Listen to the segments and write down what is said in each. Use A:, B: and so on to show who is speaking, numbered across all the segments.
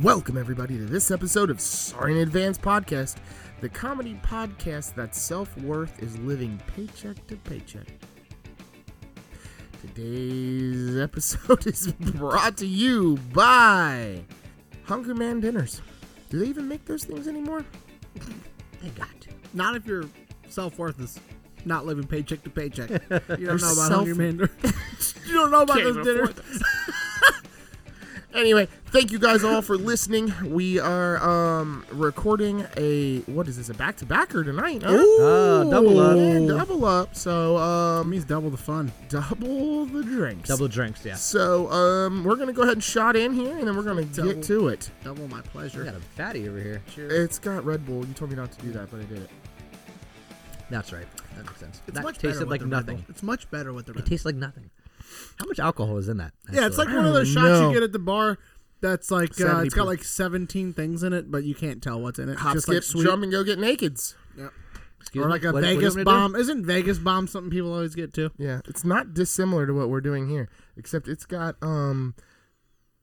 A: Welcome, everybody, to this episode of Sorry in Advance Podcast, the comedy podcast that self worth is living paycheck to paycheck. Today's episode is brought to you by Hungry Man Dinners. Do they even make those things anymore?
B: They got to. Not if your self worth is not living paycheck to paycheck. You don't know about
A: self-
B: Hungry Man. you don't know about
A: Can't
B: those
A: even
B: dinners.
A: afford Anyway, thank you guys all for listening. We are um recording a what is this a back to backer tonight? huh?
C: Ah, double up.
A: Yeah, double up. So
B: That
A: um
B: means double the fun.
A: double the drinks.
C: Double drinks, yeah.
A: So um we're gonna go ahead and shot in here, and then we're gonna
B: Double.
A: get to it.
B: Double my
C: We
B: pleasure.
C: got a fatty over here.
A: It's got Red Bull. You told me not to do that, but I did it.
C: That's right. That makes sense.
B: It's
C: that
B: much better
C: tasted
B: with
C: like
B: the Red Bull.
C: nothing.
B: It's much better with the
C: It
B: Red Bull.
C: tastes like nothing. How much alcohol is in that?
B: Yeah, it's like
C: actually?
B: one of those shots
A: know.
B: you get at the bar that's like,
A: 70
B: uh, it's got
A: proof.
B: like 17 things in it, but you can't tell what's in it.
A: Hop,
B: Just
A: skip,
B: like sweet.
A: jump, and go get nakeds.
C: Excuse
B: Or
C: me,
B: like a
C: what- what do you
B: Vegas
C: want me to do?
B: bomb. Isn't Vegas bomb something people always get too?
A: Yeah, it's not dissimilar to what we're doing here, except it's got um,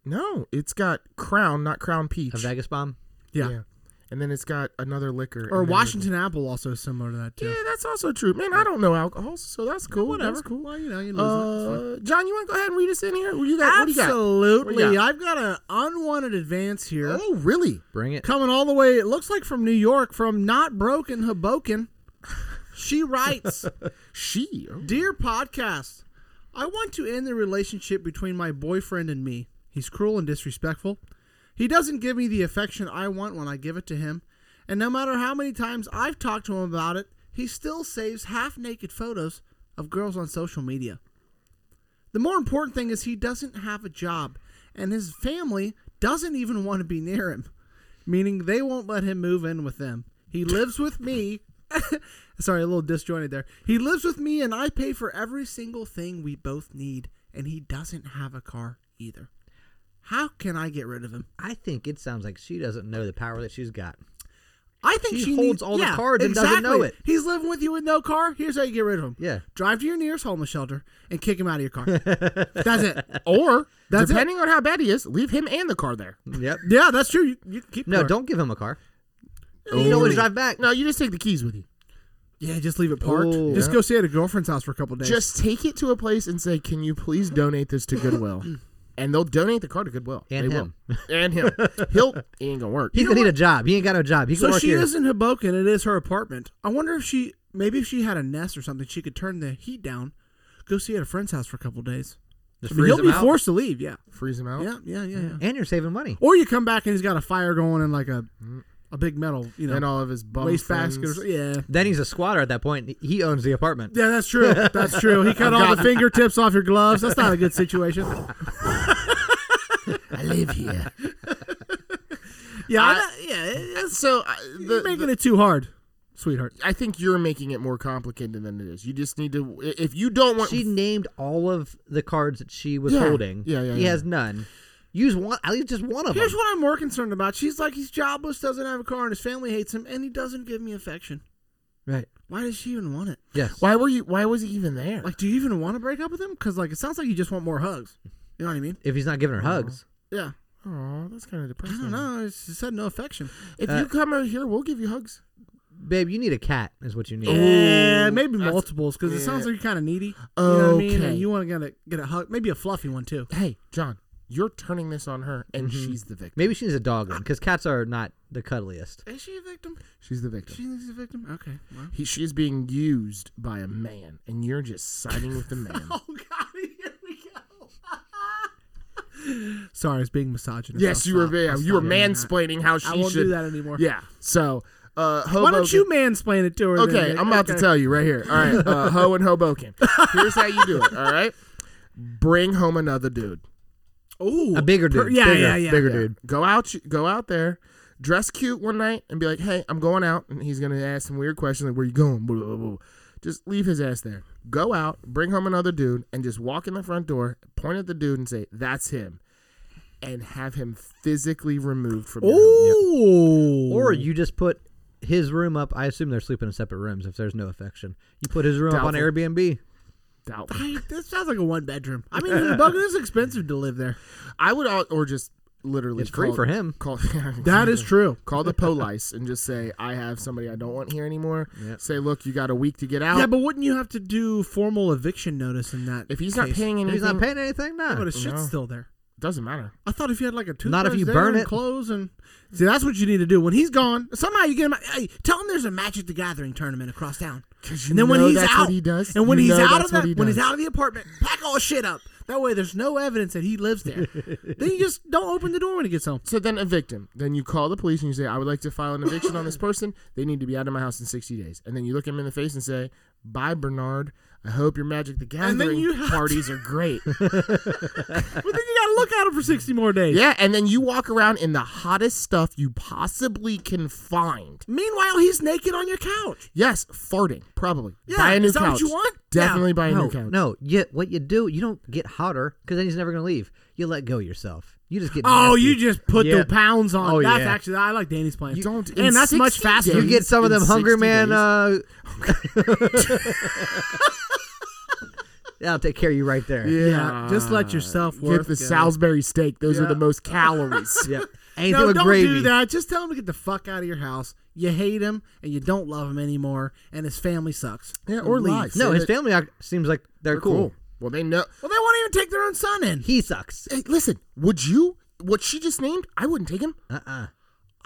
A: no, it's got Crown, not Crown Peach.
C: A Vegas bomb?
B: Yeah.
A: and then it's got another liquor.
B: Or
A: and then-
B: Washington Apple also is similar to that too.
A: Yeah, that's also true. Man, I don't know alcohol, so that's cool.
B: Whatever.
A: That's cool.
B: Well, you know, you lose it. It's fine.
A: Uh, John, you want to go ahead and read us in here? What you got? What do you got?
B: Absolutely.
A: What do you got?
B: I've got an unwanted advance here.
A: Oh, really?
C: Bring it.
B: Coming all the way, it looks like from New York, from Not Broken Hoboken. She writes
A: She. oh.
B: Dear podcast, I want to end the relationship between my boyfriend and me. He's cruel and disrespectful. He doesn't give me the affection I want when I give it to him. And no matter how many times I've talked to him about it, he still saves half naked photos of girls on social media. The more important thing is he doesn't have a job, and his family doesn't even want to be near him, meaning they won't let him move in with them. He lives with me. Sorry, a little disjointed there. He lives with me, and I pay for every single thing we both need, and he doesn't have a car either. How can I get rid of him?
C: I think it sounds like she doesn't know the power that she's got.
B: I think
C: She
B: she,
C: holds
B: needs-
C: all the
B: yeah,
C: cards and
B: exactly.
C: doesn't know it.
B: He's living with you with no car. Here's how you get rid of him.
C: Yeah.
B: Drive to your nearest homeless shelter and kick him out of your car. That's it. Oh,
A: Or
B: That's it. Mm.
A: depending on how bad he is, leave him and the car there.
C: Yep.
B: Yeah, that's true. You, you keep
C: No,
B: your-
C: don't give him a car.
B: Oh.
C: You can always drive back.
A: No, you just take the keys with you.
B: Yeah, just leave it parked.
C: Oh.
B: just go stay at a girlfriend's house for a couple days.
A: Just take it to a place and say, "Can you please donate this to Goodwill?" and they'll donate the car to Goodwill.
C: And
A: they
C: him.
A: will. And him. He'll. He ain't gonna work.
C: He's gonna need a job. He ain't got no job. He can
B: so
C: work
B: she
C: here.
B: is in Hoboken. It is her apartment. I wonder if she maybe if she had a nest or something, she could turn the heat down, go stay at a friend's house for a couple days.
C: Just
B: I mean,
C: freeze
B: he'll
C: him
B: be
C: out.
B: forced to leave. Yeah.
A: Freeze him out.
B: yeah, yeah, yeah, yeah.
C: And you're saving money.
B: Or you come back and he's got a fire going in like a a big metal, you know,
A: And all of his bum
B: waste
A: friends.
B: basket. Or, so- yeah.
C: Then he's a squatter at that point. He owns the apartment.
B: Yeah, that's true. That's true. He cut all the fingertips off your gloves. That's not a good situation.
A: I live here.
B: Yeah,
A: I-
B: I- yeah. It's,
A: so uh,
B: you're
A: the,
B: making it too hard, sweetheart.
A: I think you're making it more complicated than it is. You just need to. If you don't want,
C: She named all of the cards that she was
A: Yeah.
C: holding.
A: Yeah, yeah,
C: He
A: yeah.
C: has none. Use one. At least just one of
B: Here's
C: them.
B: what I'm more concerned about. She's like, he's jobless, doesn't have a car, and his family hates him, and he doesn't give me affection.
C: Right.
B: Why does she even want it?
C: Yes.
A: why were you? Why was he even there?
B: Like, do you even want to break up with him? Because like, it sounds like you just want more hugs. You know what I mean?
C: If he's not giving her hugs.
B: Yeah.
A: oh, that's kind of
B: I
A: depressing.
B: don't know. It's- She said no affection.
A: If
C: Uh,
A: you come over here, we'll give you hugs.
C: Babe, you need a cat, is what you need.
B: Yeah, maybe
A: that's-
B: multiples because it
A: yeah.
B: sounds like you're kind of needy. You know what I mean?
A: Okay.
B: And you want to get a get a hug, maybe a fluffy one too.
A: Hey, John, you're turning this on her, and she's the victim.
C: Maybe she needs a dog one because cats are not the cuddliest.
B: Is she a victim?
A: She's the victim.
B: She thinks she's a victim. Okay. Well.
A: He, she is being used by a man, and you're just siding with the man.
B: Oh God! Here we go. Sorry, I was being misogynist.
A: yes,
B: I'll
A: you were
B: stop. I'll
A: very, you were
B: stop doing that.
A: mansplaining how she
B: I won't
A: should.
B: do that anymore.
A: Yeah. So, uh, Hoboken.
B: Why don't you mansplain it to her? then,
A: Okay,
B: Nick?
A: I'm about to
B: Okay.
A: tell you right here. All right, uh, Ho and Hoboken. Here's how you do it. All right, bring home another dude.
B: Ooh,
C: A bigger
B: per-
C: dude.
B: yeah,
C: Bigger,
B: yeah, yeah,
C: bigger
B: yeah.
C: dude.
A: Go out, go out there, dress cute one night, and be like, "Hey, I'm going out," and he's gonna ask some weird questions like, "Where you going?" Blah, blah, blah. Just leave his ass there. Go out, bring home another dude, and just walk in the front door, point at the dude, and say, "That's him," and have him physically removed from. your home.
B: Ooh,
C: Or you just put his room up. I assume they're sleeping in separate rooms if there's no affection. You put his room up on
A: Doubtful.
C: Airbnb.
A: Doubtful.
B: I, that sounds like a one bedroom. I mean, in Hoboken, it's expensive to live there.
A: I would, al- or just literally
C: It's free
A: call-
C: for him.
A: Call
B: That is true.
A: Call the police and just say I have somebody I don't want here anymore.
C: Yeah.
A: Say, look, you got a week to get out.
B: Yeah, but wouldn't you have to do formal eviction notice in that?
A: if he's not
B: case?
A: paying anything,
C: He's not paying anything. No.
B: but his shit's
A: No.
B: still there.
A: doesn't matter.
B: I thought if you had like a toothbrush,
C: Not if you
B: there
C: burn
B: and
C: it.
B: Clothes and see, that's what you need to do when he's gone. Somehow you get him. Hey, tell him there's a Magic the Gathering tournament across town.
A: Because
B: And then when he's
A: that's
B: out,
A: what he does.
B: and when
A: You
B: he's
A: know
B: out
A: that's
B: of
A: what
B: that,
A: he
B: when he's
A: does.
B: out of the apartment, pack all his shit up. That way, there's no evidence that he lives there. then you just don't open the door when he gets home.
A: So then evict him. Then you call the police and you say, I would like to file an eviction on this person. They need to be out of my house in 60 days. And then you look him in the face and say, Bye, Bernard. I hope your Magic the
B: And then
A: Gathering
B: you have
A: parties are great.
B: But then you gotta look at him for sixty more days.
A: yeah, and then you walk around in the hottest stuff you possibly can find.
B: Meanwhile, he's naked on your couch.
A: Yes, farting, probably.
B: Yeah,
A: buy a new
B: is that
A: couch.
B: what you want?
A: Definitely
B: Yeah.
A: buy a
C: no,
A: new couch.
C: no. Yet what you do, you don't get hotter because then he's never gonna leave. You let go yourself. You just get.
B: Oh,
C: nasty.
B: you just put
C: Yeah.
B: the pounds on.
C: Oh,
B: that's
C: yeah.
B: actually I like Danny's plan.
A: You don't- in
B: and that's much
A: 60
B: faster.
A: days-
C: You get some of
A: in
C: them Hunger
A: 60
C: Man.
A: days.
C: Uh, I'll take care of you right there.
B: yeah. just let yourself work.
A: Get the Salisbury steak. Those are
B: Yeah.
A: the most calories.
C: Yeah. Anything
B: No,
C: with
B: don't
C: gravy.
B: do that. Just tell him to get the fuck out of your house. You hate him and you don't love him anymore, and his family sucks.
A: Yeah, or
B: Leave.
A: lies.
C: No,
A: Say
C: his
A: that-
C: family act- seems like they're cool.
A: Cool. Well, they know.
B: Well, they won't even take their own son in.
C: He sucks.
A: Hey, listen, would you? What she just named, I wouldn't take him.
C: Uh uh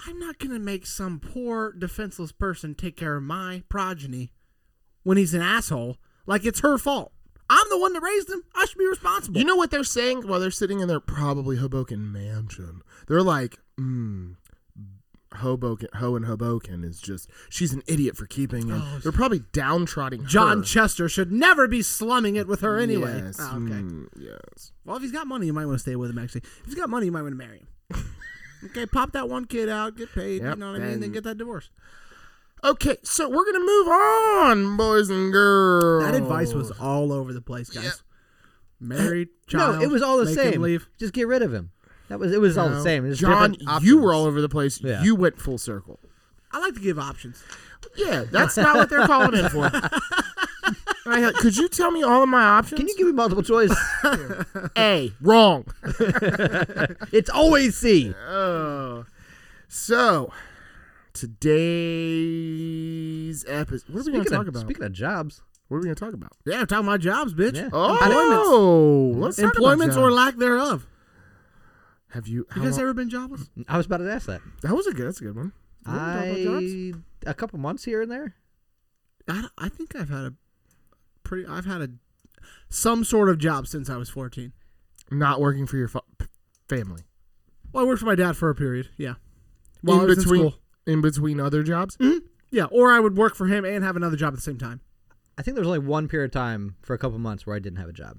B: I'm not gonna make some poor defenseless person take care of my progeny when he's an asshole. Like it's her fault. I'm the one that raised him. I should be responsible.
A: You know what they're saying while they're sitting in their probably Hoboken mansion? They're like, mm, Hoboken, Ho and Hoboken is just, she's an idiot for keeping him.
C: Oh,
A: they're probably downtrodding
B: John
A: her.
B: Chester should never be slumming it with her anyway.
A: Yes.
C: Ah,
B: Oh, okay.
A: mm, yes.
B: Well, if he's got money, you might want to stay with him. Actually, if he's got money, you might want to marry him. okay, pop that one kid out, get paid.
A: Yep,
B: you know what I mean? Then
A: and-
B: get that divorce.
A: Okay, so we're going to move on, boys and girls.
B: That advice was all over the place, guys. Married, child.
C: No, it was all the
B: make him
C: same.
B: Leave.
C: Just get rid of him. That was it. Was all the
A: No.
C: same. It was
A: John,
C: different
A: you
C: options.
A: were all over the place.
C: Yeah.
A: You went full circle.
B: I like to give options.
A: Yeah, that's not what they're calling in for. I had- could you tell me all of my options?
C: Can you give me multiple choice?
A: A wrong.
C: it's always C.
A: Oh. So, today's episode. What are we going to
C: Speaking
A: talk
C: of,
A: about?
C: speaking of jobs,
A: What are we going to talk about?
B: Yeah, I'm talking about jobs, bitch.
C: Yeah.
A: Oh, let's talk about
B: Employments or
A: jobs.
B: lack thereof.
A: have you?
B: You
A: How
B: guys
A: long-
B: ever been jobless?
C: I was about to ask that.
A: that was a good. That's a good one. You wanna talk about jobs?
C: I a couple months here and there.
B: I, I think I've had a pretty. I've had a some sort of job since I was 14.
A: Not working for your fa- p- family.
B: Well, I worked for my dad for a period. Yeah. While I was in
A: between,
B: school.
A: in between other jobs.
B: Mm. Yeah, or I would work for him and have another job at the same time.
C: I think there was only one period of time for a couple months where I didn't have a job.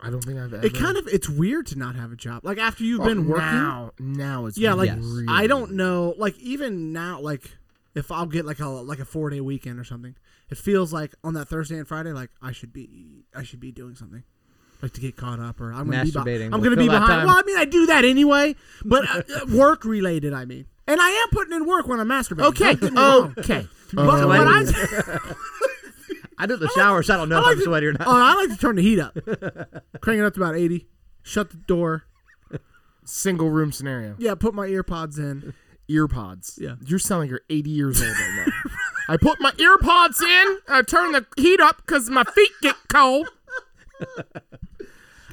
A: I don't think I've ever.
B: It kind of it's weird to not have a job. Like after you've
A: Oh,
B: been working.
A: Now, now it's
B: Yeah, like
C: Yes.
A: really-
B: I don't know. Like even now, like if I'll get like a like a four day weekend or something, it feels like on that Thursday and Friday, like I should be I should be doing something, like to get caught up or I'm gonna be
C: Masturbating
B: behind. I'm
C: will
B: gonna
C: fill
B: be
C: that
B: behind.
C: time.
B: Well, I mean I do that anyway, but uh, uh, work related. I mean, and I am putting in work when I'm masturbating.
A: Okay.
B: Don't get me wrong.
A: Okay.
B: But
A: Oh.
B: when I,
C: I did the shower, so I don't know
B: I like
C: if I'm sweaty or
B: to,
C: not.
B: oh, I like to turn the heat up, crank it up to about eighty, shut the door.
A: single room scenario.
B: Yeah, put my ear pods in.
A: ear pods.
B: Yeah.
A: You're sounding like you're 80 years old right now. I put my ear pods in. I turn the heat up because my feet get cold.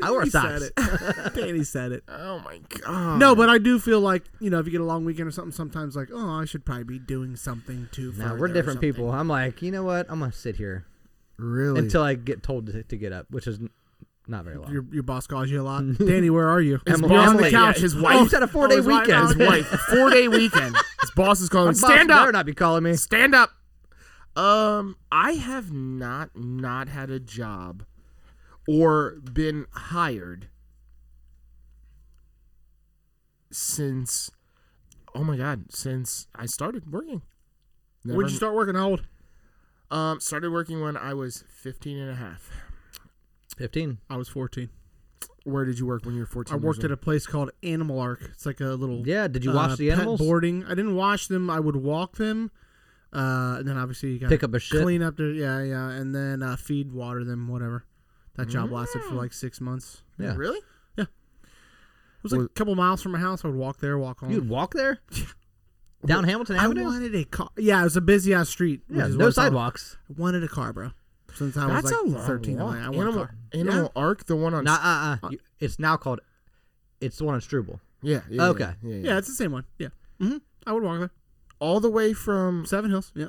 C: I wear
B: He
C: socks.
B: said it. Danny said it.
A: Oh my god.
B: No, but I do feel like you know if you get a long weekend or something, sometimes like oh I should probably be doing something too.
C: Nah,
B: further
C: we're
B: or
C: different
B: something.
C: people. I'm like, you know what? I'm gonna sit here
A: really.
C: until I get told to, to get up, which is n- not very long.
B: Your, your boss calls you a lot. Danny, where are you?
C: His
B: You're
C: boss-
B: on the
C: Emily,
B: couch.
A: yeah, his
C: Oh,
A: wife-
C: he's had a four day
B: his wife-
C: weekend.
A: his wife, four day weekend. His boss is calling.
C: My
A: him,
C: boss
A: Stand
C: better
A: up.
C: not be calling me.
A: Stand up. Um, I have not not had a job or been hired since. Oh my god! Since I started working. Never
B: When'd you start working? How old?
A: Um, started working when I was 15 and a half.
C: Fifteen.
B: I was 14.
A: Where did you work when you were 14?
B: I worked
A: years
B: at a place called Animal Ark. It's like a little
C: Yeah. Did you wash
B: uh,
C: the
B: pet
C: animals?
B: boarding. I didn't wash them. I would walk them, uh, and then obviously you got
C: Pick up a shit.
B: clean up their yeah yeah, and then uh, feed, water them, whatever. That job lasted for like six months.
A: old?
C: Yeah.
A: Really?
B: Yeah. was like a couple miles from my house. I would walk there, walk home.
C: You'd walk there? Down Hamilton
B: I
C: Avenue?
B: wanted a car. Yeah, it was a busy ass street. which
C: yeah,
B: is
C: no
B: what's all-
C: sidewalks.
B: I wanted a car, bro. Since I
A: That's
B: was like
A: a long
B: 13,
A: walk.
B: like, I want a
A: Animal,
B: car.
A: Animal Arc, the one on.
C: Nah, uh, uh, you- it's now called. It's the one on Struble.
A: yeah, yeah, yeah,
C: Okay.
A: Yeah, yeah.
B: Yeah, it's the same one. Yeah.
C: Mm-hmm.
B: hmm I would walk there.
A: All the way from.
B: Seven Hills. Yeah.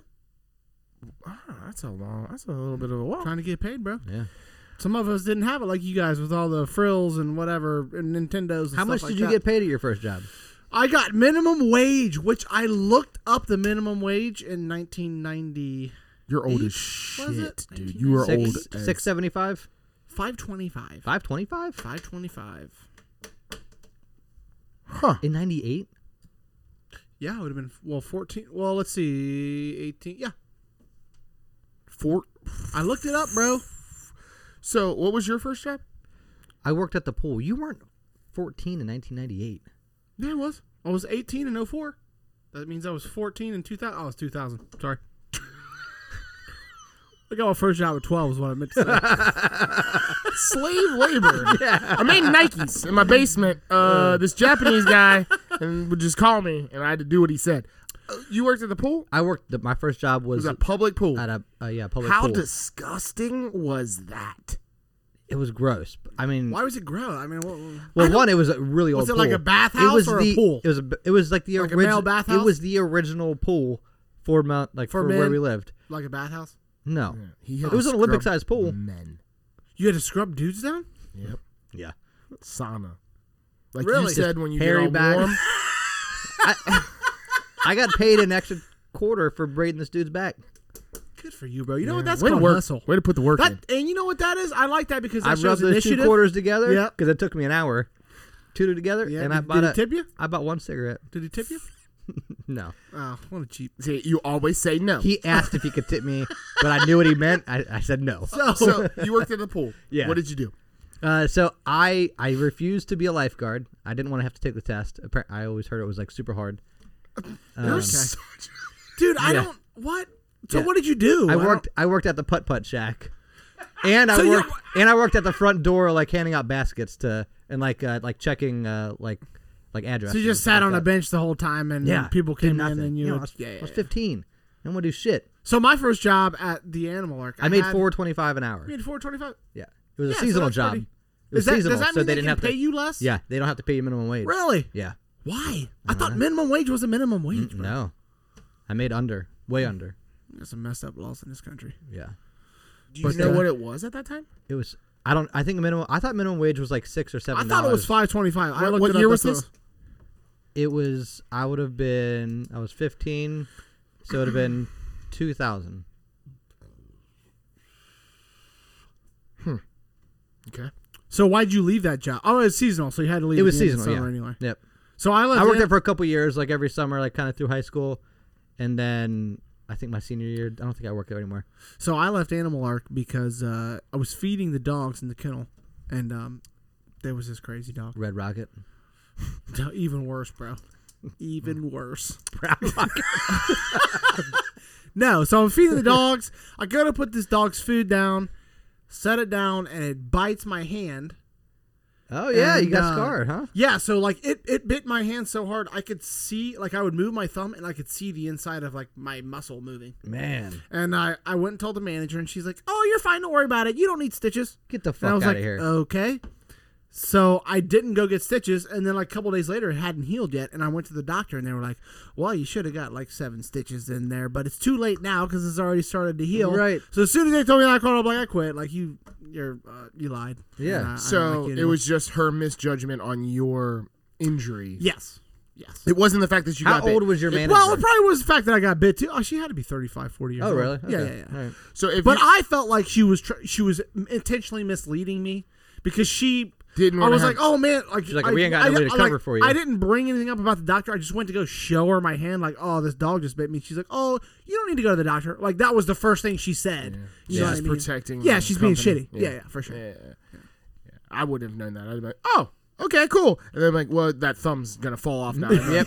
A: Oh, that's a long. That's a little bit of a walk.
B: Trying to get paid, bro.
C: Yeah.
B: Some of us didn't have it like you guys with all the frills and whatever and Nintendos. And
C: How much
B: stuff
C: did
B: like
C: you
B: that.
C: get paid at your first job?
B: I got minimum wage, which I looked up the minimum wage in 1990.
A: You're old
B: Eight,
A: as
B: was it?
A: shit, dude. You are old.
C: Six
A: as-
C: six seventy five,
B: 525.
C: five twenty five
B: 525.
A: Huh.
C: in ninety eight.
B: Yeah, it would have been well 14. Well, let's see, 18. Yeah,
A: Four.
B: I looked it up, bro.
A: So, what was your first job?
C: I worked at the pool. You weren't fourteen in nineteen ninety eight.
B: Yeah, it was. I was 18 in 04. That means I was 14 in oh, 2000. I was 2000. Sorry. I got my first job at 12 is what I meant to say.
A: Slave labor. I made Nikes in my basement. Uh, this Japanese guy and would just call me, and I had to do what he said. Uh, you worked at the pool.
C: I worked. The, my first job
A: It was
C: was
A: a public pool.
C: at a uh, yeah public
A: How
C: pool.
A: disgusting was that?
C: it was gross. I mean,
B: Why was it grow? I mean, what, what-
C: well, one, it was a really
B: Was
C: old.
B: it like
C: pool.
B: a bathhouse
C: was
B: or a
C: the,
B: pool?
C: It was. A, b- it was like the
B: Like a male
C: original
B: bathhouse?
C: It was the original pool for Mount like
B: For
C: for, where
B: men?
C: we lived.
B: like a bathhouse?
C: No,
A: He had
C: It was
A: to
C: an Olympic
A: scrub
C: sized pool.
A: Men.
B: You had to scrub dudes down?
A: Yep.
C: yeah.
A: Sauna. Like you
B: Really?
A: said when you get
C: hairy
A: all
C: back.
A: warm.
C: I, I got paid an extra quarter for braiding this dude's back.
B: Good for you, bro. You know what?
A: Yeah,
B: That's
A: way to
B: called
A: work.
B: hustle.
A: Way to put the work
B: That
A: in.
B: and you know what that is? I like that because that
C: I
B: shows
C: rubbed those
B: initiative.
C: two quarters together
B: Yeah.
C: because it took me an hour, two together,
B: Yeah,
C: and I
B: did-
C: bought
B: did
C: a,
B: it tip you?
C: I bought one cigarette.
B: Did he tip you?
C: No,
B: Oh, what a cheap.
A: See, you always say no.
C: he asked if he could tip me, but I knew what he meant. I, I said no.
B: So,
A: so you worked at the pool.
C: Yeah.
A: What did you do?
C: Uh, so I I refused to be a lifeguard. I didn't want to have to take the test. Appar- I always heard it was like super hard.
A: You're
C: Um,
A: such-
B: dude, I
C: Yeah.
B: don't. What? So
C: Yeah.
B: what did you do?
C: I
B: don't-
C: worked I worked at the putt putt shack, and I
B: So you-
C: worked and I worked at the front door like handing out baskets to and like uh, like checking uh, like like addresses.
B: So you just
C: and
B: sat
C: stuff
B: on a
C: like that.
B: bench the whole time, and
C: Yeah,
B: people
C: did
B: came in,
C: nothing.
B: and you.
C: You know,
B: would-
C: I was,
B: yeah, yeah,
C: I was
B: yeah.
C: 15. I don't do shit.
B: So my first job at the Animal Ark,
C: I made
B: had-
C: 425 an hour.
B: I made four twenty-five.
C: Yeah, it was
B: Yeah,
C: a
B: so
C: seasonal
B: that's
C: job.
B: pretty-
C: it was
B: Is that,
C: seasonal,
B: does that mean
C: so
B: they,
C: they, didn't
B: can
C: have
B: pay
C: to.
B: you less?
C: Yeah, they don't have to pay you minimum wage.
B: Really?
C: Yeah.
B: Why? I, thought minimum wage was a minimum wage. Bro.
C: Uh-huh. No, I made under, way
B: Mm.
C: under.
B: There's some messed up laws in this country.
C: Yeah,
A: Do you
B: But,
A: know
B: uh,
A: what it was at that time?
C: it was. I don't. I think minimum. I thought minimum wage was like six or
B: I
C: seven.
B: thought it was five twenty-five. I looked
A: what
B: it up,
A: year was
B: that's
A: this?
B: what-
C: It was. I would have been. I was 15, so it would have been 2000.
A: Okay.
B: So why'd you leave that job? Oh, it was seasonal, so you had to leave.
C: It
B: at
C: was
B: the end of
C: seasonal.
B: summer
C: Yeah.
B: anyway.
C: Yep.
B: So I left.
C: I worked
B: in-
C: there for a couple years, like every summer, like kind of through high school, and then I think my senior year. I don't think I worked there anymore.
B: So I left Animal Ark because uh, I was feeding the dogs in the kennel, and um, there was this crazy dog.
C: Red Rocket.
B: Even worse, bro. Even worse.
C: Brown Rocket.
B: No, so I'm feeding the dogs. I go to put this dog's food down, set it down, and it bites my hand.
C: Oh yeah, you
B: And,
C: got
B: uh,
C: scarred, huh?
B: Yeah, so like it, it bit my hand so hard I could see like I would move my thumb and I could see the inside of like my muscle moving.
C: Man,
B: And I, I went and told the manager and she's like, Oh, you're fine, don't worry about it. You don't need stitches.
C: get the
B: And I
C: fuck out
B: was
C: of
B: like, uh,
C: here.
B: Okay. So I didn't go get stitches, and then like a couple days later, it hadn't healed yet, and I went to the doctor, and they were like, "Well, you should have got like seven stitches in there, but it's too late now because it's already started to heal."
C: Right.
B: So as soon as they told me that I called, I'm like, "I quit." Like you, you're, uh, you lied.
C: Yeah.
B: And I- I don't
A: So
B: like you
A: it
B: anymore.
A: was just her misjudgment on your injury.
B: yes, yes.
A: It wasn't the fact that you
C: How
A: got bit.
C: old was your manager?
B: well, it probably was the fact that I got bit too. Oh, she had to be 35, 40 years
C: oh,
B: old.
C: really?
B: Yeah, yeah,
C: Okay.
B: yeah.
C: All right.
A: so if
B: But
A: you
B: I felt like she was tr- she was intentionally misleading me because she
A: Didn't
B: I
A: wanna
B: was
A: have-
B: like, oh man, like
C: She's like,
B: I-
C: "We ain't got
B: I-
C: nobody to
B: I, like,
C: cover for you."
B: I didn't bring anything up about the doctor. I just went to go show her my hand, like, oh, this dog just bit me. She's like, oh, you don't need to go to the doctor. Like that was the first thing she said. You
A: she's
B: know what
A: just
B: I mean?
A: protecting.
B: Yeah,
A: the
B: she's being
A: company.
B: shitty. Yeah, yeah, for sure.
A: Yeah. yeah. I wouldn't have known that. I'd be like, oh, okay, cool. And then I'm like, well, that thumb's gonna fall off now.
C: Yep.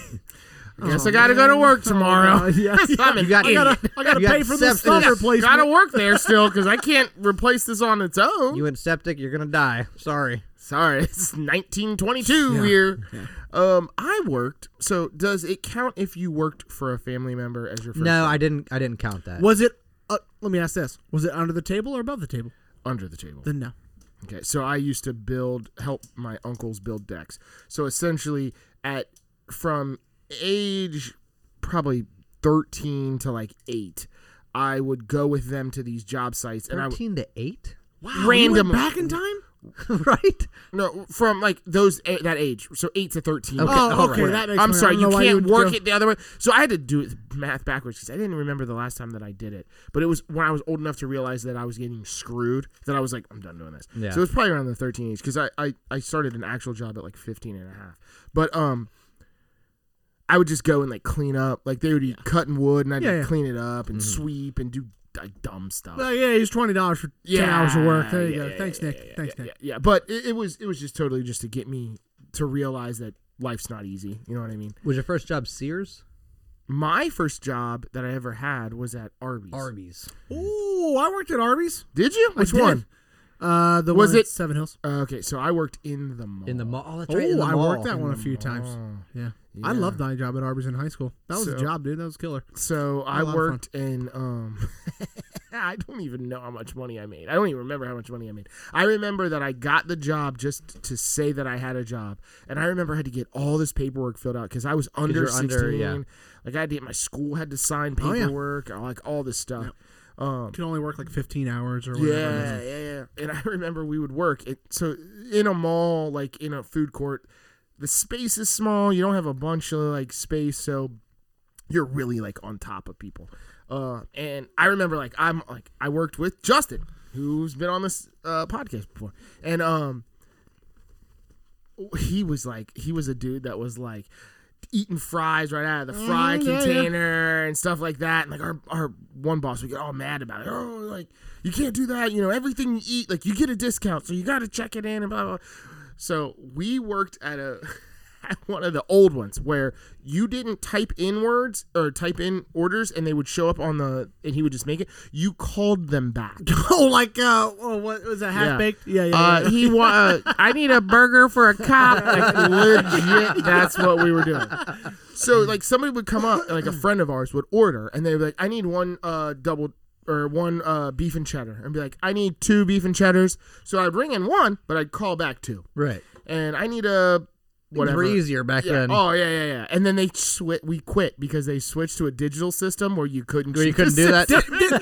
A: Guess
B: Oh,
A: I gotta go to
B: man.
A: work
B: Oh,
A: tomorrow.
B: God, yeah.
A: I'm an
C: You got-
B: I
A: idiot.
B: gotta, I gotta
C: You
B: pay
C: got
B: for this
C: sepsis.
B: thumb
C: Yeah.
B: replacement.
A: Gotta work there still because I can't replace this on its own.
C: You went septic, you're gonna die. Sorry.
A: Sorry, it's 1922
B: Yeah,
A: here.
B: yeah.
A: Um, I worked. So does it count if you worked for a family member as your first?
C: No,
A: job?
C: I didn't. I didn't count that.
D: Was it
B: Uh, let me ask this: Was it under the table or above the table?
A: under the table.
D: then? No.
A: Okay, so I used to build, help my uncles build decks. So essentially, at from age probably 13 to like eight, I would go with them to these job sites, and I would,
C: Thirteen to eight,
B: Wow,
A: Random-
B: you went back in time.
C: right?
A: no from like those eh, that age, so eight to 13.
C: Okay.
B: Oh,
C: all
B: okay,
C: right.
B: that makes
A: I'm
B: sense. I
A: sorry,
B: don't
A: you
B: know why
A: can't
B: would
A: work
B: go-
A: it the other way. So I had to do it math backwards because I didn't remember the last time that I did it. But it was when I was old enough to realize that I was getting screwed that I was like, I'm done doing this.
C: Yeah.
A: So it was probably around the 13 age because I, I, I started an actual job at like 15 and a half. But um, I would just go and like clean up. Like they would be cutting wood and I'd
B: Yeah,
A: like,
B: yeah. Mm-hmm.
A: clean it up and sweep and do like dumb stuff.
B: Well, yeah, he's twenty dollars for ten hours of work. There you
A: yeah,
B: go.
A: yeah,
B: Thanks,
A: yeah,
B: Nick.
A: yeah,
B: Thanks,
A: yeah,
B: Nick.
A: Yeah, yeah. but it, it was it was just totally just to get me to realize that life's not easy. You know what I mean?
C: Was your first job Sears?
A: My first job that I ever had was at Arby's.
C: Arby's.
B: Ooh, I worked at Arby's.
A: Did you? Which
B: did.
A: one?
B: Uh, the
A: Was
B: one at
A: it-
B: Seven Hills?
A: Uh, okay, so I worked in the mall.
C: In the mall. Oh, that's right. in
B: Oh,
C: the
B: I
C: mall.
B: worked that one a few times.
A: Oh,
B: Yeah.
A: yeah.
B: I loved my job at Arby's in high school. That was
A: So-
B: a job, dude. That was killer.
A: So I
B: lot of fun.
A: worked in. Um, I don't even know how much money I made. I don't even remember how much money I made. I remember that I got the job just to say that I had a job, and I remember I had to get all this paperwork filled out because I was under
C: you're
A: sixteen.
C: under, yeah.
A: Like I had to get my school had to sign
B: Oh, yeah.
A: paperwork, like all this stuff. Um,
B: You can only work like fifteen hours or whatever.
A: Yeah, yeah, yeah. And I remember we would work. It, so in a mall, like in a food court, the space is small. You don't have a bunch of like space, so you're really like on top of people. Uh, and I remember like I'm like I worked with Justin, who's been on this uh, podcast before, and um, he was like he was a dude that was like eating fries right out of the fry
B: Mm-hmm, yeah, yeah.
A: container and stuff like that and like our, our one boss would get all mad about it oh like you can't do that you know everything you eat like you get a discount so you got to check it in and blah blah blah. so we worked at a at one of the old ones where you didn't type in words or type in orders and they would show up on the and he would just make it you called them back
B: oh, like uh, oh, what was that?
A: Yeah.
B: Half baked? Yeah, yeah. yeah,
A: uh,
B: yeah.
A: he wa- uh, I need a burger for a cop. Like legit, that's what we were doing. So like somebody would come up, like a friend of ours would order, and they'd be like, "I need one uh, double or one uh, beef and cheddar," and be like, "I need two beef and cheddars." So I'd ring in one, but I'd call back two,
C: Mm-hmm. Right.
A: and I need a
C: Things
A: whatever.
C: were easier back
A: Yeah.
C: then.
A: Oh yeah, yeah, yeah. And then they swi- we quit because they switched to a digital system where you couldn't
C: Where you couldn't do that.
B: Did- did- Didn't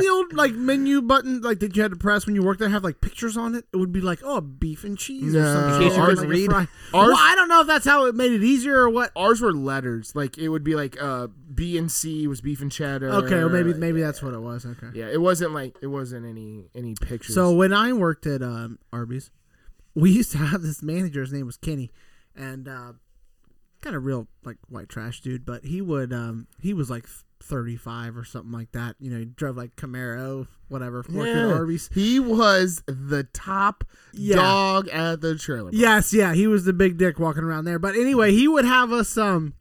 B: the old like menu button like that you had to press when you worked there have like pictures on it? It would be like oh beef and cheese or
A: No.
B: something.
A: In case you
B: Or,
A: couldn't
B: like, a
C: read.
B: fry.
A: Ours-
B: well, I don't know if that's how it made it easier or what.
A: Ours were letters. Like it would be like uh, B and C was beef and cheddar.
B: Okay, well, maybe maybe that's what it was. Okay.
A: Yeah, it wasn't like it wasn't any any pictures.
B: So when I worked at um, Arby's, we used to have this manager. His name was Kenny, and uh, kind of real like white trash dude. But he would um, he was like thirty five or something like that. You know, he drove like Camaro, whatever. Worked at
A: Yeah.
B: Arby's.
A: he was the top
B: Yeah.
A: dog at the trailer. park.
B: Yes, yeah, he was the big dick walking around there. But anyway, he would have us. Um,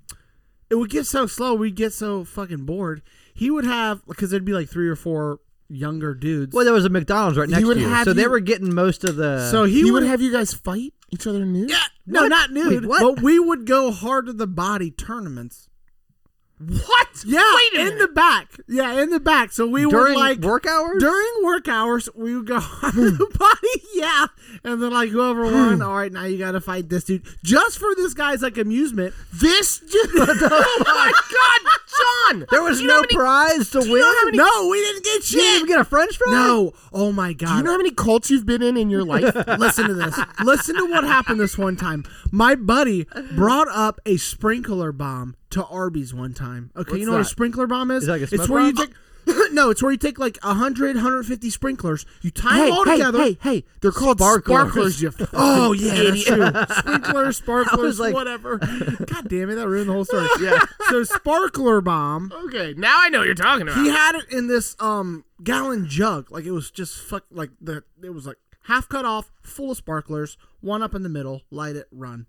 B: it would get so slow, we'd get so fucking bored. He would have because there'd be like three or four younger dudes.
C: Well, there was a McDonald's right next
A: would
C: to you,
A: have
C: so they
A: you-
C: were getting most of the.
B: so
A: He,
B: he, would
A: would have you guys fight each other nude. Yeah.
B: No,
C: What?
B: not nude.
C: Wait, what?
B: But we would go hard to the body tournaments.
A: What?
B: Yeah,
A: Wait a
B: in
A: minute.
B: the back. Yeah, in the back. So we
C: during
B: were like
C: work hours. Hmm.
B: during work hours, we would go hard to the body. Yeah, and then like whoever won, all right, now you got to fight this dude just for this guy's like amusement.
A: This. oh my God, John!
C: there was
A: Do you
C: no
A: know how many-
C: prize to win.
B: no, we didn't get
C: you didn't
B: shit.
C: even get a French fry.
B: No. Oh my
A: Do
B: god.
A: you know how many cults you've been in in your life?
B: Listen to this. Listen to what happened this one time. My buddy brought up a sprinkler bomb to Arby's one time. Okay, you know what a
C: that?
B: sprinkler bomb is?
C: Is it like a
B: it's
C: smoke
B: where you
C: bomb?
B: take No, it's where you take like 100, 150 sprinklers, you tie
A: hey,
B: them all
A: hey,
B: together.
A: hey, hey! They're called
C: Sparklers.
A: sparklers. you f-
B: Oh yeah, that's
A: Idiot.
B: true. Sprinkler, sparklers,
C: like-
B: whatever. God damn it, that ruined the whole story. yeah. So sparkler bomb.
A: okay, now I know what you're talking about.
B: He had it in this um gallon jug, like it was just fuck, like the it was like half cut off, full of sparklers, one up in the middle, light it, run.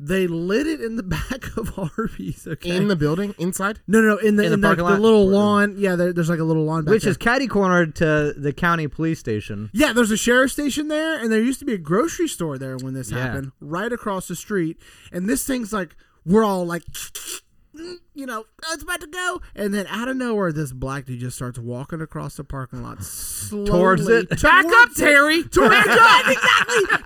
B: They lit it in the back of Arby's. Okay.
A: in the building inside.
B: no, no, no, in the in,
C: In the
B: the,
C: parking
B: the
C: lot?
B: little lawn. Yeah, there, there's like a little lawn. Back
C: which
B: there.
C: is catty cornered to the county police station.
B: Yeah, there's a sheriff's station there, and there used to be a grocery store there when this
C: Yeah.
B: happened, right across the street. And this thing's like, we're all like, you know, "Oh, it's about to go. And then out of nowhere, this black dude just starts walking across the parking lot slowly.
C: Towards it.
A: Back up, Terry.
B: Towards it, exactly.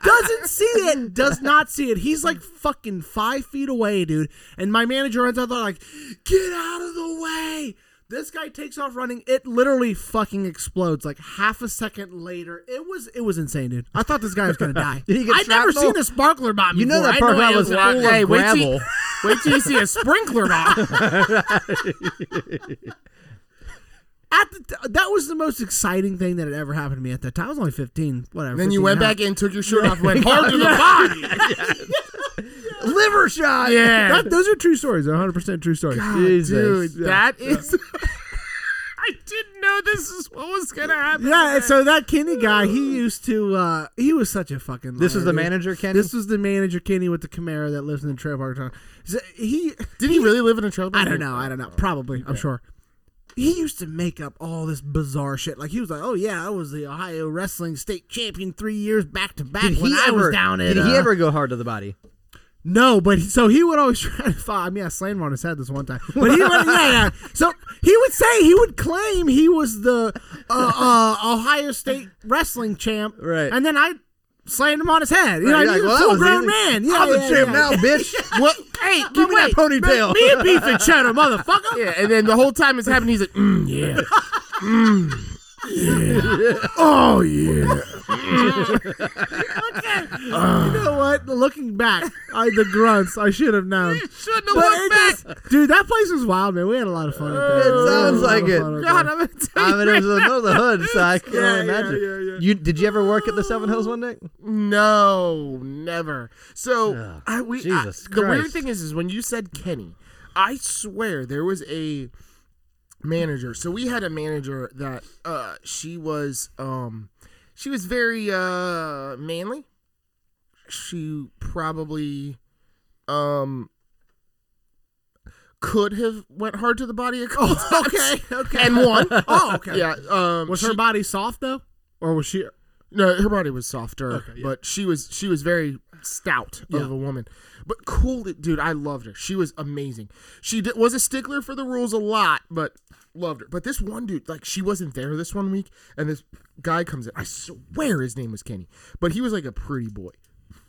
B: Doesn't see it. Does not see it. He's like fucking five feet away, dude. And my manager runs out there like, get out of the way. This guy takes off running. It literally fucking explodes. Like half a second later, it was it was insane, dude. I thought this guy was gonna die.
C: Did he get
B: I'd never
C: shrapnel?
B: seen a sparkler bomb.
C: You know
B: before.
C: that
B: I
C: parking
B: it
C: lot was
B: was-
C: full of
A: Hey, wait till,
C: gravel.
A: wait till you see a sprinkler bomb.
B: at the t- that was the most exciting thing that had ever happened to me at that time. I was only fifteen, whatever.
A: then you
B: 15
A: went
B: now.
A: back in, took your shirt off, went hard to the body.
C: Liver shot.
A: Yeah,
B: That- those are true stories. One hundred percent true stories.
C: Jesus.
A: dude, that is. I didn't know this is what was gonna happen.
B: Yeah, and so that Kenny guy, he used to, uh, he was such a fucking.
C: This
B: liar,
C: is the
B: dude.
C: manager, Kenny.
B: This was the manager Kenny with the Camaro that lives in the trailer park. So he,
A: Did he really live in a trailer? park?
B: I don't know, I don't know, probably, I'm sure. He used to make up all this bizarre shit. Like he was like, "Oh yeah, I was the Ohio wrestling state champion three years back to back
C: did
B: when
C: he
B: I
C: ever?
B: was down at."
C: did he
B: uh,
C: ever go hard to the body?
B: no, but he- so he would always try to find. I mean, I slammed him on his head this one time, but he would. yeah, yeah. So he would say he would claim he was the uh, uh, Ohio State wrestling champ,
C: Right.
B: And then I slammed him on his head. You
C: Right,
B: know,
C: you're
B: he's
C: like, well,
B: a
C: that
B: full
C: was
B: grown
C: easy.
B: man. Yeah,
C: I'm the
B: yeah,
C: champ
B: yeah.
C: now, bitch.
A: What? Hey,
C: Give me that
A: wait.
C: ponytail.
B: Me and beef and cheddar, motherfucker.
A: Yeah, and then the whole time it's happening, he's like, mm, yeah. Mm, yeah. Oh, yeah.
B: You know what? Looking back, I, the grunts I should have known.
A: Shouldn't have
B: But
A: looked
B: it
A: back.
B: just- dude, that place was wild, man. We had a lot of fun. At that.
C: It
B: We had a
C: sounds
B: lot
C: like
B: of
C: it.
B: fun at
A: God,
B: that.
A: I'm going to tell
C: I
A: you.
C: mean, it was in the middle of the hood, so I can
B: Yeah,
C: only imagine.
B: yeah, yeah, yeah.
C: You did you ever work at the Seven Hills one day?
A: No, never. So I we I-
C: Jesus
A: the weird
C: Christ.
A: thing is, is when you said Kenny, I swear there was a manager. So we had a manager that uh she was um she was very uh manly. She probably um could have went hard to the body a couple times
B: Okay, okay.
A: and won.
B: Oh, okay.
A: Yeah, um,
B: Was
A: she-
B: her body soft though, or was she?
A: no, her body was softer,
B: yeah.
A: but she was she was very stout
B: Yeah.
A: of a woman. But cool, dude, I loved her. She was amazing. She did, was a stickler for the rules a lot, but loved her. But this one dude, like, she wasn't there this one week, and this guy comes in. I swear his name was Kenny, but he was like a pretty boy,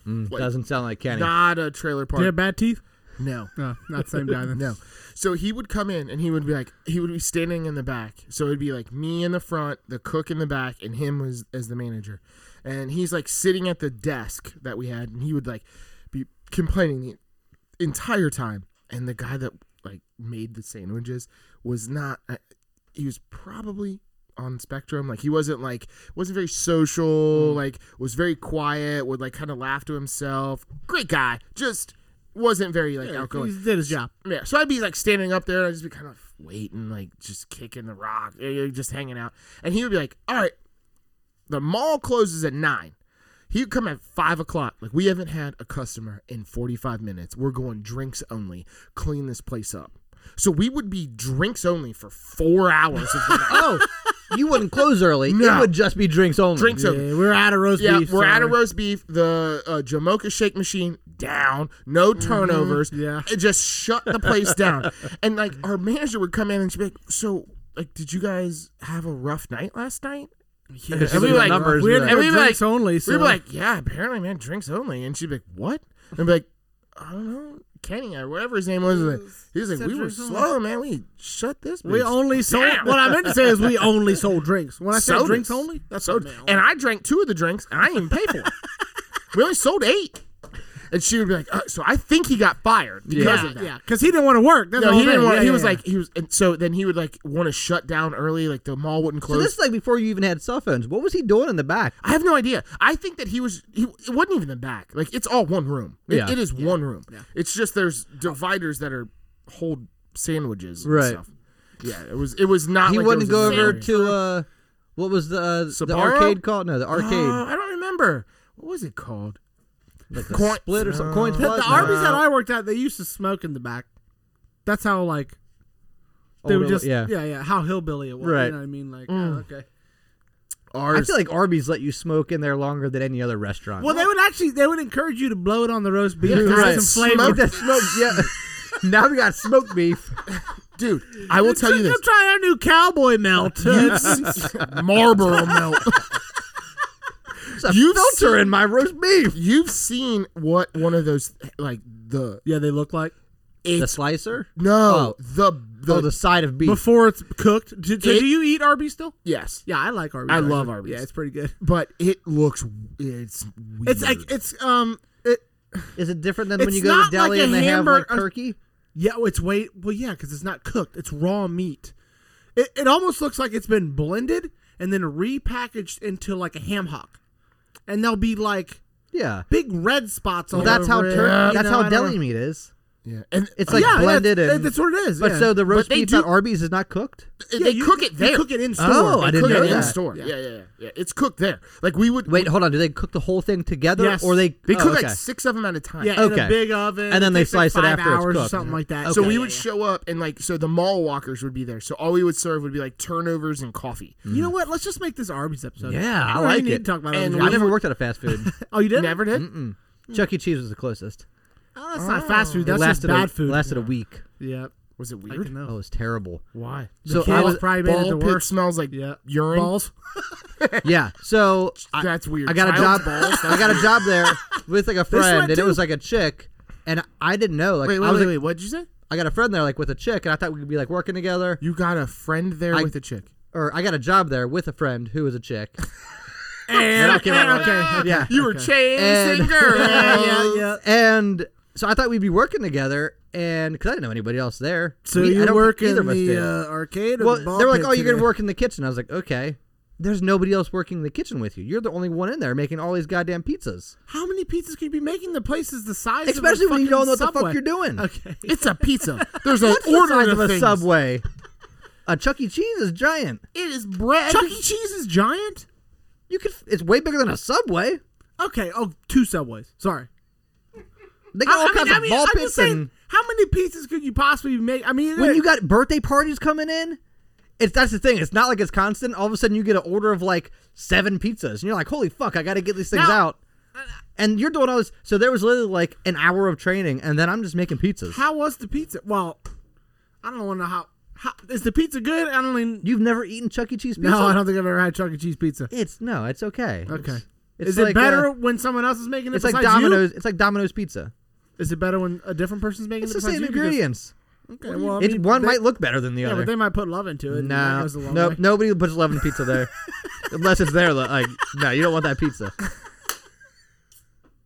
A: Like-
C: Mm, Doesn't sound like Kenny.
A: not a trailer park.
B: Did you have bad teeth?
A: No.
B: No, not the same guy. Then.
A: No. So he would come in and he would be like he would be standing in the back. So it'd be like me in the front, the cook in the back, and him was as the manager. And he's like sitting at the desk that we had, and he would like be complaining the entire time. And the guy that like made the sandwiches was not. Uh, he was probably on spectrum like he wasn't like wasn't very social like was very quiet would like kind of laugh to himself great guy just wasn't very like outgoing
B: He did his job.
A: yeah, so I'd be like standing up there, and I'd just be kind of waiting, like just kicking the rock, eh, eh, just hanging out. And he would be like, "All right, the mall closes at nine. He'd come at five o'clock. Like we haven't had a customer in forty-five minutes. We're going drinks only. Clean this place up." So we would be drinks only for four hours. Of the night.
C: Oh, you wouldn't close early.
A: No.
C: It would just be drinks only.
A: drinks
B: Yeah,
A: only.
B: we we're out of roast
A: Yeah,
B: beef.
A: we're out of
B: sorry.
A: roast beef. The uh, Jamocha shake machine down, no turnovers.
B: Mm-hmm. yeah.
A: it just shut the place down. And like our manager would come in and she'd be like, "So, like, did you guys have a rough night last night?"
B: Yeah.
A: And we'd be like,
C: numbers,
B: we had
C: yeah.
B: to
A: and
B: go
A: we'd be
B: drinks
A: like-
B: only.
A: we'd
B: So.
A: be like, "Yeah, apparently, man, drinks only." And she'd be like, "What?" And I'd be like, "I don't know, Kenny or whatever his name was." Like, he was like,
B: Said
A: "We were
B: drinks only."
A: slow, man. We shut this."
B: we
A: bitch
B: only sold.
A: Damn.
B: What I meant to say is we only sold drinks. When I said
A: Sodas.
B: drinks only, that's
A: sold,
B: what I meant.
A: and I drank two of the drinks, and I didn't even pay for it. we only sold eight, and she would be like, uh, "So I think he got fired because
B: yeah,
A: of that."
B: yeah, because he didn't want to work. That's
A: No,
B: the whole
A: he didn't
B: thing.
A: want.
B: Yeah,
A: he
B: yeah,
A: was
B: yeah.
A: like, he was, and so then he would like want to shut down early, like the mall wouldn't
C: So
A: close.
C: this is like before you even had cell phones. What was he doing in the back?
A: I have no idea. I think that he was. He, it wasn't even the back. Like it's all one room. It-
C: Yeah.
A: it is one room. It's just there's dividers that are hold sandwiches. And
C: Right.
A: stuff. Yeah. It was. It was not.
C: He
A: like it
C: wouldn't
A: was
C: go
A: a
C: over
A: sandwich.
C: to uh, what was the uh, the
A: Sbarro? Uh,
C: arcade called? No, the arcade.
A: Oh, I don't remember. What was it called?
C: Like the
A: Coin-
C: split or something.
A: No.
C: Coins
A: The-
C: plus.
B: The Arby's that I worked at, they used to smoke in the back. That's how like they
C: older-
B: were just
C: yeah.
B: yeah. yeah How hillbilly it was.
C: Right.
B: You know what I mean? Like
A: Mm.
B: oh, okay.
A: Ours,
C: I feel like Arby's let you smoke in there longer than any other restaurant.
B: Well, they would actually they would encourage you to blow it on the roast beef.
A: Yeah,
B: to add
A: right.
B: Some flavor.
C: smoke that smoke. Yeah. now we got smoked beef.
A: dude, I will tell you
B: Come
A: this:
B: try our new cowboy melt.
A: Marlboro melt.
C: It's a
A: You've
C: filter
A: seen-
C: in my roast beef.
A: You've seen what one of those like the
B: yeah, they look like
C: The
A: it's
C: slicer.
A: no
C: oh.
A: the the,
C: oh, the side of beef.
B: before it's cooked. Do, so
A: It-
B: do you eat Arby's still?
A: yes,
B: Yeah, I like Arby's.
A: I love
B: actually.
A: Arby's.
B: Yeah, it's pretty good.
A: but it looks it's weird.
B: It's like it's um it
C: Is it different than when
B: It's
C: you go to
B: not like
C: deli and
B: a
C: they have
B: hamburg-
C: like turkey?
B: yeah, well, it's way well yeah, because it's not cooked. It's raw meat. It it almost looks like it's been blended and then repackaged into like a ham hock, and there'll be like
C: Yeah.
B: big red spots all
C: Well, that's how
B: over it,
C: turkey.
B: you
C: That's
B: know,
C: how
B: I don't
C: deli
B: know.
C: meat is.
A: yeah, and
C: It's like
B: yeah,
C: blended
B: that's,
C: and.
B: that's what it is.
C: But
B: yeah.
C: so the roast
A: they
C: beef
A: do-
C: at Arby's is not cooked.
A: uh, they
B: you-
A: cook it
B: you
A: there.
B: cook it in store.
C: Oh, I
B: They
A: cook
C: didn't
B: cook
C: know
A: it in
C: that.
A: store. Yeah.
B: Yeah.
A: yeah, yeah, yeah. It's cooked there. Like we would
C: Wait, hold on. Do they cook the whole thing together,
B: Yes.
C: or they
A: They
C: oh,
A: cook
C: okay.
A: like six of them at a time.
B: Yeah, in
C: Okay.
B: a big oven,
C: And then
B: it
C: they
B: takes, like,
C: slice it
B: five
C: after it's
B: hours or
C: cooked.
B: something like that.
A: So
C: Okay.
A: we
B: Yeah,
A: would
B: yeah,
A: show up and like so the mall walkers would be there. So all we would serve would be like turnovers and coffee.
B: yeah. You know what? Let's just make this Arby's episode.
C: Mm.
B: We
C: Yeah, I
B: don't even
C: like
B: need
C: it.
B: to talk about
A: And
B: Arby's.
C: I never
A: would-
C: worked at a fast food.
B: Oh, you did?
A: Never did.
C: Mm-mm. Chuck E. Cheese was the closest.
B: Oh, that's not fast food.
C: It
B: That's just
C: lasted
B: bad
C: a,
B: food.
C: Lasted a week.
B: Yeah,
A: Was it
B: I
A: weird?
B: can
C: Oh,
B: know.
C: it was terrible.
A: Why?
C: So
B: kid
C: I was
B: was probably made it
A: Ball
B: the
A: pit
B: worst.
A: smells like
B: Yeah.
A: urine.
B: Balls.
C: yeah. So I,
A: That's weird.
C: I got a job.
A: Child's balls?
C: I got a job there with like a friend,
B: went
C: and it
B: too.
C: was like a chick, and I didn't know. Like
A: Wait,
C: I
A: wait,
C: was
A: wait,
C: like,
A: wait. What'd you say?
C: I got a friend there like with a chick, and I thought we could be like working together.
A: You got a friend there
C: I-
A: with a chick.
C: Or I got a job there with a friend who was a chick.
B: And,
C: I came out-
B: okay. okay.
C: yeah.
A: You were chasing
C: And-
A: girls.
B: Yeah, yeah.
C: And so I thought we'd be working together, and because I didn't know anybody else there.
B: So
C: We- I
B: you
C: don't
B: work
C: think
B: in
C: either of us
B: the
C: did.
B: uh, arcade or
C: well,
B: the ball
C: they were like,
B: pit
C: "Oh, you're
B: today?
C: gonna work in the kitchen." I was like, "Okay." There's nobody else working in the kitchen with you. You're the only one in there making all these goddamn pizzas,
B: How many pizzas could you be making? The place is the size
C: especially
B: of a
C: when you don't know what the
B: fucking
C: fuck you're doing.
B: Subway. Okay.
A: It's a pizza. There's an
C: What's the size
A: order
C: of
A: of
C: a
A: things.
C: Subway. a Chuck E. Cheese is giant.
A: It is bread.
B: Chuck E. Cheese is giant?
C: You could. It's way bigger than a Subway.
B: Okay. Oh, two Subways. Sorry.
C: They got all kinds of ball
B: I'm
C: pits
B: just saying,
C: and
B: how many pizzas could you possibly make? I mean,
C: when you got birthday parties coming in, it's that's the thing. It's not like it's constant. All of a sudden, you get an order of like seven pizzas, and you're like, "Holy fuck, I got to get these things
B: Now- uh,
C: out." And you're doing all this. So there was literally like an hour of training, and then I'm just making pizzas.
B: how was the pizza? Well, I don't want to know how, how. Is the pizza good? I don't even.
C: You've never eaten Chuck E. Cheese pizza?
B: No, I don't think I've ever had Chuck E. Cheese pizza.
C: It's no, it's okay.
B: Okay.
C: It's
B: is
C: like,
B: it better
C: uh,
B: when someone else is making it?
C: It's like
B: besides
C: Domino's. It's like Domino's pizza.
B: You? Is it better when a different person's making
C: It's
B: it?
C: the same
B: besides you?
C: ingredients.
B: Because- Okay, well, I
C: It's
B: mean,
C: one
B: they-
C: might look better than the
B: Yeah,
C: other.
B: but they might put love into it. and that
C: No,
B: goes a long
C: no,
B: way.
C: nobody puts love in pizza there, unless it's there. li- Like, no, you don't want that pizza.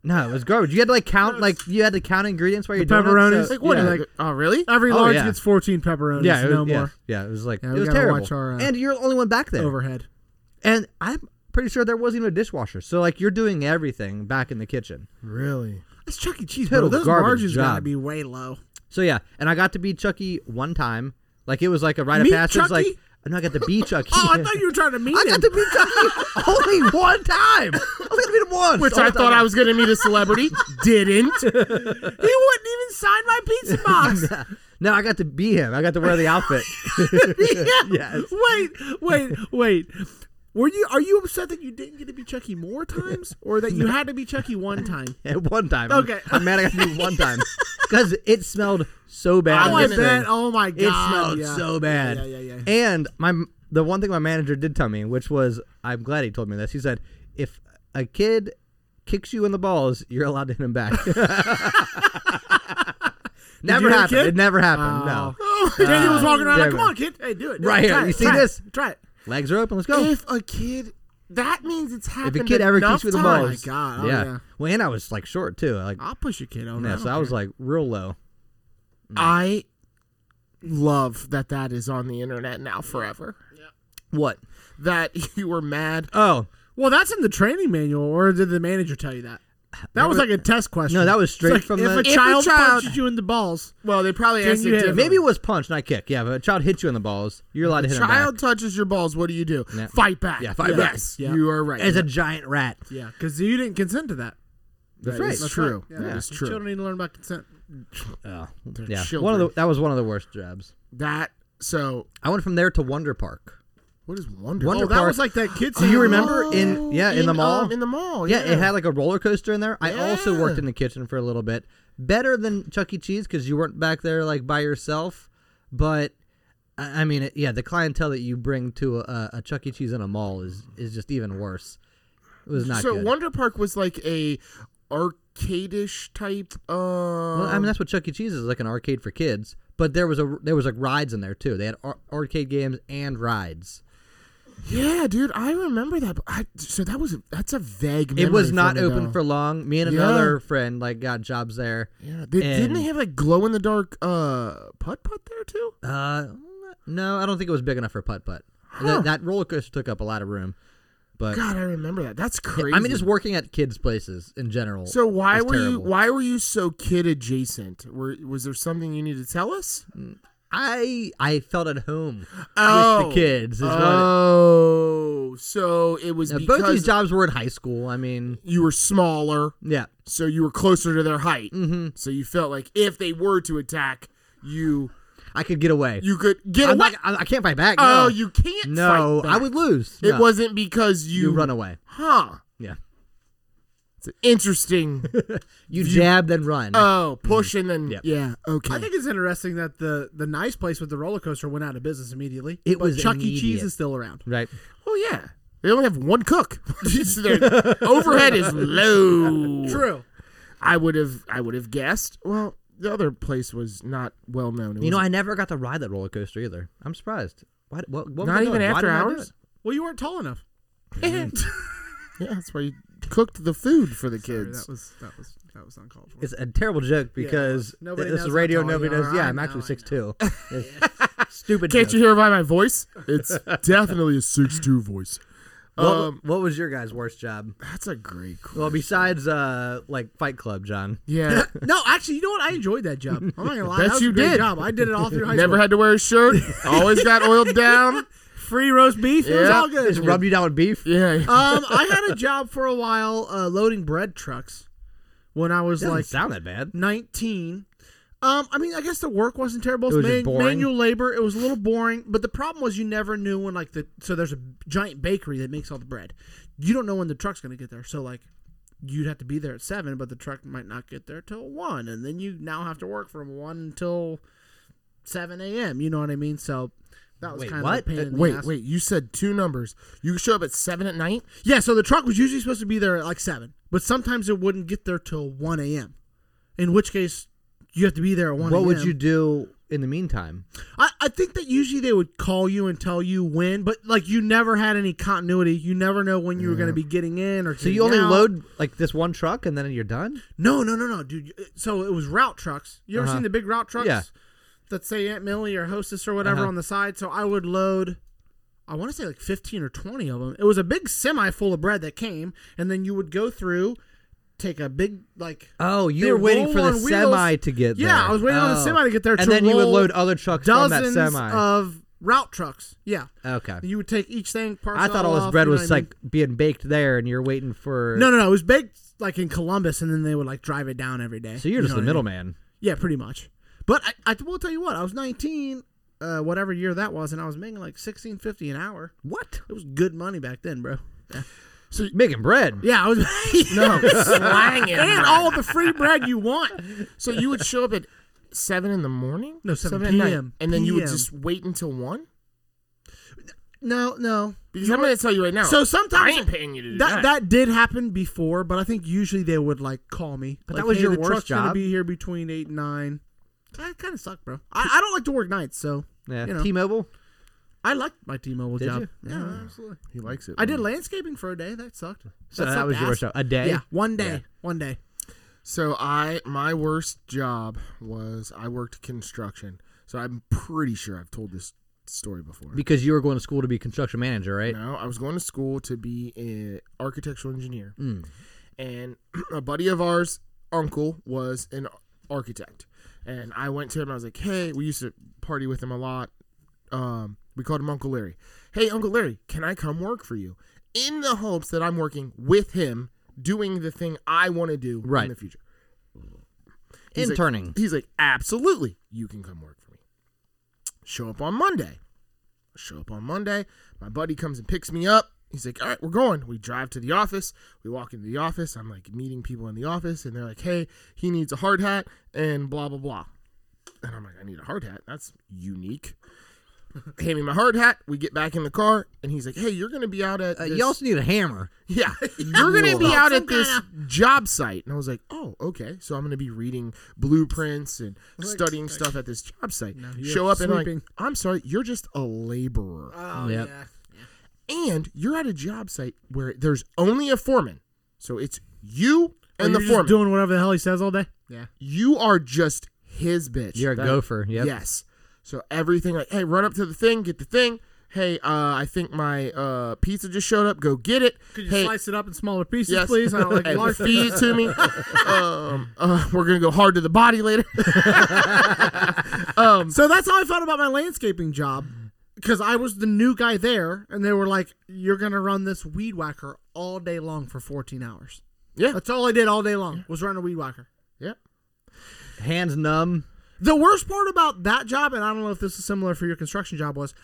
C: No, it was garbage. You had to like count, like you had to count ingredients while you're doing it.
B: pepperonis.
C: so-
A: Like what?
C: yeah.
A: Like, oh, really?
B: Every
C: Oh,
B: large
C: yeah.
B: gets 14 pepperonis.
C: yeah, it was,
B: no
C: yeah,
B: more.
C: yeah, it was like
B: Yeah,
C: it
B: we
C: was
B: gotta
C: terrible.
B: watch our, uh,
C: and you're the only one back there,
B: Overhead.
C: and I'm pretty sure there wasn't even a dishwasher. So like you're doing everything back in the kitchen.
A: Really?
B: That's Chuck E. Cheese,
C: Total
B: bro. Those
C: garbage
B: margins gotta
C: job.
B: be way low.
C: So yeah, and I got to be Chucky one time. Like it was like a rite of
B: Meet
C: passage.
B: Chucky?
C: Like I know I got to be Chucky.
B: Oh, I thought you were trying to meet
C: I
B: him.
C: got to be Chucky only one time. I was gonna meet him once,
A: Which I thought I was going to meet a celebrity. Didn't.
B: He wouldn't even sign my pizza box.
C: No, I got to be him. I got to wear the outfit. Yes.
B: Wait, wait, wait. Were you? Are you upset that you didn't get to be Chucky more times, or that you had to be Chucky one time?
C: At one time. I'm-
B: Okay.
C: I'm, mad I got to do one time. Because it smelled so bad.
A: Oh,
C: in
B: Oh, I
A: I
C: this
B: bet.
C: thing.
B: Oh my god,
C: It smelled
B: yeah.
C: so bad.
B: Yeah, yeah, yeah. yeah.
C: And my the one thing my manager did tell me, which was I'm glad he told me this. He said, if a kid kicks you in the balls, you're allowed to hit him back. never
B: hit a
C: happened.
B: kid?
C: It never happened. No.
B: Oh, Daniel was walking around like,
C: damn
B: "Come
C: it.
B: on, kid. Hey, do it. do
C: Uh, Right
B: it.
C: here.
B: Try
C: You
B: it,
C: see
B: try it,
C: this?
B: Try it."
C: Legs are open. Let's go.
A: if a kid, that means it's
C: If
A: happened.
C: a kid ever kicks you in the
A: enough
C: balls,
A: times.
B: God. Oh, yeah.
C: Well, and I was like short too. Like,
B: I'll push your kid over.
C: yeah,
B: I
C: so
B: don't
C: I was
B: care.
C: like real low.
A: I love that that is on the internet now forever.
C: What?
A: That you were mad.
C: Oh,
B: "Well, that's in the training manual, or did the manager tell you that?" That was like a test question.
C: No, that was
B: It's
C: straight
B: like,
C: from
B: if
C: the-
B: a
C: If
A: a
B: child
A: child-
B: punches you in the balls.
A: Well, they probably
B: Can
A: asked
B: you
A: it
B: hit him?
A: differently.
C: Maybe it was punch, not kick. Yeah, if a child hits you in the balls, you're allowed to hit him back.
A: Child touches your balls. What do you do?
C: Yeah.
A: Fight back.
C: Yeah, fight back.
A: Yes,
B: Yeah.
A: you are right.
C: As a giant rat.
B: Yeah, because you didn't consent to that.
C: That's
A: That
C: right.
A: is
B: That's
A: true.
B: right. Yeah.
A: That
C: Yeah.
A: is true.
B: Children need to learn about consent.
C: Oh,
A: They're
C: yeah. One
A: children.
C: of the that was one of the worst jobs.
A: That so
C: I went from there to Wonder Park.
A: what is Wonder?
C: Wonder
B: Oh, that
C: Park.
B: was like that "Oh, kids.
C: Do you remember in yeah in, the mall?
A: um, Oh, in the mall.
C: Oh, yeah, it had like a roller coaster in there. I also worked
A: Yeah.
C: in the kitchen for a little bit. Better than Chuck E. Cheese because you weren't back there like by yourself. But I I mean, it, yeah, the clientele that you bring to a, a Chuck E. Cheese in a mall is is just even worse. It was not
A: so
C: good.
A: Wonder Park was like a arcadish type. Um,
C: Well, I mean, that's what Chuck E. Cheese is like an arcade for kids. But there was a there was like rides in there too. They had ar- arcade games and rides.
A: yeah, dude, I remember that. But I, so that was that's a vague.
C: It was
A: memory
C: not
A: for me,
C: open
A: though.
C: for long. Me and
A: Yeah.
C: another friend like got jobs there.
A: Yeah, they, didn't they
C: and-
A: have like glow in the dark uh putt putt there too?
C: Uh, no, I don't think it was big enough for putt putt.
A: Huh.
C: That, that roller coaster took up a lot of room. But
A: God, I remember that. That's crazy.
C: I mean, just working at kids' places in general.
A: so why
C: is
A: were you
C: terrible.
A: why were you so kid adjacent? Were, was there something you need to tell us?
C: I I felt at home
A: Oh.
C: with the kids. Is what
A: Oh, so it was
C: Now,
A: because
C: both these jobs were in high school. I mean,
A: you were smaller,
C: yeah,
A: so you were closer to their height. Mm-hmm. So you felt like if they were to attack you,
C: I could get away.
A: you could get
C: I'm
A: away.
C: not, I, I can't fight back.
A: oh,
C: no.
A: you can't.
C: No,
A: fight
C: I
A: back.
C: would lose.
A: It
C: No.
A: wasn't because you,
C: you run away.
A: huh?
C: Yeah,
A: It's an interesting.
C: you, jab then run.
A: oh, push and then
C: Yep.
A: yeah. Okay.
B: I think it's interesting that the the nice place with the roller coaster went out of business immediately.
C: It
B: but
C: was
B: Chuck E. Cheese
C: immediate.
B: is still around.
C: right.
A: well, yeah. They only have one cook. So their overhead is low.
B: True.
A: I would have. I would have guessed. Well, the other place was not well known. It
C: You know,
A: was-
C: I never got to ride that roller coaster either. I'm surprised. Why, what, what was
A: Not
C: I
A: even
C: doing? Why
A: after
C: did I do
A: hours?
C: it?
B: Well, you weren't tall enough.
A: yeah, that's why you cooked the food for the
B: Sorry,
A: kids.
B: that was that was that was uncalled for.
C: It's a terrible joke because
B: Nobody
C: this
B: knows
C: is
B: how
C: radio.
B: tall you
C: Nobody
B: are.
C: knows. Yeah,
B: I
C: I'm
B: know,
C: actually
B: I
C: six two. Stupid.
A: Can't
C: joke.
A: you hear by my voice? It's definitely a six-two voice.
C: What,
A: Um,
C: what was your guy's worst job?
A: that's a great. Question.
C: Well, besides uh, like Fight Club, John.
A: yeah,
B: no, actually, you know what? I enjoyed that job. I'm not gonna lie.
A: Bet
B: that was
A: you
B: a great
A: did.
B: job. I did it all through high
A: never
B: school.
A: had to wear a shirt. Always got oiled down.
B: free roast beef. It was
A: Yeah.
B: all good.
C: Just rub you down with beef.
A: Yeah,
B: um, I had a job for a while uh, loading bread trucks when I was
C: Doesn't
B: like
C: sound that bad.
B: 19. Um, I mean, I guess the work wasn't terrible. It
C: was just boring.
B: manual labor. It was a little boring, but the problem was you never knew when like the so there's a giant bakery that makes all the bread. You don't know when the truck's gonna get there, so like you'd have to be there at seven, but the truck might not get there till one, and then you now have to work from one until seven a.m. You know what I mean? So that was
C: Wait,
B: kind
C: what?
B: of a pain.
C: Uh,
B: in the
A: wait,
B: ass.
A: wait. You said two numbers. You show up at seven at night.
B: Yeah, so the truck was usually supposed to be there at like seven, but sometimes it wouldn't get there till one a.m. In which case, you have to be there at one.
C: What would
B: a.m..
C: you do in the meantime?
B: I, I think that usually they would call you and tell you when, but like you never had any continuity. You never know when you were going to be getting in or.
C: Mm-hmm. So you only load like this one truck and then you're done.
B: No, no, no, no, dude. So it was route trucks. You ever
C: Uh-huh.
B: seen the big route trucks?
C: Yeah.
B: That say Aunt Millie or Hostess or whatever
C: Uh-huh.
B: on the side. So I would load. I want to say like fifteen or twenty of them. It was a big semi full of bread that came, and then you would go through, take a big like.
C: Oh, you
B: They
C: were waiting
B: roll
C: for the
B: on wheels.
C: semi to get there.
B: Yeah, I was waiting on the
C: Oh.
B: semi to get there. to
C: And then you would
B: roll
C: load other trucks from that
B: dozens
C: semi.
B: of route trucks. Yeah.
C: okay.
B: You would take each thing. Parcel
C: I thought all this
B: off,
C: bread
B: you know
C: was
B: what I mean?
C: like being baked there, and you're waiting for.
B: No, no, no. It was baked like in Columbus, and then they would like drive it down every day.
C: So you're
B: You
C: just
B: know
C: the
B: what I mean?
C: middleman.
B: Yeah, pretty much. But I, I will tell you what. I was 19, uh, whatever year that was, and I was making like 16.50 an hour.
C: What?
B: It was good money back then, bro. Yeah,
C: Making bread.
B: yeah I was.
A: No, slanging.
B: and
A: bro.
B: all the free bread you want.
A: So you would show up at seven in the morning?
B: No, 7
A: at night,
B: PM.
A: And then you would
B: PM.
A: just wait until one?
B: No, no.
A: Because I'm going to tell you right now.
B: So
A: I
B: sometimes
A: ain't paying you to do
B: that
A: that.
B: that did happen before, but I think usually they would like call me.
C: But
B: Like,
C: that was
B: "Hey,
C: your
B: the
C: worst
B: truck's Gonna
C: job?
B: be here between eight and nine. That kind of sucked, bro. I, I don't like to work nights, so
C: Yeah.
B: You know.
C: T-Mobile.
B: I liked my T-Mobile
C: Did
B: job.
C: you?
B: Yeah, absolutely.
A: he likes it.
B: I did landscaping for a day. That sucked.
C: So that,
B: sucked
C: was your
B: ass.
C: show. A day.
B: Yeah, one day.
C: Yeah.
B: One day.
A: So I my worst job was I worked construction. So I'm pretty sure I've told this story before.
C: Because you were going to school to be construction manager, right?
A: No, I was going to school to be an architectural engineer.
C: Mm.
A: and a buddy of ours uncle was an architect and i went to him i was like hey we used to party with him a lot um, we called him uncle larry hey uncle larry can i come work for you in the hopes that i'm working with him doing the thing I want to do
C: Right.
A: in the future. He's like-
C: Interning.
A: He's like, absolutely, you can come work for me. Show up on Monday. Show up on Monday. My buddy comes and picks me up. He's like, all right, we're going. We drive to the office. We walk into the office. I'm like meeting people in the office, and they're like, hey, he needs a hard hat and blah, blah, blah. And I'm like, I need a hard hat. That's unique. Hand me my hard hat. We get back in the car, and he's like, hey, you're going to be out at.
C: Uh,
A: this-
C: you also need a hammer.
A: yeah, you're gonna be out
E: Some
A: at this job site, and I was like, "Oh, okay." So I'm gonna be reading blueprints and studying stuff at this job site. Show up and
B: sweeping.
A: like, I'm sorry, you're just a laborer,
B: Ah.
E: Oh
C: Yep.
E: yeah.
A: and you're at a job site where there's only a foreman, so it's you and
B: Oh, you're
A: the
B: just
A: foreman.
B: doing whatever the hell he says all day.
A: you are just his bitch.
C: You're a
A: That-
C: gopher. Yep.
A: Yes. So everything like, hey, run up to the thing, get the thing. Hey, uh, I think my uh, pizza just showed up. Go get it.
B: Could you
A: hey,
B: slice it up in smaller pieces,
A: Yes.
B: please? I don't like
A: and
B: large pieces.
A: feed it to me. um, uh, we're gonna go hard to the body later. um,
B: So that's how I felt about my landscaping job. Because I was the new guy there, and they were like, "You're gonna run this weed whacker all day long for 14 hours."
A: Yeah.
B: that's all I did all day long was run a weed whacker.
A: yeah,
C: Hands numb.
B: The worst part about that job, and I don't know if this is similar for your construction job, was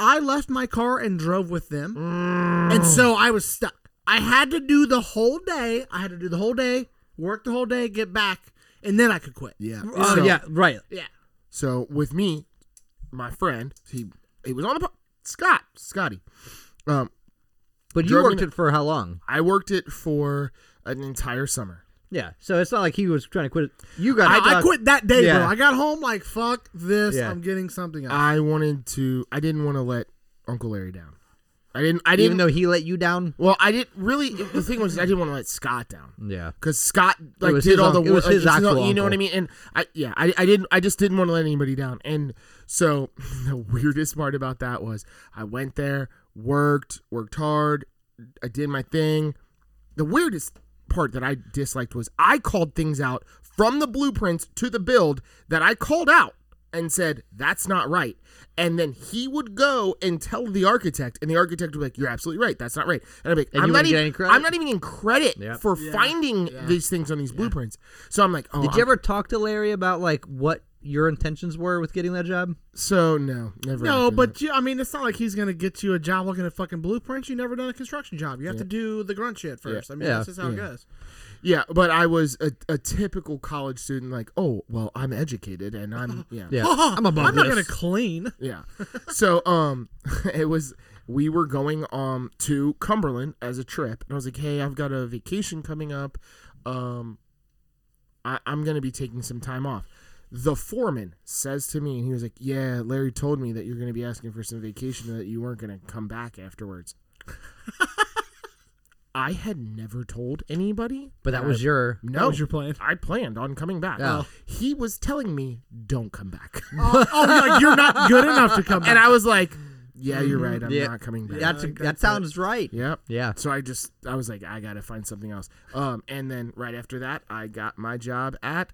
B: I left my car and drove with them, and
C: Mm.
B: so I was stuck. I had to do the whole day. I had to do the whole day, work the whole day, get back, and then I could quit.
A: yeah.
C: Oh
A: so,
C: yeah, right.
B: Uh, Yeah,
A: So with me, my friend, he he was on the po- Scott Scotty. Um,
C: But you
A: Drug
C: worked
A: me-
C: it for how long?
A: I worked it for an entire summer.
C: Yeah. So it's not like he was trying to quit. It. You got.
B: I, I quit that day,
C: Yeah.
B: bro. I got home like, "Fuck this!
C: Yeah.
B: I'm getting something else."
A: I wanted to. I didn't want to let Uncle Larry down. I didn't. I didn't.
C: Even though he let you down.
A: well, I didn't really. The thing was, I didn't want to let Scott down.
C: Yeah.
A: because Scott like
C: was
A: did
C: his
A: all the
C: uncle- it was
A: work.
C: his
A: you know
C: actual
A: what I
C: uncle.
A: mean? And I yeah, I, I didn't I just didn't want to let anybody down. And so the weirdest part about that was I went there, worked, worked hard, I did my thing. The weirdest part that I disliked was I called things out from the blueprints to the build that I called out and said that's not right. And then he would go and tell the architect, and the architect would be like, "You're absolutely right. That's not right." And I'm like,
C: And you
A: "I'm not
C: wouldn't get
A: even.
C: any credit?
A: I'm not even getting credit
C: Yep.
A: for finding these things on these blueprints." So I'm like, "Oh,
C: Did you ever talk to Larry about like what your intentions were with getting that job?
A: So no, never.
B: No,
A: after that.
B: but you, I mean, it's not like he's gonna get you a job looking at fucking blueprints. You never done a construction job. You have to do the grunt shit first. I mean,
C: Yeah.
B: that's just how it goes.
A: yeah, but I was a, a typical college student. Like, oh, well, I'm educated, and I'm yeah,
C: Yeah.
B: I'm,
C: above
B: not
C: this.
B: gonna clean.
A: Yeah. So um it was we were going um to Cumberland as a trip and I was like, "Hey, I've got a vacation coming up. Um I I'm going to be taking some time off." The foreman says to me and he was like, "Yeah, Larry told me that you're going to be asking for some vacation and that you weren't going to come back afterwards." I had never told anybody.
C: But that was your.
A: No.
B: That was your plan.
A: I planned on coming back.
C: Yeah.
A: He was telling me, "Don't come back."
B: oh, you're, like, you're not good enough to come. Back.
A: and I was like, Mm-hmm. "Yeah, you're right. I'm
C: Yeah.
A: not coming back."
C: That's, that sounds right.
A: Yep.
C: Yeah.
A: So I just I was like, I gotta find something else. Um, and then right after that, I got my job at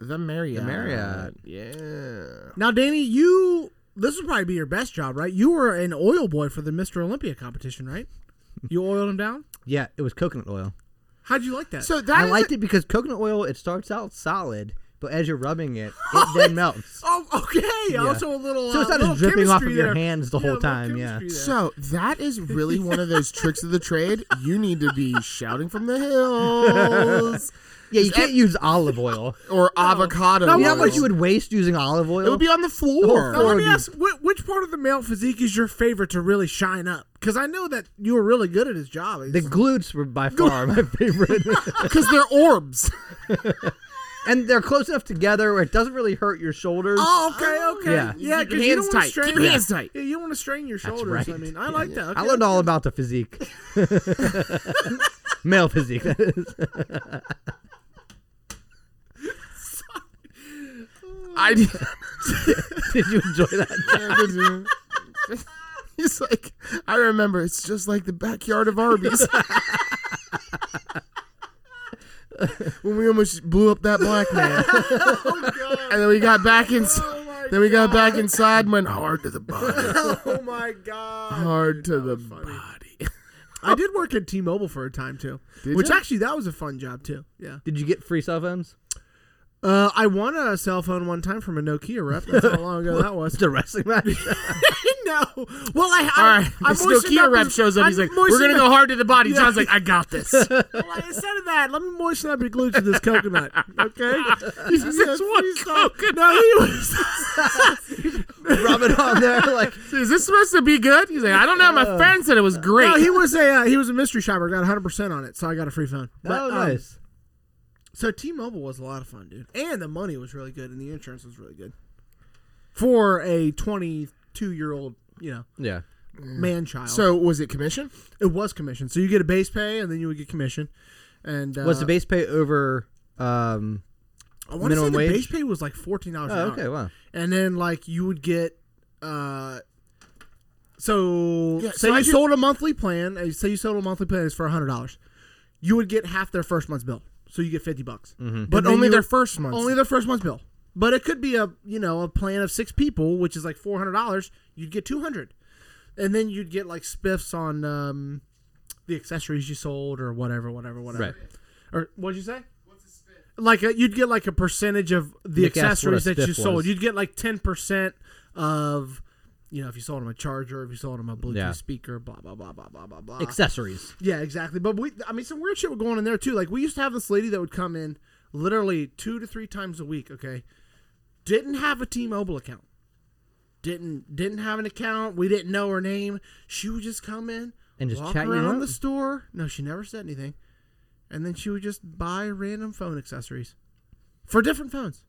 A: the Marriott.
C: Marriott.
A: Yeah.
B: now, Danny, you this would probably be your best job, right? You were an oil boy for the Mr. Olympia competition, right? You oiled him down.
C: Yeah. It was coconut oil.
B: How'd you like that?
A: So that
C: I liked it because coconut oil. It starts out solid, but as you're rubbing it, it then melts.
B: oh, okay. Also, a little.
C: So
B: uh,
C: it's not
B: little
C: just dripping off of
B: chemistry there.
C: your hands the
B: Yeah,
C: whole
B: little
C: time, yeah.
B: chemistry there.
A: So that is really one of those tricks of the trade. You need to be shouting from the hills
C: Yeah, you can't use olive oil.
A: or avocado.
C: You know how
A: oil.
C: much you would waste using olive oil?
A: It would be on the floor.
C: The
B: Now,
C: whole
B: let me
C: Or the-
B: ask, whi- which part of the male physique is your favorite to really shine up? Because I know that you were really good at his job.
C: the glutes were by far my favorite,
A: because they're orbs.
C: and they're close enough together where it doesn't really hurt your shoulders.
B: oh, okay, okay.
C: Yeah.
B: yeah
A: Keep your
B: 'cause you
A: hands
B: don't wanna
A: tight.
B: Strain,
A: Keep your hands tight.
B: Yeah, you don't want to strain your shoulders. I
C: right.
B: mean, I like that. Okay.
C: I learned all about the physique, male physique. That is.
A: I did.
C: Did you enjoy that?
A: He's like, I remember. It's just like the backyard of Arby's. when we almost blew up that black man,
B: Oh
A: and then we got back inside. then we got back inside, and went hard to the body,
B: Oh my god.
A: hard to the body.
B: I did work at T-Mobile for a time too,
A: Did
B: which
A: ya?
B: actually that was a fun job too. Yeah,
C: Did you get free cell phones?
B: uh, I won a cell phone one time from a Nokia rep. That's how long ago that was.
C: It's a wrestling match.
B: no, well I,
A: All
B: I,
A: right,
B: I
A: this
B: moistened
A: Nokia
B: up
A: rep
B: his-
A: shows up.
B: I
A: He's like, "We're
B: moistened
A: gonna
B: up-
A: go hard to the body."
B: Yeah.
A: John's like, "I got this."
B: Well, instead of that, let me moisten up your glutes with this coconut, okay?
A: He's just one coconut.
B: No, he was.
C: Rub it on there like
A: Is this supposed to be good? He's like, "I don't know." My friend said it was great.
B: Uh, No, he was a uh, he was a mystery shopper. Got 100 percent on it, so I got a free phone.
C: Oh
B: um,
C: nice.
B: so T-Mobile was a lot of fun, dude, and the money was really good, and the insurance was really good for a 22 year old, you know,
C: Yeah.
B: man child.
A: so was it commission?
B: it was commission. So you get a base pay, and then you would get commission. And uh,
C: Was the base pay over um
B: I want to say
C: minimum
B: the
C: wage?
B: base pay was like 14 dollars.
C: Oh okay, wow.
B: and then like you would get uh so
A: Yeah,
B: say
A: so I
B: you
A: do-
B: sold a monthly plan uh, say you sold a monthly plan it's for hundred dollars you would get half their first month's bill so you get 50 bucks
A: But
B: And then
A: only
B: you-
A: their first month.
B: only their first month's bill but it could be a you know a plan of six people which is like $400 you'd get 200 and then you'd get like spiffs on um the accessories you sold or whatever whatever whatever
C: Right.
B: or what'd you say like a, you'd get like a percentage of the
C: Nick asked what a
B: accessories that you
C: spiff
B: sold.
C: was.
B: You'd get like ten percent of, you know, if you sold him a charger, if you sold him a Bluetooth
C: Yeah.
B: speaker, blah blah blah blah blah blah blah.
C: Accessories.
B: yeah, exactly. But we, I mean, some weird shit was going in there too. Like we used to have this lady that would come in literally two to three times a week. Okay, didn't have a T-Mobile account. Didn't didn't have an account. We didn't know her name. She would just come in
C: And just
B: walk
C: chat you
B: around
C: up?
B: the store. No, she never said anything. And then she would just buy random phone accessories for different phones.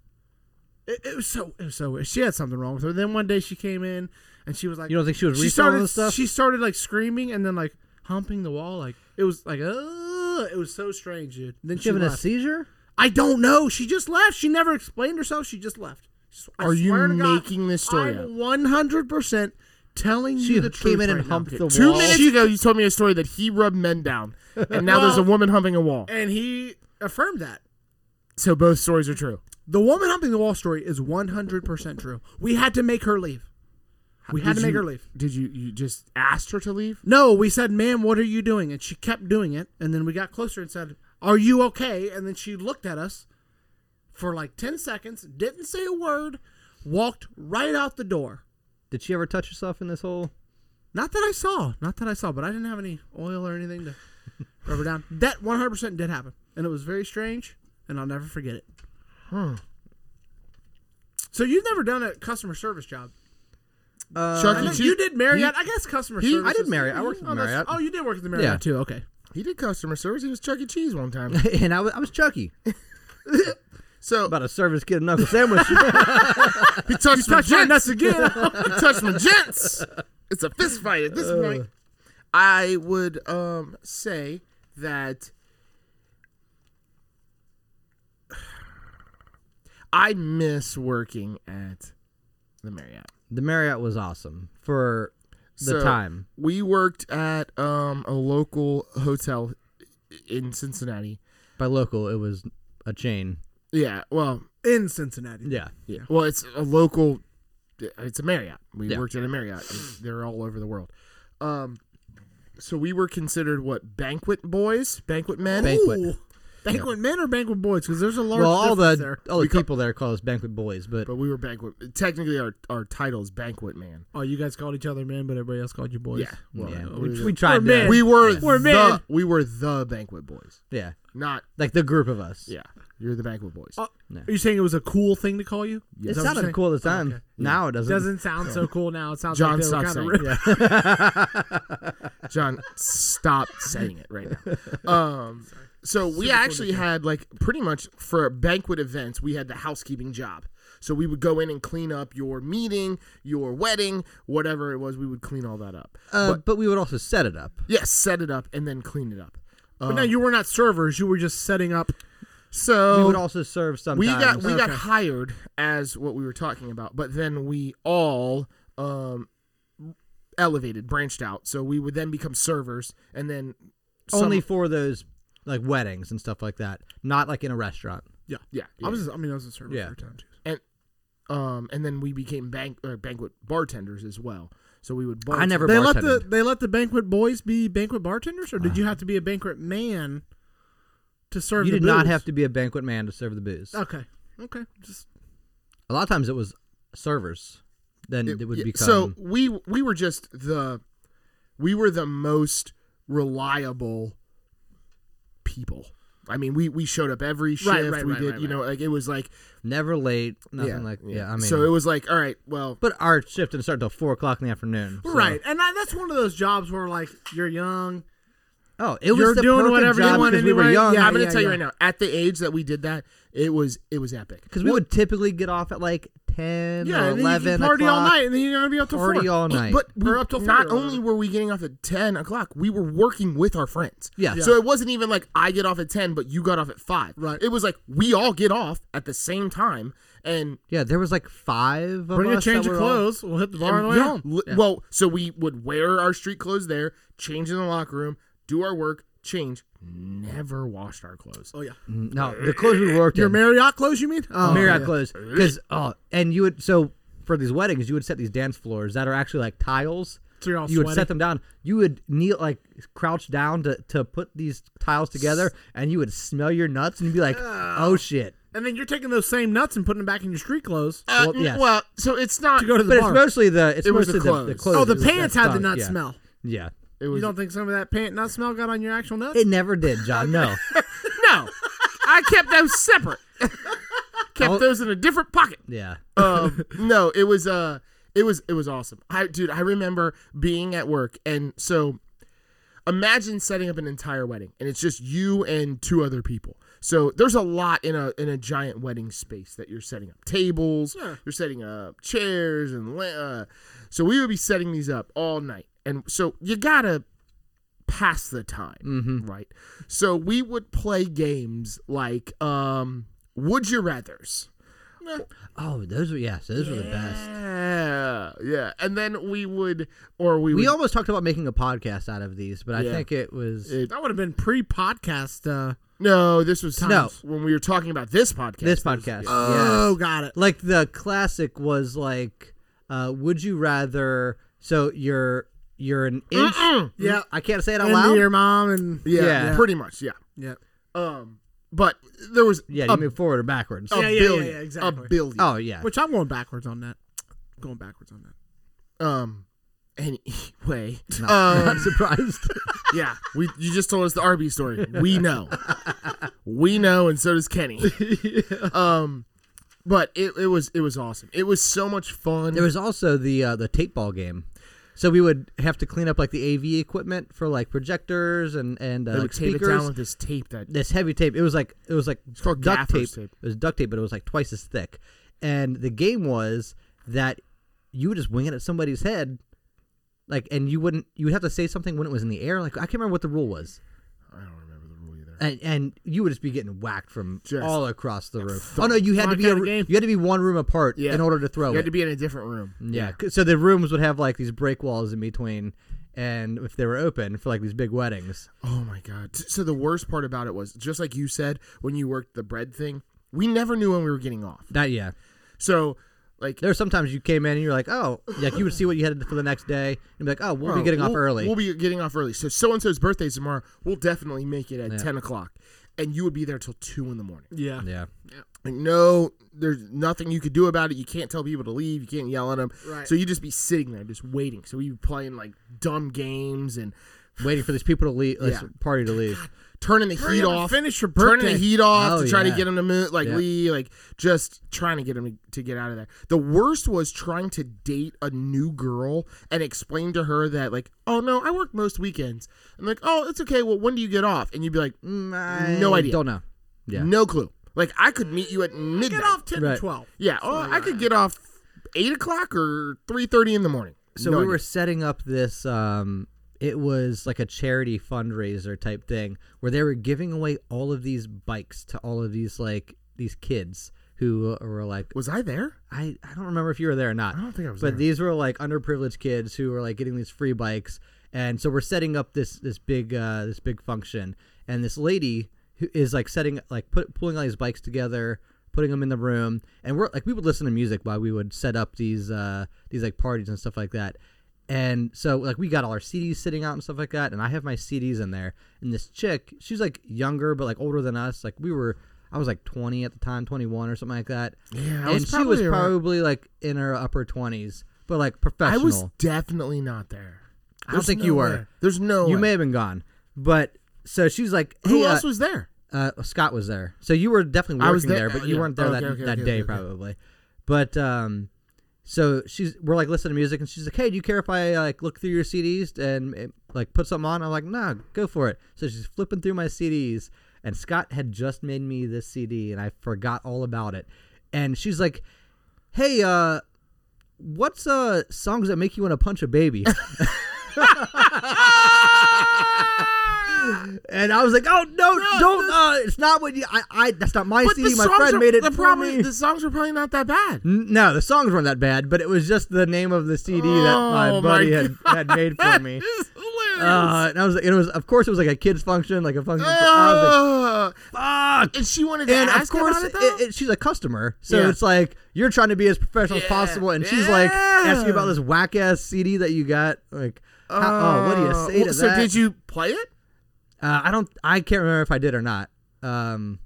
B: It, it was so it was so weird. She had something wrong with her. Then one day she came in and she was like,
C: You don't think she was
B: she
C: reselling
B: started
C: this stuff?
B: she started like screaming and then like humping the wall. Like it was like uh it was so strange, dude. Then she
C: Giving a
B: left.
C: seizure?
B: I don't know. She just left. She never explained herself. She just left. S- I
A: Are you
B: swear to God,
A: making this story up?
B: I'm one hundred percent telling
C: She
B: you the truth.
C: came in and
B: right now.
C: humped the
A: Two
C: wall.
A: minutes ago, you told me a story that he rubbed men down, and now there's a
B: Well-
A: woman humping a wall.
B: and he affirmed that.
A: So both stories are true.
B: The woman humping the wall story is 100% true. We had to make her leave. We had
A: Did
B: to make
A: you-
B: her leave.
A: Did you? You just asked her to leave?
B: No, we said, ma'am, what are you doing? And she kept doing it. And then we got closer and said, are you okay? And then she looked at us for like 10 seconds, didn't say a word, walked right out the door.
C: Did she ever touch herself in this whole
B: Not that I saw. Not that I saw, but I didn't have any oil or anything to rub her down. That 100% did happen. And it was very strange, and I'll never forget it. So you've never done a customer service job?
C: uh,
A: Chuck
B: I
A: E.
B: know-
A: Cheese-
B: you did Marriott.
A: he-
B: I guess customer
A: he- I
B: service.
A: did
B: is-
C: Marriott. I worked at
B: oh, that's-
C: Marriott.
B: Oh, you did work at the Marriott
C: Yeah.
B: too. Okay.
A: He did customer service. He was Chuck E. Cheese one time.
C: and I was, I was Chucky.
A: So
C: About a service kid and knuckle sandwich.
A: he touched my
B: Touch my nuts
A: gents.
B: again.
A: he touched my gents. It's a fist fight at this point. I would um say that I miss working at the Marriott.
C: the Marriott was awesome for the
A: So,
C: time.
A: We worked at um, a local hotel in Cincinnati.
C: By local, it was a chain.
A: Yeah, well,
B: In Cincinnati.
C: Yeah.
A: yeah, well, it's a local. It's a Marriott. We
C: Yeah.
A: worked at a Marriott. and They're all over the world. Um, so we were considered what banquet boys, banquet men.
C: Banquet.
B: Ooh. Banquet men or banquet boys? Because there's a large
C: well, all the
B: difference there.
C: all the
A: We ca-
C: people there call us banquet boys, but
A: But we were banquet. Technically, our our title is banquet man.
B: Oh, you guys called each other men, but everybody else called you boys.
A: Yeah, well,
C: yeah,
A: we-
C: we,
A: we,
C: we tried to,
B: men.
A: we were
B: We're
A: the,
B: men.
A: we were the banquet boys.
C: yeah,
A: Not
C: like the group of us.
A: yeah. You're the banquet boys.
B: Oh, Are you saying it was a cool thing to call you?
C: It
A: Is that what you're
C: sounded
A: saying?
C: cool at the time.
B: Oh, okay.
C: Now it doesn't.
B: Doesn't sound so cool now. It sounds
A: John,
B: like they were
A: stop
B: kind of
A: saying.
B: rude.
A: it. John, stop saying it right now. Um, so we actually had like pretty much for banquet events, we had the housekeeping job. So we would go in and clean up your meeting, your wedding, whatever it was. We would clean all that up.
C: Uh, but, we would also set it up.
A: Yes, set it up and then clean it up. Uh,
B: But no, you were not servers. You were just setting up.
A: So
C: we would also serve sometimes.
A: we got we got
B: Okay.
A: hired as what we were talking about, but then we all um elevated, branched out. So we would then become servers, and then some-
C: only for those like weddings and stuff like that. Not like in a restaurant.
B: Yeah.
A: yeah,
B: I was. I mean, I was a server
C: Yeah.
B: for a time too.
A: and um and then we became bank uh, banquet bartenders as well. So we would.
C: I
A: bartend.
C: never
B: They
C: bartended.
B: let the they let the banquet boys be banquet bartenders, or did you have to be a banquet man to serve?
C: you
B: the
C: did not
B: booze? Uh,
C: have to be a banquet man to serve the booze.
B: Okay, okay, just
C: A lot of times it was servers. Then it,
A: It-
C: would
A: yeah,
C: become
A: so we we were just the we were the most reliable people i mean we we showed up every shift
B: Right, right,
A: we
B: right,
A: did
B: right,
A: you know like it was like
C: never late, nothing
A: yeah,
C: like yeah. I mean,
A: so it was like all right well
C: but our shift didn't start till four o'clock in the afternoon. so-
B: right. And I, that's one of those jobs where like you're young.
C: Oh, it was
B: You're
C: the
B: doing
C: perfect
B: whatever you
C: job
B: want
C: because we were
B: anyway.
C: young.
B: Yeah,
A: i'm gonna
B: yeah,
A: tell you
B: yeah.
A: right now at the age that we did that it was it was epic
C: Because we would typically get off at like ten
B: Yeah,
C: or
B: and then you
C: eleven
B: can party
C: o'clock.
B: all night, and then you're gonna be up till
C: Party
B: four.
C: all night.
A: But we,
B: Or up till four
A: not
B: or
A: only
B: whatever.
A: were we getting off at ten o'clock, we were working with our friends.
C: Yeah. Yeah.
A: So it wasn't even like I get off at ten, but you got off at five.
B: Right.
A: It was like we all get off at the same time, and
C: yeah, there was like five of
B: Bring a
C: us
B: change
C: that
B: of
C: were all-
B: clothes. We'll hit the bar on
A: And
B: the way
A: yeah,
B: home.
A: li- Well, so we would wear our street clothes there, change in the locker room, do our work, change. Never washed our clothes.
B: Oh yeah,
C: Mm, No, the clothes we worked
B: your
C: in.
B: Marriott clothes, you mean? Oh,
C: Marriott
B: yeah.
C: clothes. Because oh, and you would so for these weddings, you would set these dance floors that are actually like tiles.
B: So you're all
C: you would
B: sweaty.
C: set them down. You would kneel like crouch down to, to put these tiles together, and you would smell your nuts and be like, "Oh shit!"
B: And then you're taking those same nuts and putting them back in your street clothes.
A: Uh,
C: Well,
A: n-
C: yes.
A: well, so it's not.
B: to go to the
C: But
B: bar.
C: it's mostly the it's
A: It was
C: mostly
A: the
C: the, the
A: clothes.
C: clothes.
B: oh, the
C: It was-
B: pants
C: that's
B: had the
C: done,
B: nut
C: yeah.
B: smell.
C: Yeah,
A: it
B: You
A: was
B: don't think some of that pant nut smell got on your actual nuts?
C: it never did, John. No,
A: no. I kept those separate. kept
C: I'll-
A: those in a different pocket.
C: yeah.
A: um, no, it was uh, it was it was awesome. I dude, I remember being at work, and so imagine setting up an entire wedding, and it's just you and two other people. So there's a lot in a in a giant wedding space that you're setting up tables, you're setting up chairs, and la- uh, so we would be setting these up all night, and so you gotta pass the time, right? So we would play games like um, Would You Rather's.
C: Oh, those were yeah. So those were the best.
A: Yeah, yeah. And then we would, or we,
C: We
A: would.
C: almost talked about making a podcast out of these, but I
A: Yeah.
C: think it was
A: It-
B: That would have been pre-podcast. Uh,
A: no, this was
C: No.
A: when we were talking about this podcast.
C: this podcast. yes.
B: Oh, got it.
C: like the classic was like uh would you rather so you're you're an inch
B: Yeah.
C: i can't say it out
B: Into
C: loud
B: your mom and
A: Oh, Yeah,
C: Yeah.
A: pretty much. Yeah.
B: yeah.
A: Um, but there was
C: yeah you
A: a,
C: move forward or backwards
A: a
B: Yeah, yeah, yeah,
A: billion,
B: yeah, exactly.
A: a billion.
C: oh yeah
B: Which I'm going backwards on that. Going backwards on that.
A: Um, anyway,
C: No,
A: um,
C: i'm surprised
A: yeah, we you just told us the RB story. We know, we know, and so does Kenny. Um, but it, it was it was awesome. It was so much fun.
C: there was also the uh the tape ball game so we would have to clean up like the av equipment for like projectors and and uh,
A: they
C: like,
A: would tape it down
C: speakers
A: with this tape that
C: this heavy tape. It was like it was like
A: called
C: duct tape.
A: gaffer's tape.
C: It was duct tape, but it was like twice as thick. And the game was that you would just wing it at somebody's head, like, and you wouldn't. You would have to say something when it was in the air. Like I can't remember what the rule was,
A: I don't remember the rule either.
C: and and you would just be getting whacked from
A: Just-
C: all across the room. Oh no, you had to
B: my
C: be a,
B: kinda game.
C: you had to be one room apart
A: Yeah.
C: in order to throw
A: You
C: it.
A: had to be in a different room.
C: yeah. 'Cause- So the rooms would have like these break walls in between. And if they were open for like these big weddings,
A: Oh my god. T- So the worst part about it was just like you said when you worked the bread thing, we never knew when we were getting off.
C: that yeah,
A: So like
C: There were sometimes you came in and you're like, oh, like you would see what you had for the next day and be like, oh, we'll
A: oh,
C: be getting off
A: we'll-
C: early.
A: We'll be getting off early. So so and so's birthday is tomorrow. We'll definitely make it at
C: Yeah.
A: ten o'clock. And you would be there till two in the morning.
B: Yeah.
C: yeah.
A: Like, no, there's nothing you could do about it. You can't tell people to leave. You can't yell at them.
B: Right.
A: So you just be sitting there, just waiting. So we were playing like dumb games and
C: Waiting for these people to leave, this
A: Yeah.
C: party to leave.
A: turning the
B: Hurry
A: heat
B: up and
A: off.
B: Finish your
A: turning
B: birthday.
A: the heat off
C: Oh,
A: to try
C: yeah.
A: to get him to move, like
C: Yeah.
A: Lee, like just trying to get him to get out of there. The worst was trying to date a new girl and explain to her that, like, oh no, I work most weekends. And like, oh, it's okay. Well, when do you get off? And you'd be like,
C: Mm, I
A: No idea.
C: Don't know. Yeah.
A: no clue. Like, I could meet you at midnight.
B: Get off ten
C: Right.
B: to twelve.
A: Yeah, oh, I could get off eight o'clock or three thirty in the morning.
C: So
A: No
C: we
A: idea.
C: were setting up this. um It was like a charity fundraiser type thing where they were giving away all of these bikes to all of these like these kids who were like
A: Was I there?
C: I, I don't remember if you were there or not.
A: I don't think I was
C: But
A: there.
C: these were like underprivileged kids who were like getting these free bikes, and so we're setting up this this big uh, this big function, and this lady who is like setting like put, pulling all these bikes together, putting them in the room, and we're like we would listen to music while we would set up these uh, these like parties and stuff like that, And so like we got all our CDs sitting out and stuff like that, and I have my CDs in there. And this chick, she's like younger but like older than us. Like we were, I was like 20 at the time, 21 or something like that.
A: Yeah, I
C: and
A: was
C: she was
A: probably around-
C: probably like in her upper 20s, but like professional.
A: I was definitely not there.
C: I don't think you
A: no
C: were.
A: way. There's no.
C: You
A: way.
C: may have been gone, but so she's like,
A: Who
C: "Hey, uh,
A: else was there?
C: uh, Scott was there. So you were definitely working
A: I was
C: there,
A: there-
C: but
A: oh,
C: you
A: yeah.
C: weren't there
A: Oh,
C: that,
A: okay, okay,
C: that
A: okay,
C: day
A: okay.
C: probably. But um, so she's we're like listening to music, and she's like, "Hey, do you care if I like look through your CDs and eh, like put something on?" I'm like, "Nah, go for it." So she's flipping through my CDs, and Scott had just made me this CD, and I forgot all about it. And she's like, "Hey, uh, what's uh songs that make you want to punch a baby?" and I was like, "Oh no, don't! uh, it's not what you. I, I. That's not my CD. My
A: songs
C: friend
A: are-
C: made it
A: the
C: for
A: probably-
C: me."
A: The songs were probably not that bad.
C: N- No, the songs weren't that bad, but it was just the name of the CD that my
A: Oh, my
C: buddy had, had made for me.
A: It's hilarious.
C: Uh, and I was, it was, of course, it was like a kids function, like a function. For, I was
A: Ugh.
C: like, fuck.
A: and she wanted to
C: And of
A: ask
C: course,
A: about it though.
C: it- it- she's a customer, so
A: Yeah.
C: it's like you're trying to be as professional as
A: Yeah.
C: possible, and she's like asking
A: Yeah.
C: about this whack ass CD that you got. Like, how, oh, what do you
A: Uh,
C: say
A: well,
C: to
A: so
C: that?
A: did you play it?
C: Uh, I don't. I can't remember if I did or not. Um,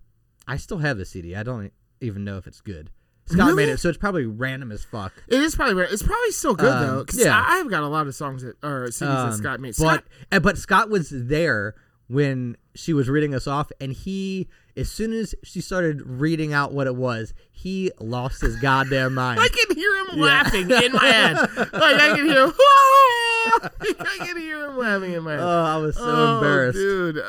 C: I still have the CD. I don't even know if it's good. Scott made
A: Really?
C: it, so it's probably random as fuck.
A: It is probably it's probably still good
C: Um,
A: though. 'cause
C: yeah.
A: I, I've got a lot of songs that or CDs that
C: Um,
A: Scott made.
C: But
A: Scott,
C: uh, but Scott was there when she was reading us off, and he, as soon as she started reading out what it was, he lost his goddamn mind.
A: I can hear him laughing in my head. Like I can hear, I can hear him laughing in my head.
C: oh, I was so
A: Oh,
C: embarrassed.
A: dude.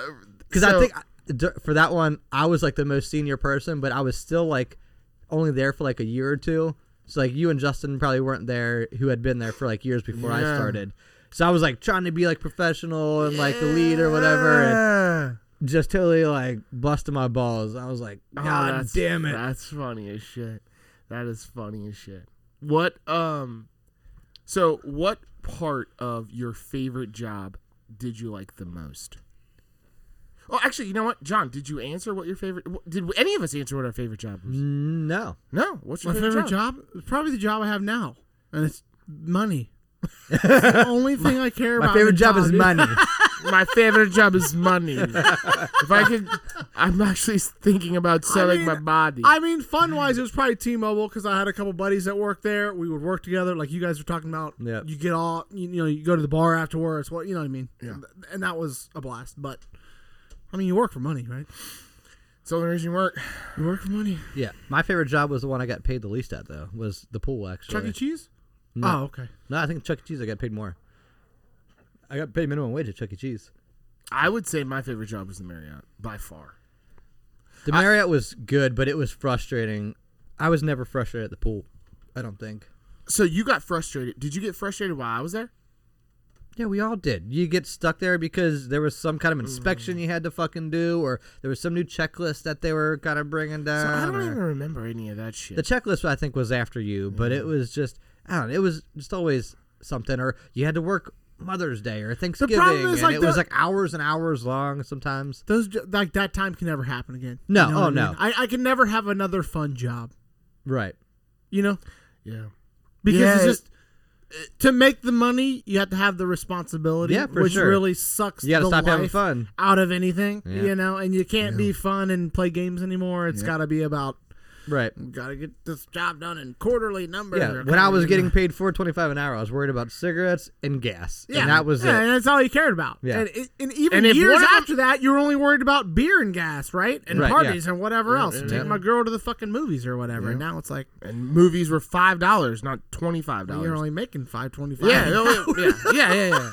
C: because I
A: So-
C: think I- d- for that one I was like the most senior person, but I was still like only there for like a year or two. So like you and Justin probably weren't there, who had been there for like years before I
A: Yeah.
C: started. So I was like trying to be like professional and like the lead or whatever, and
A: Yeah.
C: just totally like busting my balls. I was like,
A: Oh,
C: God
A: that's-
C: damn it!
A: That's funny as shit. That is funny as shit. What um so what part of your favorite job did you like the most? Oh, actually, you know what, John? Did you answer what your favorite? wh- Did any of us answer what our favorite job
C: Mm.
A: was?
C: No,
A: No. What's your
B: My favorite job? Probably the job I have now, and it's money. it's the only thing I care about.
C: my
B: in
C: favorite
B: a
C: job is money.
A: My favorite job is money. if I could, I'm actually thinking about selling
B: mean,
A: my body.
B: I mean, fun wise, it was probably T-Mobile because I had a couple buddies that worked there. We would work together, like you guys were talking about.
C: Yeah.
B: You get all you, you know. You go to the bar afterwards. What you know what I mean?
A: Yeah.
B: And that was a blast. But I mean, you work for money, right?
A: it's the only reason you work.
B: You work for money.
C: yeah, my favorite job was the one I got paid the least at though. Was the pool actually?
B: Chuck E. Cheese.
C: No.
B: Oh, okay.
C: No, I think Chuck E. Cheese I got paid more. I got paid minimum wage at Chuck E. Cheese.
A: I would say my favorite job was the Marriott by far.
C: The Marriott was good, but it was frustrating. I was never frustrated at the pool. I don't think.
A: So you got frustrated. Did you get frustrated while I was there?
C: Yeah, we all did. You get stuck there because there was some kind of inspection you had to fucking do, or there was some new checklist that they were kind of bringing down.
A: I don't
C: or-
A: even remember any of that shit.
C: The checklist I think was after you, but it was just I don't know, it was just always something or you had to work Mother's Day or Thanksgiving
B: is,
C: and
B: like,
C: it
B: the-
C: was like hours and hours long sometimes.
B: Those jo- like that time can never happen again.
C: No,
B: You know what
C: oh,
B: I mean?
C: no.
B: I, I can never have another fun job.
C: Right.
B: You know,
A: yeah.
B: because
A: Yeah,
B: it's just. To make the money, you have to have the responsibility,
C: Yeah, for
B: which
C: sure.
B: really sucks.
C: You got to
B: the
C: stop having
B: life
C: fun.
B: out of anything,
C: Yeah.
B: you know, and you can't be fun and play games anymore. It's got to be about
C: Right.
B: got to get this job done in quarterly numbers.
C: Yeah,
B: or
C: when I was
B: something.
C: getting paid four twenty five an hour, I was worried about cigarettes and gas,
B: yeah,
C: and that was
B: yeah,
C: it.
B: and that's all you cared about.
C: Yeah.
B: and, it- and even
A: And if
B: years
A: one of them-
B: after that, you were only worried about beer and gas, right, and
C: Right,
B: parties and whatever else.
A: yeah,
B: Taking
C: yeah.
B: my girl to the fucking movies or whatever. And now it's like
A: And movies were five dollars, not twenty five
B: you're
A: dollars.
B: only making five twenty five.
A: Yeah, no, yeah, yeah, yeah, yeah, yeah.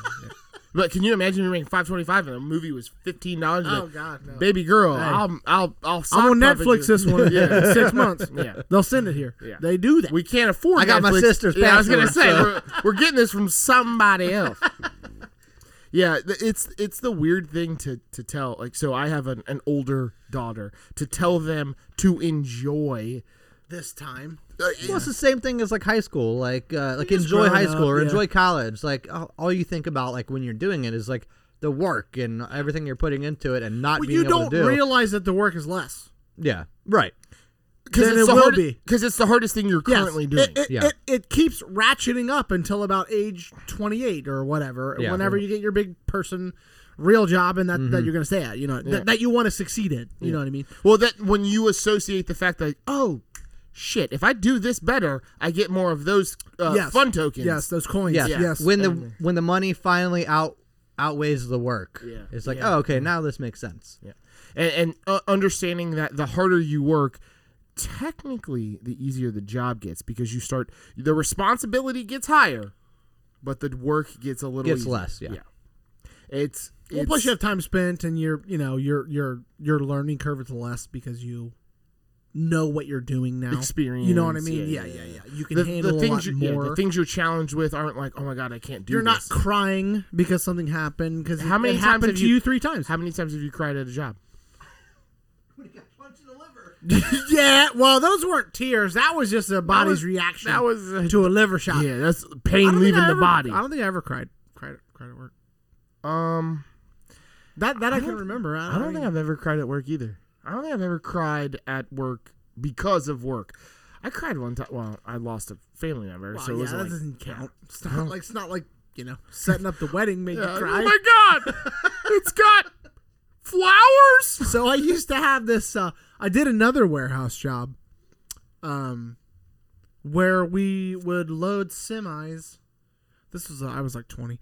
A: But can you imagine you making five twenty five and the movie was fifteen dollars?
B: Oh God, no.
A: baby girl, I'll, I'll, I'll.
B: I'm on
A: sock puppet
B: Netflix
A: you.
B: this one.
A: Yeah.
B: in six months.
A: Yeah.
B: they'll send it here.
A: Yeah.
B: They do that.
A: We can't afford.
C: I got my
A: Netflix.
C: sister's
A: Yeah, I was gonna
C: password,
A: say
C: so-
A: we're, we're getting this from somebody else. yeah, th- it's it's the weird thing to to tell. Like, so I have an, an older daughter to tell them to enjoy.
B: this time.
A: Uh,
C: Well, it's the same thing as like high school, like uh, like
B: just
C: enjoy high
B: growing
C: school
B: up,
C: or
B: yeah.
C: enjoy college. Like all, all you think about, like when you're doing it, is like the work and everything you're putting into it, and not
B: Well,
C: being
B: you
C: able
B: don't
C: to do.
B: realize that the work is less.
C: yeah, right.
A: because
B: Then
A: it's
B: it
A: the
B: will
A: hard-
B: be.
A: 'cause it's the hardest thing you're
B: Yes.
A: currently
B: It-
A: doing.
B: It, it,
C: Yeah.
B: it, keeps ratcheting up until about age 28 or whatever,
C: Yeah. Mm-hmm.
B: whenever you get your big person real job and that, that you're going to stay at, you know, that- that you want to succeed in. You know what I mean?
A: well, that when you associate the fact that oh shit, if I do this better, I get more of those uh,
B: Yes.
A: fun tokens.
B: Yes, those coins.
C: Yeah.
B: Yes.
C: When the when the money finally out outweighs the work.
A: Yeah.
C: It's like, oh, okay, now this makes sense.
A: Yeah. And, and uh, understanding that the harder you work, technically, the easier the job gets because you start, the responsibility gets higher, but the work gets a little
C: Gets
A: easier.
C: less, yeah.
A: It's,
B: Well,
A: it's-
B: plus you have time spent and you're, you know, your your your learning curve is less because you know what you're doing now.
A: Experience,
B: You know what I mean?
A: yeah,
B: Yeah, yeah,
A: yeah,
B: yeah. You can
A: the,
B: handle
A: the
B: a
A: things
B: lot
A: you, yeah,
B: more.
A: the things you're challenged with aren't like, oh my god, I can't do.
B: you're not
A: this."
B: crying because something happened because
A: How many
B: it
A: times
B: happened
A: have
B: to
A: you-
B: you, three times.
A: How many times have you cried at a job?
B: yeah, well, those weren't tears. That was just a body's
A: was-
B: reaction.
A: that was a-
B: to a liver shot.
A: Yeah, that's
B: I
A: pain
B: don't think
A: leaving
B: I
A: the
B: ever-
A: body.
B: I don't think I ever cried. Cried, cried at work.
A: Um,
B: That that I,
A: don't-
B: can remember. I
A: I don't think I've ever cried at work either. I don't think I've ever cried at work because of work. I cried one time. Well, I lost a family member,
B: Well,
A: so it
B: yeah,
A: was
B: that
A: like,
B: doesn't count. It's not like it's not like you know setting up the wedding made
A: Yeah,
B: you
A: oh
B: cry.
A: my god, it's got flowers.
B: so I used to have this. Uh, I did another warehouse job, um, where we would load semis. This was uh, I was like twenty.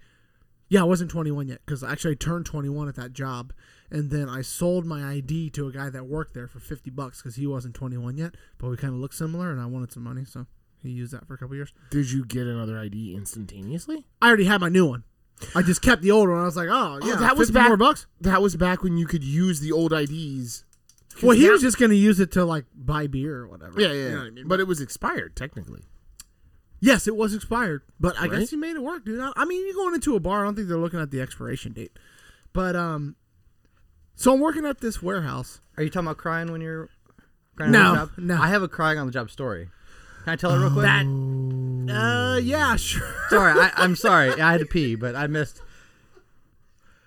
B: Yeah, I wasn't twenty one yet because I actually turned twenty one at that job, and then I sold my ID to a guy that worked there for fifty bucks because he wasn't twenty one yet, but we kind of looked similar, and I wanted some money, so he used that for a couple years.
A: Did you get another ID instantaneously?
B: I already had my new one. I just kept the old one. I was like, oh yeah,
A: that was
B: 50
A: back-
B: more bucks.
A: That was back when you could use the old IDs. 'Cause
B: Well, he
A: now-
B: was just gonna use it to like buy beer or whatever.
A: yeah, yeah, yeah.
B: You know what I mean?
A: but it was expired technically.
B: Yes, it was expired, but I
A: Right?
B: guess he made it work, dude. I, I mean, you're going into a bar. I don't think they're looking at the expiration date. But um, so I'm working at this warehouse.
C: Are you talking about crying when you're crying
B: No,
C: on the job?
B: no. Oh,
C: I have a crying on the job story. Can I tell it real quick?
B: Uh, yeah, sure.
C: Sorry, I, I'm sorry. I had to pee, but I missed.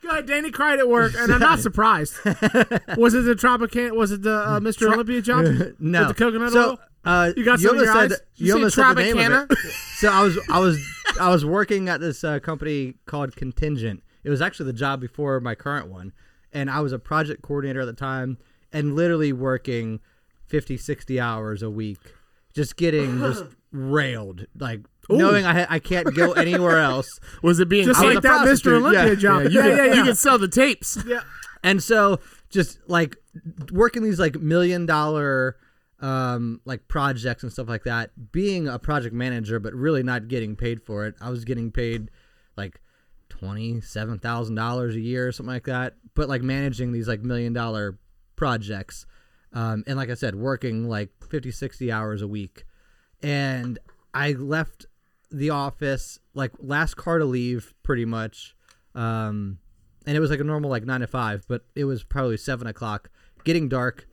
B: God, Danny cried at work, and I'm not surprised. was it the Tropicana? Was it the uh, Mr. Olympia job?
C: No.
B: with the coconut
C: so,
B: oil.
C: Uh,
B: You got some in
C: Yola
B: your
C: said,
B: eyes?
A: You
C: Yola
A: say
C: said the name of
A: Tropicana?
C: it. So I was I was I was working at this uh, company called Contingent. It was actually the job before my current one, and I was a project coordinator at the time, and literally working 50, 60 hours a week, just getting just railed, like knowing I ha- I can't go anywhere else.
A: Was it being
B: Just
C: I was
B: like
C: a
B: that Mr.
C: prostitute,
B: Olympia
C: yeah.
B: job.
A: you,
B: yeah,
A: could,
B: yeah, yeah.
A: you could sell the tapes.
B: yeah.
C: And so just like working these like million dollar um like projects and stuff like that, being a project manager but really not getting paid for it. I was getting paid like twenty seven thousand dollars a year or something like that. But like managing these like million dollar projects. Um, and like I said, working like 50, 60 hours a week. And I left the office like last car to leave pretty much. Um, and it was like a normal like nine to five, but it was probably seven o'clock, getting dark,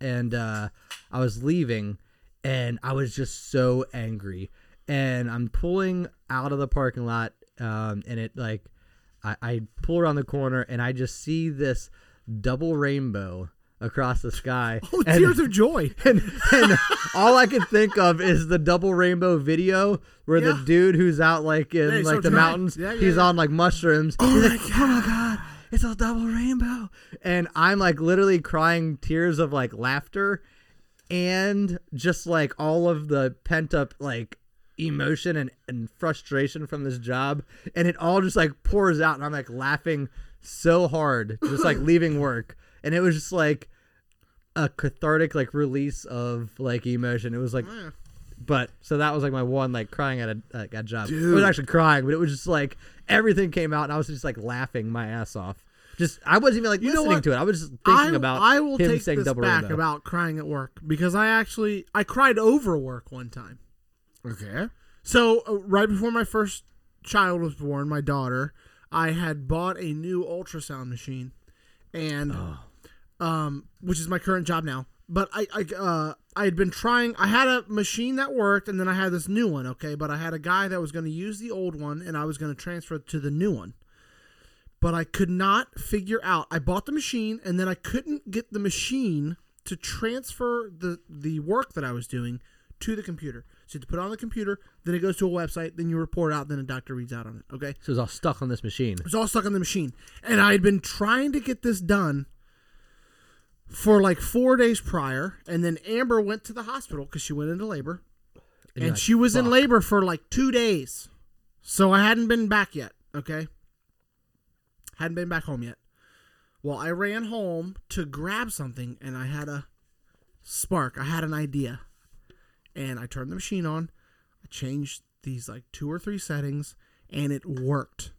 C: and uh, I was leaving, and I was just so angry, and I'm pulling out of the parking lot, um, and it like, I, I pull around the corner, and I just see this double rainbow across the sky.
B: Oh,
C: and-
B: tears of joy.
C: and, and all I could think of is the double rainbow video where the
B: Yeah.
C: dude who's out like in
B: he's
C: like
B: so
C: the
B: dry.
C: mountains,
B: Yeah, yeah,
C: he's
B: yeah.
C: on like mushrooms. he's like, oh my god, it's a double rainbow, and I'm like literally crying tears of like laughter, and just like all of the pent up like emotion and, and frustration from this job and it all just like pours out and i'm like laughing so hard just like leaving work and it was just like a cathartic like release of like emotion. It was like, but so that was like my one like crying at a like, at job. I was actually crying, but it was just like everything came out, and I was just like laughing my ass off. Just I wasn't even like
B: know
C: listening
B: what?
C: to it. I was just thinking
B: I,
C: about
B: I will
C: him
B: take
C: saying
B: this
C: double
B: back
C: rainbow.
B: about crying at work because I actually I cried over work one time.
A: Okay.
B: So uh, right before my first child was born, my daughter, I had bought a new ultrasound machine, and
C: Oh.
B: um, which is my current job now. But I I uh, I had been trying. I had a machine that worked, and then I had this new one. Okay, but I had a guy that was going to use the old one, and I was going to transfer it to the new one. But I could not figure out. I bought the machine, and then I couldn't get the machine to transfer the the work that I was doing to the computer. So you have to put it on the computer, then it goes to a website, then you report out, then a doctor reads out on it. Okay,
C: So it's all stuck on this machine.
B: it was all stuck on the machine, and I had been trying to get this done for like four days prior, and then Amber went to the hospital because she went into labor,
C: you're
B: and
C: like,
B: she was in
C: "Fuck."
B: labor for like two days, so I hadn't been back yet. Okay, hadn't been back home yet. Well, I ran home to grab something, and I had a spark. I had an idea, and I turned the machine on. I changed these like two or three settings, and it worked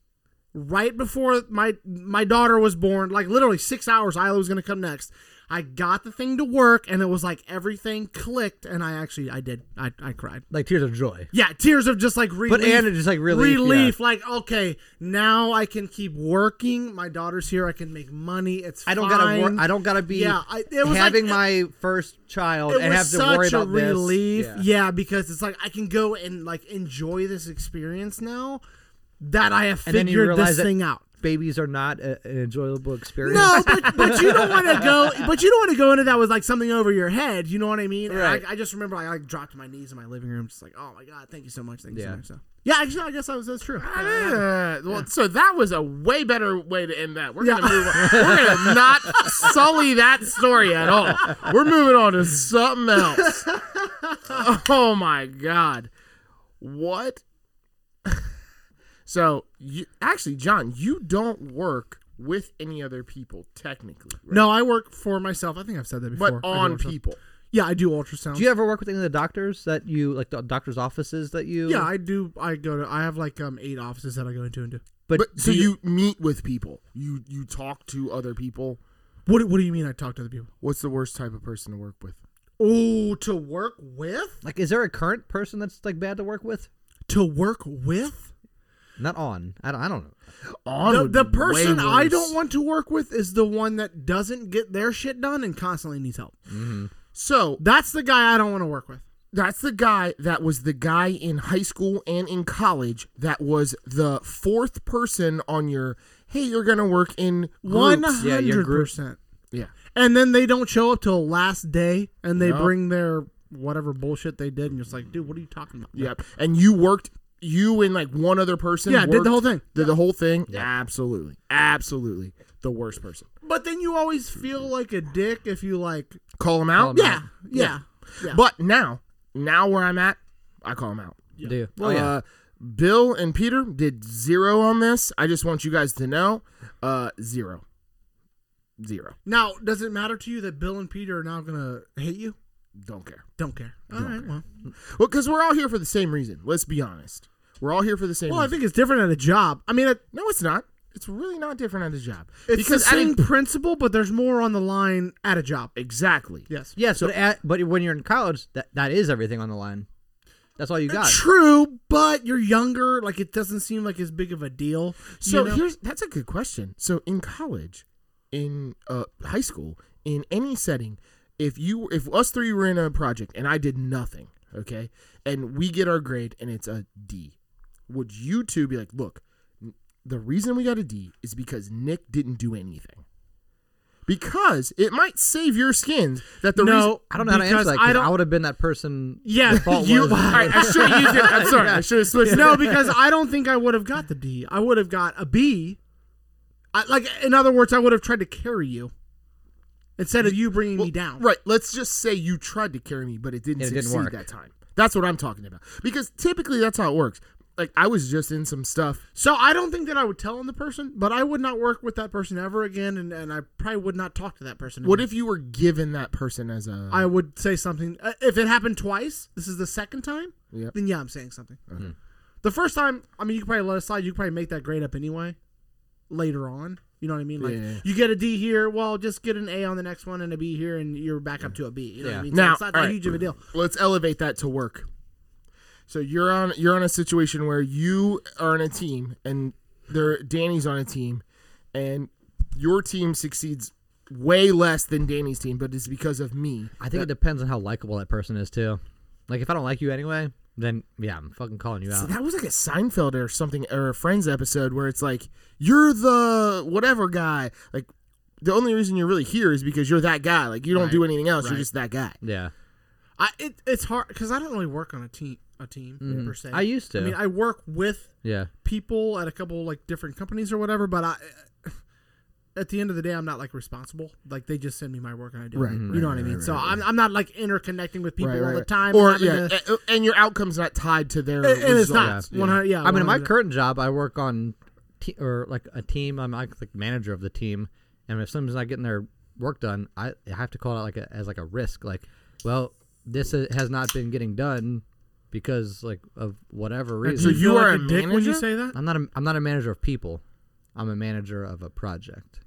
B: right before my my daughter was born, like literally six hours, Isla was gonna come next. I got the thing to work, and it was like everything clicked, and I actually I did I, I cried.
C: Like tears of joy.
B: Yeah, tears of just like relief.
C: and it's just, like, relief,
B: relief. Like okay, now I can keep working. My daughter's here. I can make money. It's
C: I don't
B: fine.
C: gotta wor- I don't gotta be
B: Yeah, I- it was
C: having
B: like-
C: my first child
B: it
C: and
B: was
C: have to
B: such
C: worry
B: a
C: about this.
B: relief.
C: Yeah.
B: Yeah. because it's like I can go and like enjoy this experience now that I have
C: And then you
B: figured
C: realize
B: this
C: that-
B: thing out.
C: Babies are not a, an enjoyable experience.
B: No, but, but you don't want to go. But you don't want to go into that with like something over your head. You know what I mean? And
C: Right.
B: I, I just remember I like dropped to my knees in my living room, just like, oh my god, thank you so much, thank you
C: Yeah.
B: so much. So, yeah, actually, I guess I was that's true.
A: Uh, well, So that was a way better way to end that. We're
B: Yeah.
A: gonna move on. We're gonna not sully that story at all. We're moving on to something else. Oh my god, what? So you actually, John, you don't work with any other people technically, right?
B: No, I work for myself. I think I've said that
A: but
B: before. I do
A: on
B: ultrasound.
A: people.
B: Yeah, I do ultrasound.
C: Do you ever work with any of the doctors that you like the doctors' offices that you
B: yeah, I do. I go to. I have like um eight offices that I go into and do.
C: but,
A: But
C: do
A: so you meet with people. You you talk to other people.
B: What What do you mean? I talk to the people?
A: What's the worst type of person to work with?
B: Oh, to work with?
C: like is there a current person that's like bad to work with?
B: To work with?
C: Not on. I don't I don't know.
A: On
B: The,
A: would
B: the
A: be way
B: person I
A: worse.
B: don't want to work with is the one that doesn't get their shit done and constantly needs help.
A: So
B: That's the guy I don't want to work with.
A: That's the guy that was the guy in high school and in college that was the fourth person on your hey, you're gonna work in
B: One
A: groups."
C: Yeah, your
B: hundred
C: groups.
B: percent.
A: Yeah.
B: And then they don't show up till last day, and they
A: Yup.
B: bring their whatever bullshit they did, and you're just like, dude, what are you talking about?
A: Yep. And you worked you and like one other person.
B: Yeah, did the
A: worked-
B: whole thing.
A: Did the whole thing? Absolutely. Absolutely. The worst person.
B: But then you always feel like a dick if you like.
A: Call him out.
C: Call 'em out.
B: Yeah, yeah.
A: But now, now where I'm at, I call him out.
C: Do you?
B: Oh,
C: Well yeah.
A: Uh, Bill and Peter did zero on this. I just want you guys to know. Uh zero. Zero.
B: Now, does it matter to you that Bill and Peter are now gonna hate you?
A: Don't care.
B: Don't care. All right. Well,
A: Well, because we're all here for the same reason. Let's be honest. We're all here for the same.
B: well, I
A: reason.
B: think it's different at a job. I mean, it,
A: no, it's not. It's really not different at his job.
B: it's
A: because
B: the same
A: at a-
B: principle, but there's more on the line at a job.
A: exactly.
B: Yes.
C: Yes, but at, but when you're in college, that, that is everything on the line. That's all you got.
B: True, but you're younger. Like it doesn't seem like as big of a deal.
A: So
B: you know?
A: here's that's a good question. So in college, in uh, high school, in any setting, if you if us three were in a project and I did nothing, okay, and we get our grade and it's a D, would you two be like, look, n- the reason we got a D is because Nick didn't do anything. Because it might save your skins that the
B: No,
A: reason
C: I don't know how to answer
B: Because
C: that.
B: I
C: 'cause I,
B: don't-
C: would have been that person.
B: Yeah,
C: the fault
B: you-
C: was-
A: All right, I should have used it. I'm sorry. I should have switched. it.
B: no, because I don't think I would have got the D. I would have got a B. I, like in other words, I would have tried to carry you instead of you bringing me down.
A: Right. Let's just say you tried to carry me, but it didn't
C: It didn't
A: succeed
C: work.
A: that time. That's what I'm talking about. Because typically that's how it works. Like I was just in some stuff.
B: So I don't think that I would tell on the person, but I would not work with that person ever again, and, and I probably would not talk to that person.
A: What
B: again.
A: if you were given that person as a?
B: Mm. I would say something? uh, If it happened twice, this is the second time.
A: Yep.
B: Then yeah, I'm saying something. The first time, I mean, you could probably let it slide. You could probably make that grade up anyway. Later on, you know what I mean? Like
A: Yeah.
B: you get a D here, well, just get an A on the next one and a B here, and you're back up to a B. You know what
C: Yeah.
B: I mean?
A: Now,
B: so it's not that
A: alright.
B: huge of a deal.
A: let's elevate that to work. So you're on you're on a situation where you are on a team and there Danny's on a team and your team succeeds way less than Danny's team, but it's because of me.
C: I think it depends on how likable that person is too. Like if I don't like you anyway, then yeah, I'm fucking calling you
A: So
B: Uh-huh.
C: out.
A: that was like a Seinfeld or something or a Friends episode where it's like you're the whatever guy. Like the only reason you're really here is because you're that guy. Like you don't do anything else. You're just that guy.
C: Yeah.
B: I it, it's hard because I don't really work on a team a team per se.
C: Mm-hmm. I used to.
B: I mean, I work with
C: yeah.
B: people at a couple like different companies or whatever, but I at the end of the day I'm not like responsible. Like they just send me my work and I do it.
A: Right,
B: You know what I mean? so I'm, I'm not like interconnecting with people
A: Right,
B: all
A: right,
B: the
A: right.
B: time.
A: Or
B: and having
A: yeah,
B: to-
A: a- and your outcome's not tied to their.
B: and, and it's not
A: results.
B: one hundred. Yeah,
C: I mean, in my
B: 100
C: current job, I work on te- or like a team. I'm like the manager of the team, and if someone's not getting their work done, I I have to call it like a, as like a risk. Like, well, this i- has not been getting done because like of whatever
A: So
C: reason.
A: you
B: feel
A: are
B: like
A: a
B: a dick when you
A: manager?
B: say that.
C: I'm not a, I'm not a manager of people. I'm a manager of a project.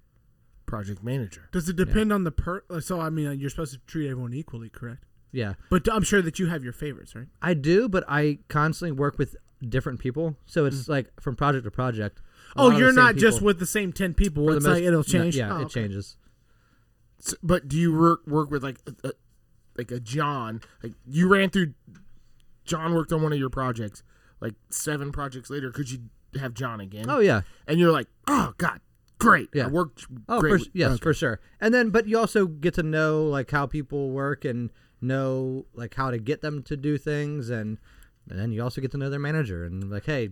A: project manager.
B: Does it depend on the per? like, So I mean, uh, you're supposed to treat everyone equally, correct?
C: Yeah,
B: But I'm sure that you have your favorites, right?
C: I do, but I constantly work with different people, so it's like from project to project. a
B: Mm. Oh,
C: lot of the
B: you're
C: same
B: not just
C: people-
B: with the same ten people.
C: for the
B: it's
C: most-
B: like it'll
C: no,
B: change.
C: yeah,
B: Oh,
C: it
B: okay.
C: changes.
A: S- but do you work work with like a, a, like a John? Like you ran through. John worked on one of your projects. Like seven projects later, could you have John again?
C: Oh yeah,
A: and you're like, oh god, great.
C: Yeah.
A: I worked
C: Oh,
A: great.
C: for,
A: with-
C: s- yes,
A: okay.
C: for sure. And then, but you also get to know like how people work and know like how to get them to do things, and and then you also get to know their manager and like, hey,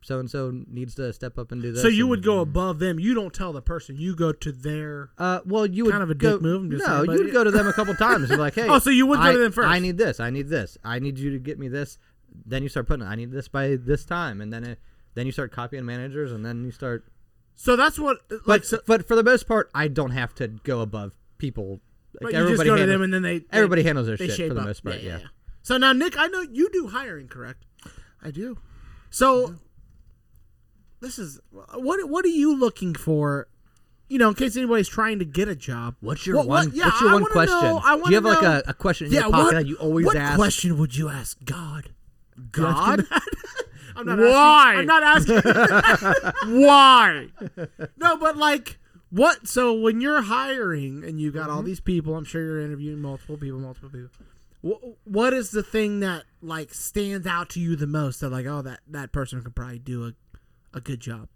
C: so and so needs to step up and do this.
B: So you
C: and-
B: would go above them. You don't tell the person. You go to their.
C: Uh, well, you would
B: Kind of a
C: go,
B: dick move, I'm just
C: no,
B: saying, but
C: you would
B: yeah.
C: go to them a couple times and be like, hey,
B: Oh, so you would go
C: I-
B: to them first.
C: I need this. I need this. I need you to get me this. Then you start putting, I need this by this time, and then it, then you start copying managers, and then you start.
B: So that's what. Like,
C: But
B: so,
C: but for the most part, I don't have to go above people. Like
B: but you just go to
C: handles-
B: them and then they. they-
C: Everybody handles their
B: they
C: shit
B: shape
C: for the
B: up.
C: most part. Yeah.
B: So now, Nick, I know you do hiring, correct?
A: I do.
B: So this is what what are you looking for? You know, in case anybody's trying to get a job,
C: What's your
B: What-
C: one?
B: what- yeah,
C: what's your
B: I
C: one
B: wanna
C: question?
B: know- I
C: Do you have
B: wanna
C: like
B: know-
C: a, a question in your pocket that you always
B: what
C: ask?
B: question would you ask God?
A: God,
B: I'm not
A: Why?
B: Asking, I'm not asking.
A: why?
B: no, but like what? So when you're hiring and you got
C: Mm-hmm.
B: all these people, I'm sure you're interviewing multiple people, multiple people. Wh- What is the thing that like stands out to you the most? That like, oh, that that person could probably do a, a good job.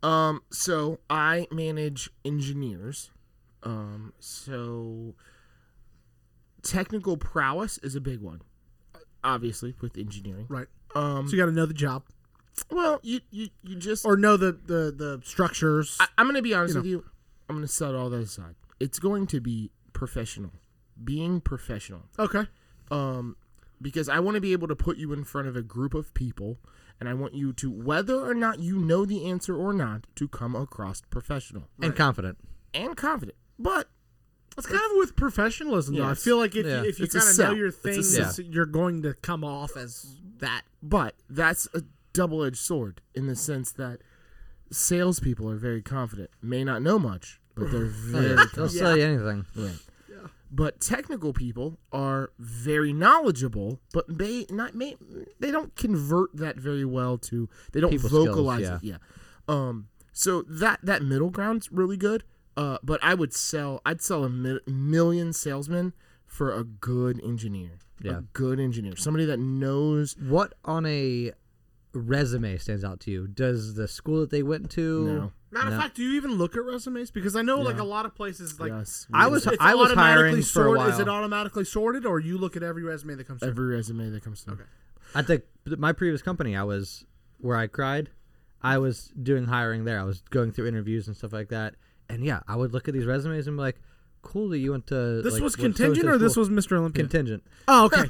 A: Um, so I manage engineers. Um, so technical prowess is a big one, obviously with engineering.
B: Right.
A: Um,
B: So you got to know the job
A: well, you you you just
B: or know the the the structures.
A: I, I'm going to be honest with you. I'm going to set all that aside. It's going to be professional, being professional.
B: okay.
A: um, because I want to be able to put you in front of a group of people, and I want you to, whether or not you know the answer or not, to come across professional
C: And confident.
A: and confident. But
B: It's kind of with professionalism, though. I
A: Yes.
B: feel like if,
C: Yeah.
B: you if you
A: It's a
B: kind of know
A: sell.
B: your
A: It's a
B: thing,
A: sell.
B: it's- you're going to come off as that.
A: but that's a double-edged sword in the sense that salespeople are very confident, may not know much, but they're very
C: They'll
A: confident.
C: sell you anything.
A: But technical people are very knowledgeable, but may not may they don't convert that very well to they don't
C: People skills,
A: vocalize it. Yeah. Um. So that that middle ground's really good. Uh. But I would sell. I'd sell a mi- million salesmen for a good engineer.
C: Yeah.
A: A good engineer, somebody that knows.
C: What on a resume stands out to you? Does the school that they went to?
A: No.
B: Matter
C: No.
B: of fact, do you even look at resumes? Because I know, like a lot of places, like
A: yes.
C: I was
B: it's
C: I was
B: automatically
C: hiring for a
B: sorted.
C: while.
B: Is it automatically sorted, or you look at every resume that comes through?
A: every resume that comes through.
C: At the my previous company, I was where I cried. I was doing hiring there. I was going through interviews and stuff like that. And yeah, I would look at these resumes and be like, "Cool that you went to."
B: This
C: like,
B: was
C: what- so-and-so
B: contingent, or this
C: school."
B: was Mr. Olympia?
C: contingent.
B: oh, okay.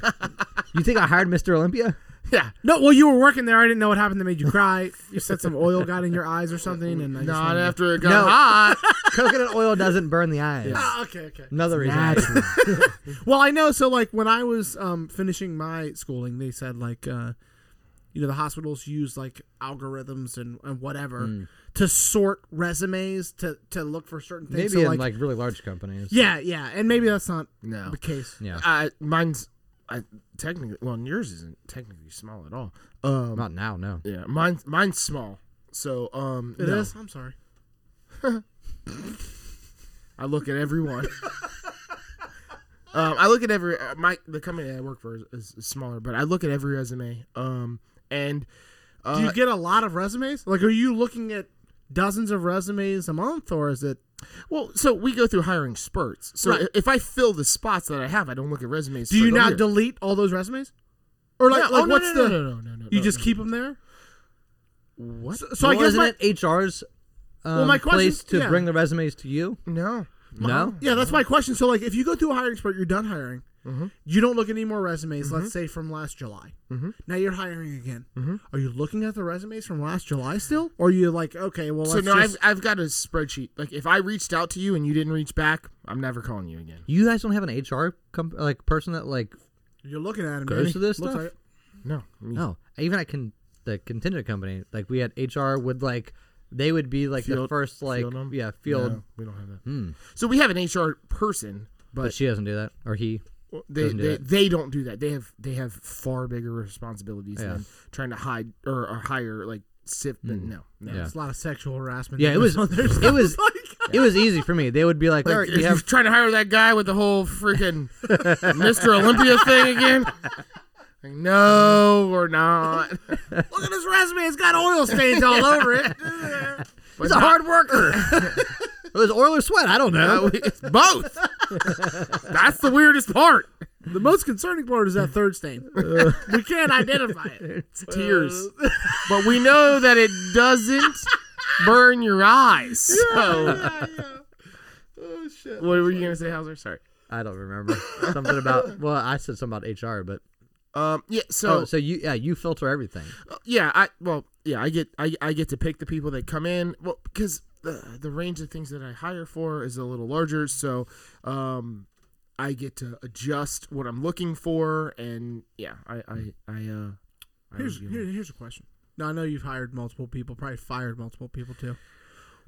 C: You think I hired Mr. Olympia?
A: Yeah.
B: no, well, you were working there. I didn't know what happened that made you cry. You said some oil got in your eyes or something, and I just
A: Not
B: wanted to-
A: after it got
C: No.
A: hot.
C: Coconut oil doesn't burn the eyes.
B: Ah, okay, okay.
C: Another reason. I-
B: Well, I know. So, like, when I was um, finishing my schooling, they said like, uh, you know, the hospitals use like algorithms and, and whatever
A: Hmm.
B: to sort resumes to to look for certain
C: Maybe
B: things. so,
C: in
B: like,
C: like, really large companies.
B: yeah, Uh, yeah, and maybe that's not
A: No.
B: the case.
C: Yeah.
A: I mine's I technically well yours isn't technically small at all. Um
C: Not now, no.
A: yeah, mine's mine's small. So um
B: It
A: no.
B: is? I'm sorry.
A: I look at everyone. um I look at every uh, my the company that I work for is, is, smaller, but I look at every resume. Um and
B: Do
A: uh,
B: you get a lot of resumes? Like, are you looking at dozens of resumes a month, or is it
A: Well, so we go through hiring spurts. So
B: Right.
A: i- if I fill the spots that I have, I don't look at resumes.
B: Do
A: for
B: you
A: the
B: not
A: year.
B: delete all those resumes? Or like,
A: No,
B: like
A: oh, no,
B: what's
A: no,
B: the?
A: no, no, no, no,
B: you
A: no,
B: just
A: no.
B: keep them there.
A: what?
B: So, so
C: So
B: I guess
C: isn't
B: my,
C: it HR's um,
B: my question-
C: place to
B: yeah. Uh-huh.
C: bring the resumes to you?
A: No.
C: No.
B: yeah, that's my question. So like, if you go through a hiring spurt, you're done hiring.
C: Mm-hmm.
B: You don't look at any more resumes. Let's say from last July.
C: Mm-hmm.
B: Now you're hiring again. Are you looking at the resumes from last July still, or are you like, okay, well,
A: So
B: let's
A: no,
B: just,
A: I've I've got a spreadsheet. Like if I reached out to you and you didn't reach back, I'm never calling you again.
C: You guys don't have an HR comp- like person that like
B: you're looking at them.
C: goes
B: Danny.
C: to this
B: Looks
C: stuff?
B: at it.
A: No. Me.
C: no. Even I can the contingent company like we had HR would like they would be like the
A: Field-
C: first like
A: field 'em?
C: yeah field,
A: No, we don't have that.
C: Hmm.
A: So we have an HR person,
C: but
A: but
C: she doesn't do that or he.
A: they
C: doesn't do
A: they,
C: that.
A: they don't do that. They have they have far bigger responsibilities
C: Yeah. Hmm.
A: than than trying to hide or, or hire like SIF. but No, no.
C: Yeah.
B: It's a lot of sexual harassment.
C: Yeah, it was
B: on there.
C: it was
B: Like-
C: it was easy for me. They would be like,
A: Like,
C: all right,
A: if
C: you
A: you're
C: have
A: trying to hire that guy with the whole freaking Mr. Olympia thing again. Like, no, we're not.
B: Look at this resume; it's got oil stains all over it.
A: But not-
C: worker. it was oil or sweat. I don't know.
A: Uh, we- it's both. That's the weirdest part.
B: the most concerning part is that third stain.
C: Uh.
B: we can't identify it.
A: It's tears.
B: Uh.
A: But we know that it doesn't burn your eyes. So,
B: Oh shit!
A: what were you going to say, Hauser? Sorry.
C: I don't remember something about. Well, I said something about HR, but
A: Um, yeah, so,
C: oh, so you yeah you filter everything.
A: yeah, I well, yeah, I get I, I get to pick the people that come in. Well, because the the range of things that I hire for is a little larger, so um, I get to adjust what I'm looking for, and yeah, I I I uh, I
B: Here's
A: review.
B: here, here's a question. Now I know you've hired multiple people, probably fired multiple people too.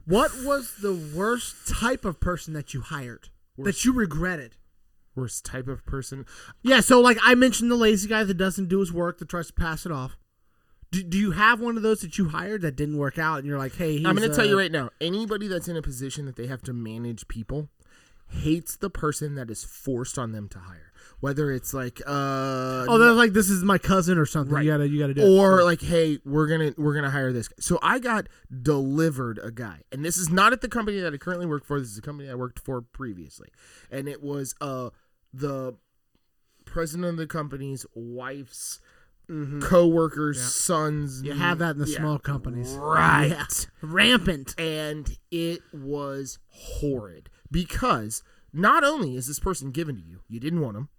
B: What was the worst type of person that you hired that you regretted?
A: worst type of person.
B: Yeah, so like I mentioned, the lazy guy that doesn't do his work that tries to pass it off. Do, do you have one of those that you hired that didn't work out, and you're like, hey, he's,
A: I'm going to tell
B: uh,
A: you right now. Anybody that's in a position that they have to manage people hates the person that is forced on them to hire. Whether it's like uh
B: Oh, they're like this is my cousin or something.
A: Right.
B: You gotta you gotta do. it.
A: or like hey we're gonna we're gonna hire this guy. so i got delivered a guy and this is not at the company that i currently work for this is a company i worked for previously and it was uh the president of the company's wife's co-workers sons
B: Mm-hmm. you have that in the
A: yeah.
B: small companies,
A: right
B: Yeah. Rampant.
A: and it was horrid because not only is this person given to you, you didn't want them.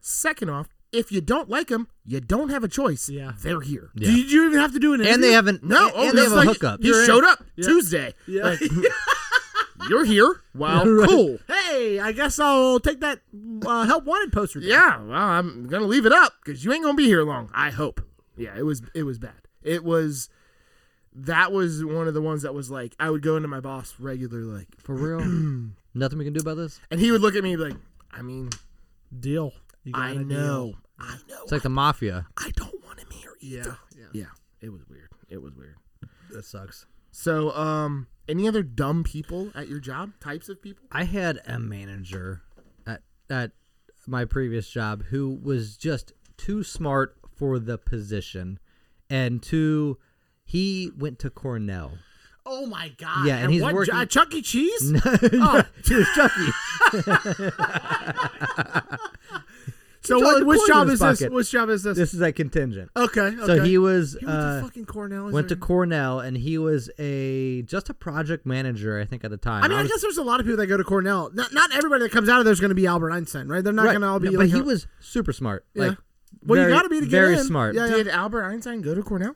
A: Second off, if you don't like them, you don't have a choice.
B: Yeah.
A: they're here.
C: Yeah.
B: Did you even have to do an?
C: And they haven't
A: No,
C: and,
A: oh,
C: and they
A: that's
C: have a
A: like-
C: hookup.
A: He showed up Tuesday. Like, you're here. Wow, cool.
B: Hey, I guess I'll take that uh, help wanted poster. down.
A: Yeah, well, I'm gonna leave it up because you ain't gonna be here long. I hope. Yeah, it was it was bad. It was that was one of the ones that was like I would go into my boss regular like,
C: For real, nothing we can do about this.
A: and he would look at me and be like, I mean,
B: deal. You got
A: I
B: a
A: know, I know,
C: It's like the mafia.
A: I don't want him here
B: deal.
A: either.
B: Yeah, yeah.
A: Yeah. It was weird. It was weird.
C: That sucks.
A: So, um, any other dumb people at your job? Types of people?
C: I had a manager at at my previous job who was just too smart for the position, and too he went to Cornell.
B: Oh my god.
C: Yeah, and he's
B: what,
C: working-
B: jo- Chuck E. Cheese.
C: oh, to Chucky.
B: So
C: Keeps all
B: what,
C: the
B: which
C: coins
B: job
C: in
B: is
C: his
B: this?
C: pocket.
B: Which job is this?
C: This is a contingent.
B: okay. Oh, Okay.
C: So he was
B: He went
C: uh,
B: to fucking Cornell. is
C: went to
B: there-
C: Cornell, and he was a just a project manager, I think, at the time.
B: I mean, I,
C: was-
B: guess there's a lot of people that go to Cornell. Not, not everybody that comes out of there is going to be Albert Einstein, right? They're not
C: right,
B: going to all be.
C: no, but
B: like
C: he
B: a-
C: was super smart.
B: Yeah.
C: Like,
B: Well, you
C: very-
B: gotta be to get
C: very
B: in.
C: smart.
B: Yeah,
A: Did Albert Einstein go to Cornell?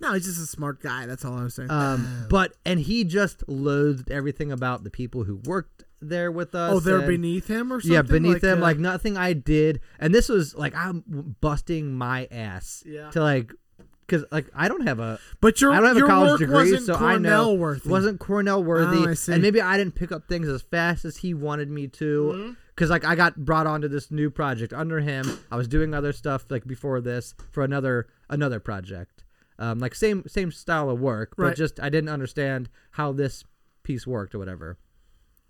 B: No, he's just a smart guy. That's all I was saying.
C: Um, but and he just loathed everything about the people who worked there with us.
B: oh, they're
C: and-
B: beneath him or something.
C: Yeah, beneath them,
B: uh,
C: like nothing I did, and this was like I'm w- busting my ass
B: Yeah.
C: to like, because like I don't have a
B: But your
C: I don't have
B: your
C: a college
B: work
C: degree,
B: wasn't
C: so I
B: Cornell
C: know
B: worthy.
C: wasn't Cornell worthy,
B: Oh, I see.
C: and maybe I didn't pick up things as fast as he wanted me
B: Mm-hmm.
C: to, because like I got brought onto this new project under him. I was doing other stuff like before this for another another project, um, like same same style of work, but
B: Right.
C: just I didn't understand how this piece worked or whatever.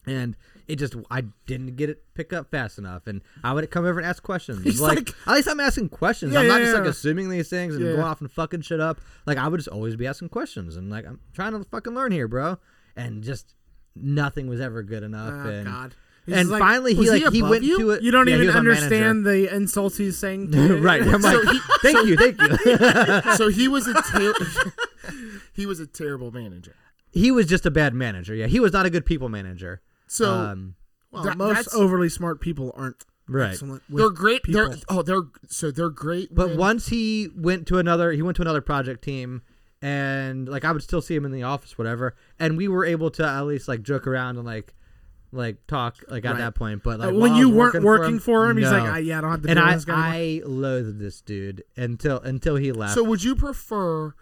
C: And it just I didn't get it pick up fast enough, and I would come over and ask questions.
B: He's
C: like,
B: like-
C: at least I'm asking questions.
B: Yeah,
C: I'm not
B: yeah,
C: just like
B: yeah.
C: assuming these things and
B: Yeah.
C: going off and fucking shit up. Like I would just always be asking questions and like I'm trying to fucking learn here, bro. And just nothing was ever good enough.
E: Oh
C: and
E: God. He's
C: and
E: like,
C: finally
A: was
C: he like
A: he
C: he,
A: above
C: went
A: you?
C: to it.
E: you don't
C: yeah, he
E: even
C: was our manager.
E: understand the insults he's saying.
C: right. I'm like, thank you, thank you.
A: so he was a ter- he was a terrible manager.
C: he was just a bad manager. Yeah, he was not a good people manager.
A: So
C: um,
E: Well,
A: That-
E: most
A: that's-
E: overly smart people aren't
C: right.
E: excellent.
A: they're
E: With,
A: great. They're
E: people.
A: oh they're so they're great.
C: But
E: Mm-hmm.
A: when-
C: once he went to another, he went to another project team, and like I would still see him in the office, whatever. And we were able to at least like joke around and like, like talk like at that point. But like
E: Uh,
C: while
E: when
C: I
E: you
C: was
E: weren't working for him, he's like,
C: no.
E: I, yeah, I don't have to.
C: and
E: deal with
C: I
E: this guy anymore."
C: I loathed this dude until until he left.
A: so would you prefer?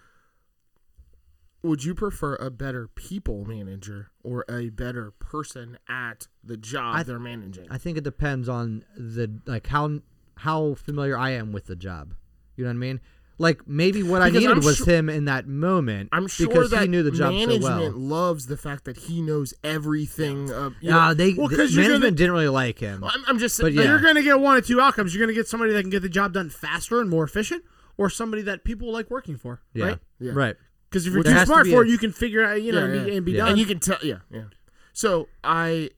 A: Would you prefer a better people manager or a better person at the job
C: I-
A: they're managing?
C: I think it depends on the like how how familiar I am with the job. You know what I mean? Like maybe what I
A: Because
C: needed
A: I'm
C: was
A: su-
C: him in that moment.
A: I'm sure
C: because
A: that
C: he knew the job so
A: management
C: well.
A: loves the fact that he knows everything. Of, you
C: Yeah,
A: know,
C: they
E: Well,
C: the
E: 'cause you're
C: management
E: gonna-
C: didn't really like him.
A: I'm, I'm just
C: But
A: saying.
C: yeah.
B: You're going to get one of two outcomes. You're going to get somebody that can get the job done faster and more efficient, or somebody that people like working for.
C: Yeah.
B: Right?
A: Yeah.
C: Right.
B: Because if you're
C: Well, there
B: too
C: has to
B: smart
C: be
B: for
C: a-
B: it, you can figure out, you know,
A: Yeah,
B: and, be,
A: yeah.
B: and be
C: Yeah.
B: done.
A: and you can tell. Yeah, yeah. So I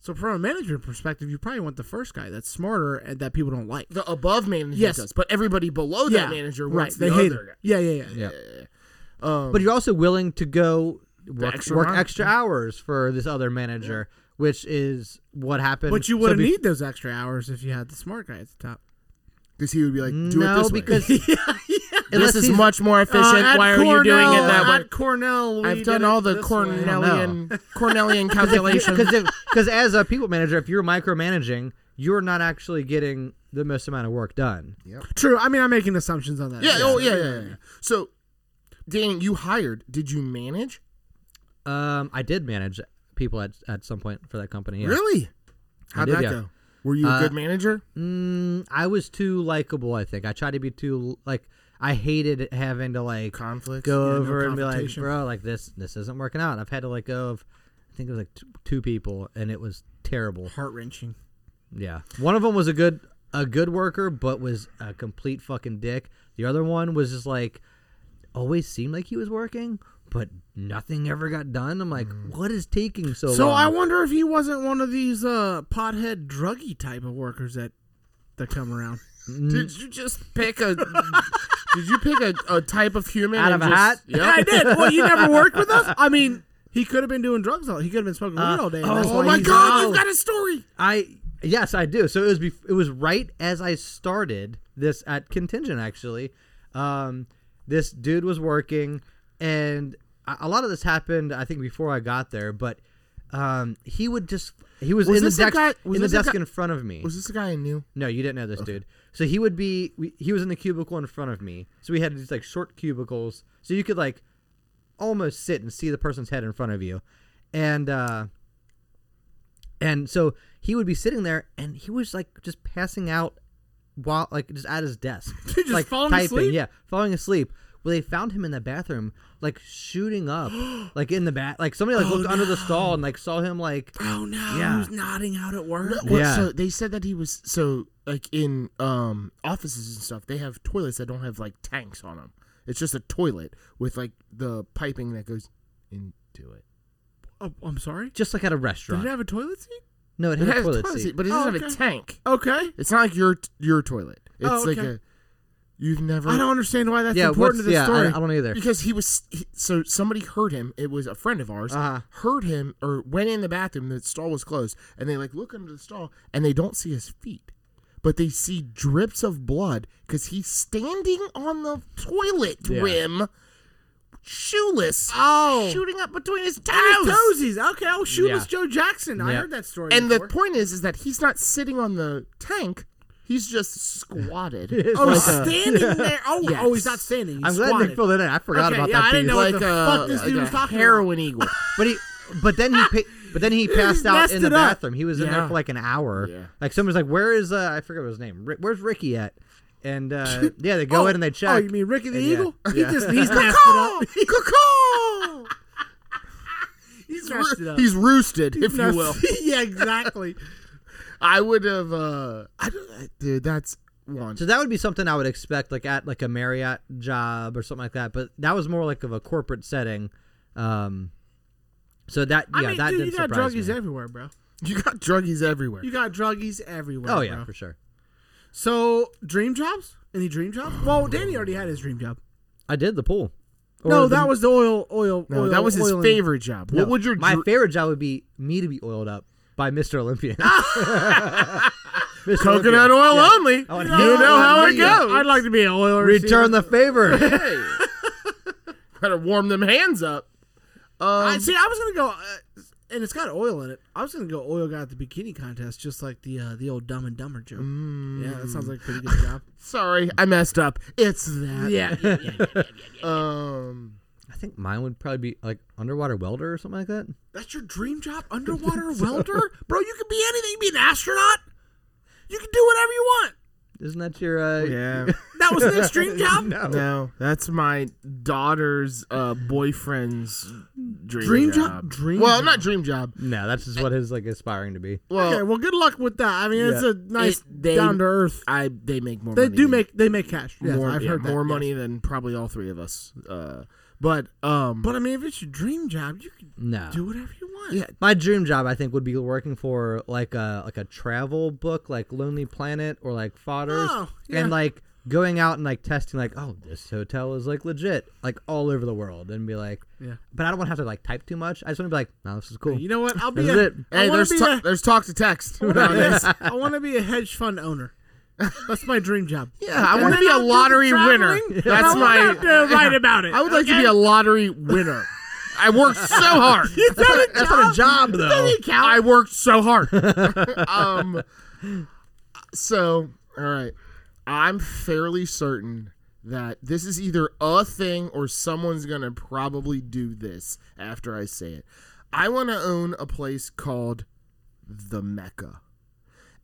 B: So from a management perspective, you probably want the first guy that's smarter and that people don't like.
A: the above manager
B: Yes.
A: does, but everybody below
B: yeah,
A: that manager
B: right?
A: wants
B: They
A: the
B: hate
A: other
B: him.
A: guy.
B: Yeah, yeah, yeah.
C: Yeah.
A: Um,
C: But you're also willing to go work
A: extra
C: extra, work
A: mile. Mm-hmm.
C: extra hours for this other manager, which is what happened.
B: But you
C: so
B: wouldn't
C: be-
B: need those extra hours if you had the smart guy at the top.
A: because he would be like, do it
C: no,
A: this
C: because
A: way.
C: unless
A: this is
C: he's-
A: much more efficient.
B: at
A: Why are you doing it
B: Cornell-
A: that way?
B: At Cornell, we
A: I've
B: did
A: done
B: it
A: all the
B: this way.
A: Cornelian Cornelian calculations.
C: because as a people manager, if you're micromanaging, you're not actually getting the most amount of work done.
B: True. I mean, I'm making assumptions on that.
A: yeah. Oh yeah, yeah. yeah. So, Dan, you hired. Did you manage?
C: Um, I did manage people at at some point for that company. Yeah.
A: Really? How'd
C: did,
A: that
C: yeah.
A: go? Were you a
C: Uh,
A: good manager?
C: Mm, I was too likable. I think I tried to be too like I hated having to like
A: Conflicts.
C: go
B: yeah, no
C: over and be like,
B: confrontation.
C: bro, like this this isn't working out. I've had to let go of, I think it was like t- two people, and it was terrible.
B: Heart wrenching.
C: Yeah, one of them was a good a good worker, but was a complete fucking dick. The other one was just like always seemed like he was working, but nothing ever got done. I'm like, what is taking so,
B: Mm. So
C: long?
B: I wonder if he wasn't one of these uh, pothead druggy type of workers that that come around.
A: Did you just pick a? did you pick a, a type of human
C: Out
A: and
C: of a
A: just-
C: hat?
A: Yep.
B: Yeah, I did. Well, you never worked with us. I mean, he could have been doing drugs all. He could have been smoking weed all day. and that's
A: Oh
B: why
A: my
B: he's-
A: God! You've got a story.
C: I yes, I do. So it was bef- it was right as I started this at contingent actually. Um, this dude was working, and a a lot of this happened I think before I got there. But um, he would just he was,
A: Was
C: in the
A: this a
C: desk
A: guy- was
C: in the
A: this a
C: desk
A: guy-
C: in front of me.
A: Was this a guy I knew?
C: No, you didn't know this dude. So he would be we, he was in the cubicle in front of me. So we had these like short cubicles, so you could like almost sit and see the person's head in front of you, and uh, and so he would be sitting there, and he was like just passing out while like just at his desk,
B: Just
C: like
B: falling
C: typing,
B: asleep?
C: yeah, falling asleep. Well, they found him in the bathroom, like shooting up, like in the bath, like somebody like looked under the stall and like saw him like
B: Oh no,
C: Yeah.
B: he's nodding out at work.
A: Well,
C: Yeah.
A: So they said that he was so like in um offices and stuff. They have toilets that don't have like tanks on them. It's just a toilet with like the piping that goes into it.
B: Oh, I'm sorry.
C: just like at a
B: Did
C: restaurant.
B: it have a toilet seat?
C: no, it
A: It
C: had
A: has
C: a toilet seat.
A: but it doesn't
B: Oh,
A: have
B: okay.
A: a tank.
B: Okay.
A: It's not like your your toilet. It's
B: Oh,
A: like
B: okay.
A: a you've never
B: I don't understand why that's
C: yeah,
B: important
C: what's-
B: to this
C: yeah, I-
B: story.
C: I, don't either.
A: because he was he, so somebody heard him. It was a friend of ours
C: Uh-huh.
A: heard him or went in the bathroom. The stall was closed, and they like look under the stall and they don't see his feet, but they see drips of blood because he's standing on the toilet
C: Yeah.
A: rim, shoeless,
B: Oh.
A: shooting up between his toes.
B: Toesies. Okay, oh shoot,
C: Yeah.
B: it's Joe Jackson. I
C: Yeah.
B: heard that story.
A: And the
B: before.
A: point is, is that he's not sitting on the tank. He's just squatted.
C: It's
B: oh,
C: like,
B: he's
C: uh,
B: standing there. Oh,
A: Yes.
B: oh, he's not standing. He's
C: I'm glad
B: squatted.
C: Nick filled it in. I forgot
B: Okay,
C: about
B: yeah,
C: that.
B: I didn't
C: piece.
B: know what
A: like
B: the
A: uh,
B: fuck this
A: like
B: dude
A: a
B: was talking about.
A: heroin eagle.
C: But he, but then he, pa- but then he passed out
B: messed
C: in the
B: it up.
C: bathroom. He was in there
A: Yeah.
C: for like an hour.
A: Yeah.
C: Like someone's like, "Where is uh, I forget what his name? Rick, where's Ricky at?" And uh, yeah, they go in and they check.
B: Oh, you mean Ricky the
C: And yeah,
B: Eagle?
C: yeah.
B: He just he's messed it up.
A: Cuckoo!
B: He's messed it up.
A: He's roosted, if you
B: Messed-
A: will.
B: yeah, exactly.
A: I would have. uh I don't, I- dude. That's one.
C: So that would be something I would expect, like at like a Marriott job or something like that. But that was more like of a corporate setting, um, So that
B: I
C: yeah,
B: mean,
C: that
B: dude,
C: did
B: you got
C: surprise
B: druggies
C: me.
B: everywhere, bro.
A: You got druggies everywhere.
B: You got druggies everywhere.
C: oh yeah,
B: bro.
C: for sure.
B: So dream jobs?
E: Any dream job?
B: Well, Danny already had his dream job.
C: I did the pool. Or
B: no,
C: the-
B: that was the oil, oil.
A: no,
B: oil-
A: that was his
B: oiling.
A: favorite job. What
C: no,
A: would your
C: my
A: dr-
C: favorite job would be me to be oiled up by Mr. Olympia. Mr.
A: coconut
C: Olympia.
A: oil
C: Yeah.
A: only?
C: I want
A: you
C: to hear
A: know
C: it.
A: how it
C: Yeah.
A: goes.
B: I'd like to be an oil.
C: Return the favor.
A: Hey. Gotta warm them hands up.
B: I,
A: Um,
B: see, I was gonna go, uh, and it's got oil in it. I was gonna go oil guy at the bikini contest, just like the uh, the old Dumb and Dumber joke.
A: Mm.
B: Yeah, that sounds like a pretty good job.
A: sorry, I messed up. It's that.
B: yeah, yeah, yeah, yeah, yeah, yeah.
A: Um,
C: I think mine would probably be like underwater welder or something like that.
B: That's your dream job, underwater welder, bro. You could be anything. You could be an astronaut. You can do whatever you want.
C: Isn't that your uh,
A: Oh, yeah.
B: That was Nick's dream job.
A: No, that's my daughter's uh, boyfriend's dream,
B: Dream job-
A: job.
B: dream
A: well,
B: job.
A: not dream job.
C: No, that's just what his like aspiring to be.
A: Well,
B: Okay, well, good luck with that. I mean, it's
C: Yeah.
B: a nice
A: It- they-
B: down to earth.
A: I they make more.
B: They
A: money
B: do
A: than-
B: make they make cash. Yes,
A: more.
B: I've
A: yeah,
B: heard that,
A: more
B: yes.
A: money than probably all three of us. Uh, but um,
B: But I mean, if it's your dream job, you can
C: No.
B: do whatever you want.
A: Yeah.
C: My dream job, I think, would be working for like a like a travel book, like Lonely Planet or like Fodders,
B: Oh, yeah.
C: and like going out and like testing, like, oh, this hotel is like legit, like all over the world, and be like,
B: Yeah.
C: But I don't want to have to like type too much. I just want to be like, no, this is cool.
B: You know what? I'll be
C: This is
B: a,
C: it.
B: I
A: hey,
B: wanna
A: there's
B: be
A: ta-
B: a-
A: there's talk to text.
B: Yes,
A: nowadays.
B: I want to be a hedge fund owner. That's my dream job.
A: yeah, I want to be a lottery winner. That's my.
B: write about it.
A: I would like to be a lottery winner. I worked so hard.
C: That's not a job though.
A: I worked so hard. um, so, all right. I'm fairly certain that this is either a thing or someone's going to probably do this after I say it. I want to own a place called The Mecca.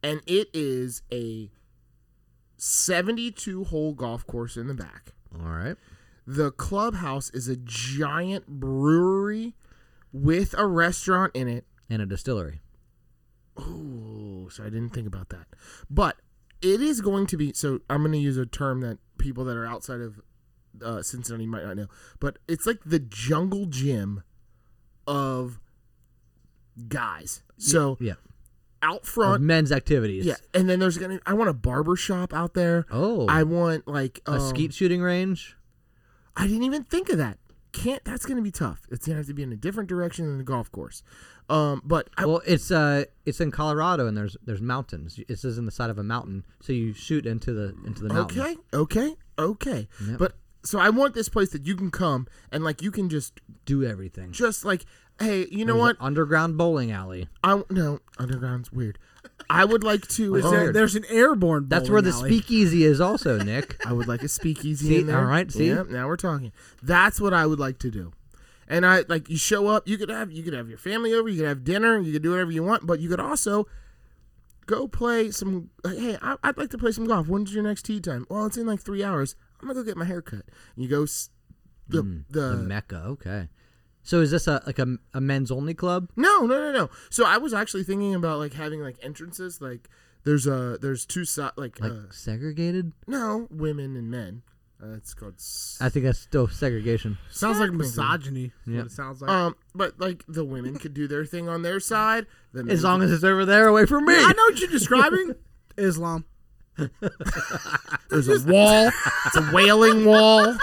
A: And it is a 72 hole golf course in the back.
C: All right.
A: The clubhouse is a giant brewery with a restaurant in it
C: And a distillery.
A: Oh, so I didn't think about that. But it is going to be. So I'm going to use a term that people that are outside of uh, Cincinnati might not know, but it's like the jungle gym of guys. So
C: Yeah.
A: out
C: Of
A: front,
C: men's activities.
A: yeah, and then there's gonna. I want a barber shop out there.
C: Oh.
A: I want like
C: a
A: um,
C: skeet shooting range.
A: I didn't even think of that. Can't. That's gonna be tough. It's gonna have to be in a different direction than the golf course. Um, but I,
C: well, it's uh, it's in Colorado, and there's there's mountains. This is in the side of a mountain, so you shoot into the into the mountain.
A: Okay, okay, okay.
C: Yep.
A: But so I want this place that you can come and like you can just
C: Do everything.
A: just like hey, you know
C: There's
A: what?
C: an underground bowling alley.
A: I no underground's weird. I would like to. um,
C: Is
A: own-
C: there-
B: There's an airborne.
C: That's
B: bowling
C: where the
B: alley.
C: speakeasy is, also, Nick.
A: I would like a speakeasy
C: See,
A: in there.
C: all right, see?
A: Yep, now we're talking. That's what I would like to do. And I like you show up. You could have you could have your family over. You could have dinner. You could do whatever you want. But you could also go play some. Hey, I, I'd like to play some golf. When's your next tee time? Well, it's in like three hours. I'm gonna go get my hair cut. You go. s- The,
C: Mm,
B: Uh,
C: the
A: the
C: Mecca. Okay. So is this a like a, a men's only club?
A: No, no, no, no. So I was actually thinking about like having like entrances, like there's a there's two side like,
C: Like
A: uh,
C: segregated?
A: no women and men. Uh, it's called. s-
C: I think that's still segregation.
B: Sounds like
A: Maybe.
B: misogyny. is what
C: Yeah.
B: It sounds like.
A: Um, but like the women could do their thing on their side. The men
C: As long as it's over there, away from me.
B: I know what you're describing. Islam.
A: there's a wall, it's a wailing wall.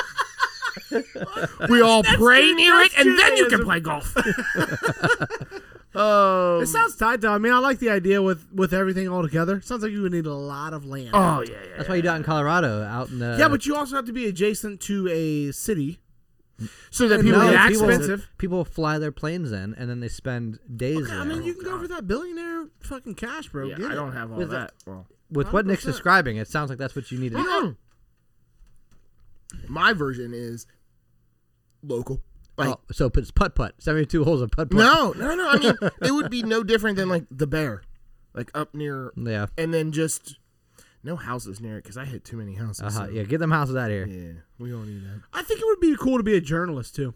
A: we all pray near it, and then you can play golf. um,
B: It sounds tight though. I mean, I like the idea with with everything all together. Sounds like you would need a lot of land.
A: oh yeah, yeah.
C: That's why you do it in Colorado, out in the
B: yeah, but you also have to be adjacent to a city.
A: So that
B: And
A: people
B: no,
A: get
B: it's
A: access.
B: people-
A: to it.
B: expensive.
C: people fly their planes in, and then they spend days.
B: Okay,
C: there.
B: I mean, you can go for that billionaire fucking cash, bro.
A: Yeah,
B: Get
A: I
B: it.
A: don't have all
C: With
A: that. Well.
C: With what Nick's
B: 100%.
C: describing, it sounds like that's what you need to do.
A: Mm-mm. My version is local. Like
C: oh, so it's putt putt. Seventy-two holes of putt putt.
A: no, no, no. I mean, it would be no different than like the bear, like up near,
C: Yeah. Uh-huh.
A: and then just no houses near it because I hit too many houses.
C: Uh-huh.
A: so-
C: Yeah. Get them houses out of here.
A: yeah, we don't need that.
B: I think it would be cool to be a journalist too.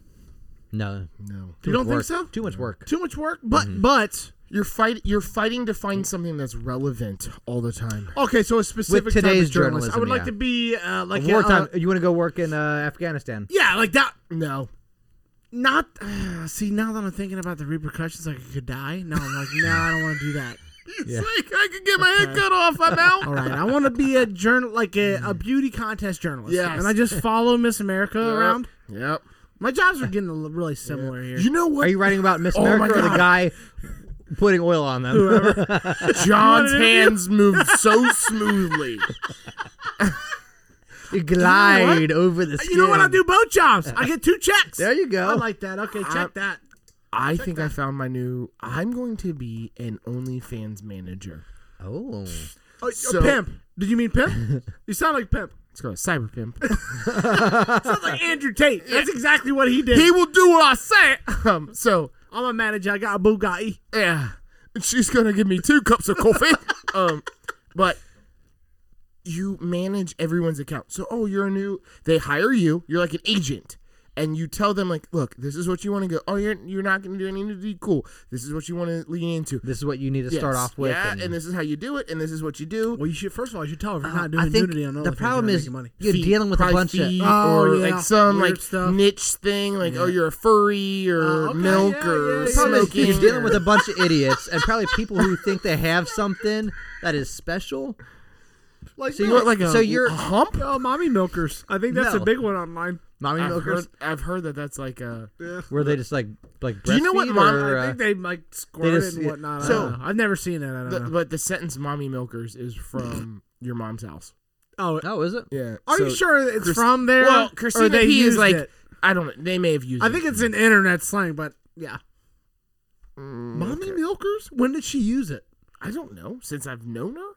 C: No.
A: No,
B: You
C: much
B: don't think
C: work.
B: so?
C: Too much work.
B: Too much work, but but
A: you're fight. You're fighting to find something that's relevant all the time.
B: okay. So a specific type
C: today's
B: of journalist. I
C: journalism,
B: would like
C: yeah.
B: to be uh, like a,
C: Wartime.
B: uh,
C: you want to go work in uh, Afghanistan?
B: yeah, like that.
A: No,
B: Not uh, see now that I'm thinking about the repercussions, like I could die. No, I'm like, no, I don't want to do that.
A: It's like I could get my head cut off. I'm out.
B: All right, I want to be a journal, like a, a beauty contest journalist.
A: Yes.
B: and I just follow Miss America around.
A: Yep.
B: My jobs are getting a li- really similar here.
A: You know what?
C: Are you writing about Miss
A: Oh my
C: America or the
A: God.
C: guy putting oil on them?
A: John's hands moved so smoothly.
C: You glide over the skin.
B: You know what? I do both jobs. I get two checks.
C: There you go.
B: I like that. Okay, check
A: I-
B: that.
A: I think I found my new. I'm going to be an OnlyFans manager.
C: oh,
B: Oh,
A: So-
B: a pimp. Did you mean pimp? you sound like pimp.
A: Let's go, cyber pimp.
B: Sounds like Andrew Tate. That's exactly what he did.
A: he will do what I say. Um, so
B: I'm a manager. I got a Bugatti.
A: yeah, she's gonna give me two cups of coffee. um, but you manage everyone's account. So oh, you're a new. They hire you. You're like an agent. And you tell them like, look, this is what you want to go. Oh, you're you're not going to do anything to be cool. This is what you want to lean into.
C: this is what you need to start
A: Yes.
C: off with.
A: Yeah,
C: and-
A: and this is how you do it, and this is what you do.
B: Well, you should first of all, you should tell her if you're
C: Uh,
B: not doing
C: I think
B: nudity on
C: the
B: OnlyFans,
C: problem
B: you're not
C: is
B: making money.
C: you're
A: feet,
C: dealing with a
A: probably
C: bunch
A: feet,
C: of.
B: Oh,
A: or
B: yeah.
A: like some
B: Weird
A: like
B: stuff.
A: niche thing, like oh you're a furry or
C: Oh,
B: okay,
A: milk
B: yeah,
A: or
B: yeah, yeah.
C: Problem is
A: smoking.
C: You're dealing
A: or-
C: with a bunch of idiots and probably people who think they have something that is special.
B: Like,
C: So
A: you
C: you're
A: want like a,
C: so you're
A: a hump.
B: oh, mommy milkers. I think that's
C: No.
B: a big one online.
C: mommy
A: I've
C: milkers.
A: heard, I've heard that that's like a
C: Were they just like like?
A: Do you know what
C: breastfeed
A: mom-
C: or,
B: I
C: uh,
B: think they like squirt
C: just-
B: and whatnot. I
A: So-
B: don't know. I've never seen it. I don't
A: the,
C: Uh-huh.
B: know.
A: but the sentence "mommy milkers" is from your mom's house.
B: Oh,
C: Oh, is it?
A: Yeah.
B: are you
A: so-
B: sure it's
A: Chris-
B: from there?
A: Well,
B: or
A: Christina
B: they
A: P is
B: used
A: like
B: it?
A: I don't. know. They may have used.
B: I think
A: it.
B: it's an internet slang, but yeah.
A: Mm,
B: Mommy
A: okay.
B: milkers? When did she use it?
A: I don't know. Since I've known her,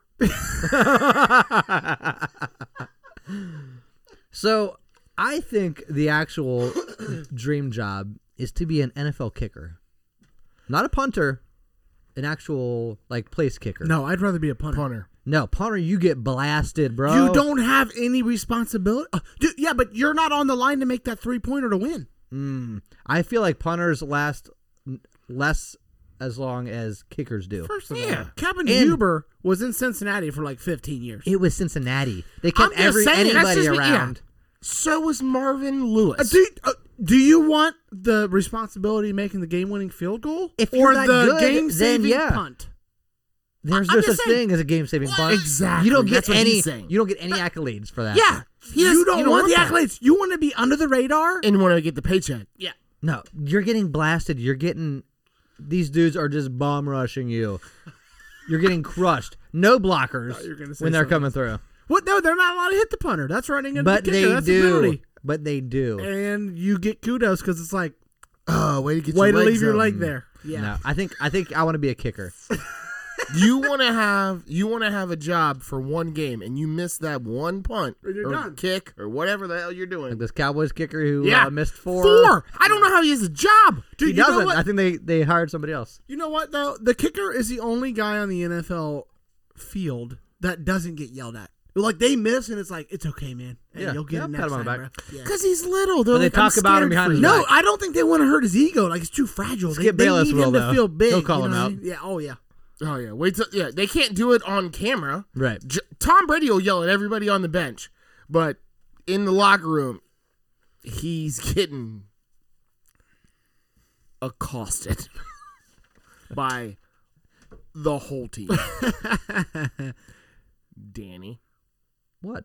C: so I think the actual dream job is to be an NFL kicker, not a punter, an actual like place kicker.
B: No, I'd rather be a punter.
A: punter.
C: no punter, you get blasted, bro.
B: You don't have any responsibility. Uh, dude, yeah, but you're not on the line to make that three pointer to win.
C: Mm. I feel like punters last n- less as long as kickers do.
B: First of
A: Yeah.
B: all, Kevin
C: And-
B: Huber was in Cincinnati for like 15 years.
C: It was Cincinnati. They
A: I'm
C: kept
A: just
C: every
A: saying, that's
C: anybody
A: just me- yeah.
C: around.
A: So was Marvin Lewis.
B: Uh, do, uh, do you want the responsibility of making the game winning field goal?
C: If
B: or
C: you're that
B: the
C: good,
B: game
C: then
B: saving
C: yeah.
B: punt?
C: There's
B: I'm
C: no
B: just
C: such
B: saying-
C: thing as a game saving punt.
A: Exactly.
C: You don't get
A: That's what
C: any.
A: he's saying.
C: You don't get any accolades for that.
B: Yeah.
A: He doesn't-
B: you, don't
A: you don't
B: want,
A: want
B: the
A: that.
B: accolades. You want to be under the radar?
A: and want to get the paycheck.
B: yeah.
C: No, you're getting blasted. You're getting these dudes are just bomb rushing you. You're getting crushed. No blockers
B: you're gonna say
C: when they're
B: something.
C: coming through.
B: What? No, they're not allowed to hit the punter. That's running into
C: But
B: the kicker.
C: they
B: That's a
C: do.
B: penalty. Eh,
C: But they do.
B: And you get kudos because it's like,
A: Oh, way to get
B: way
A: your
B: to
A: legs
B: leave your
A: up.
B: leg there. Yeah.
C: No, I think I think I want to be a kicker.
A: you want to have you want to have a job for one game and you miss that one punt
B: Or you're done.
A: kick or whatever the hell you're
C: Like
A: doing.
C: this Cowboys kicker who
A: Yeah.
C: uh, missed four.
A: Four. I don't know how he has a job.
C: He
B: Dude, you know
C: doesn't.
B: what?
C: I think they they hired somebody else.
B: You know what though? The kicker is the only guy on the NFL field that doesn't get yelled at. Like they miss, and it's like it's okay, man. Hey,
C: Yeah.
B: you'll get
C: Yeah,
B: it
C: pat
B: next
C: him
B: time,
C: on the
B: bro.
C: back.
B: Yeah.
A: Because he's little. They're
C: But they
A: like, I'm
C: talk about
A: scared
C: him behind
A: for
C: his
A: you.
C: back.
B: No, I don't think they want to hurt his ego. Like it's too fragile. They,
C: Skip
B: they
C: Bayless
B: need
C: will,
B: him to
C: though.
B: feel big.
C: He'll call
B: you
C: him
B: know what I
C: out.
B: mean? Yeah. Oh yeah.
A: Oh yeah. Wait. Till, yeah. They can't do it on camera.
C: Right.
A: J- Tom Brady will yell at everybody on the bench, but in the locker room, he's getting accosted by the whole team. Danny,
C: What?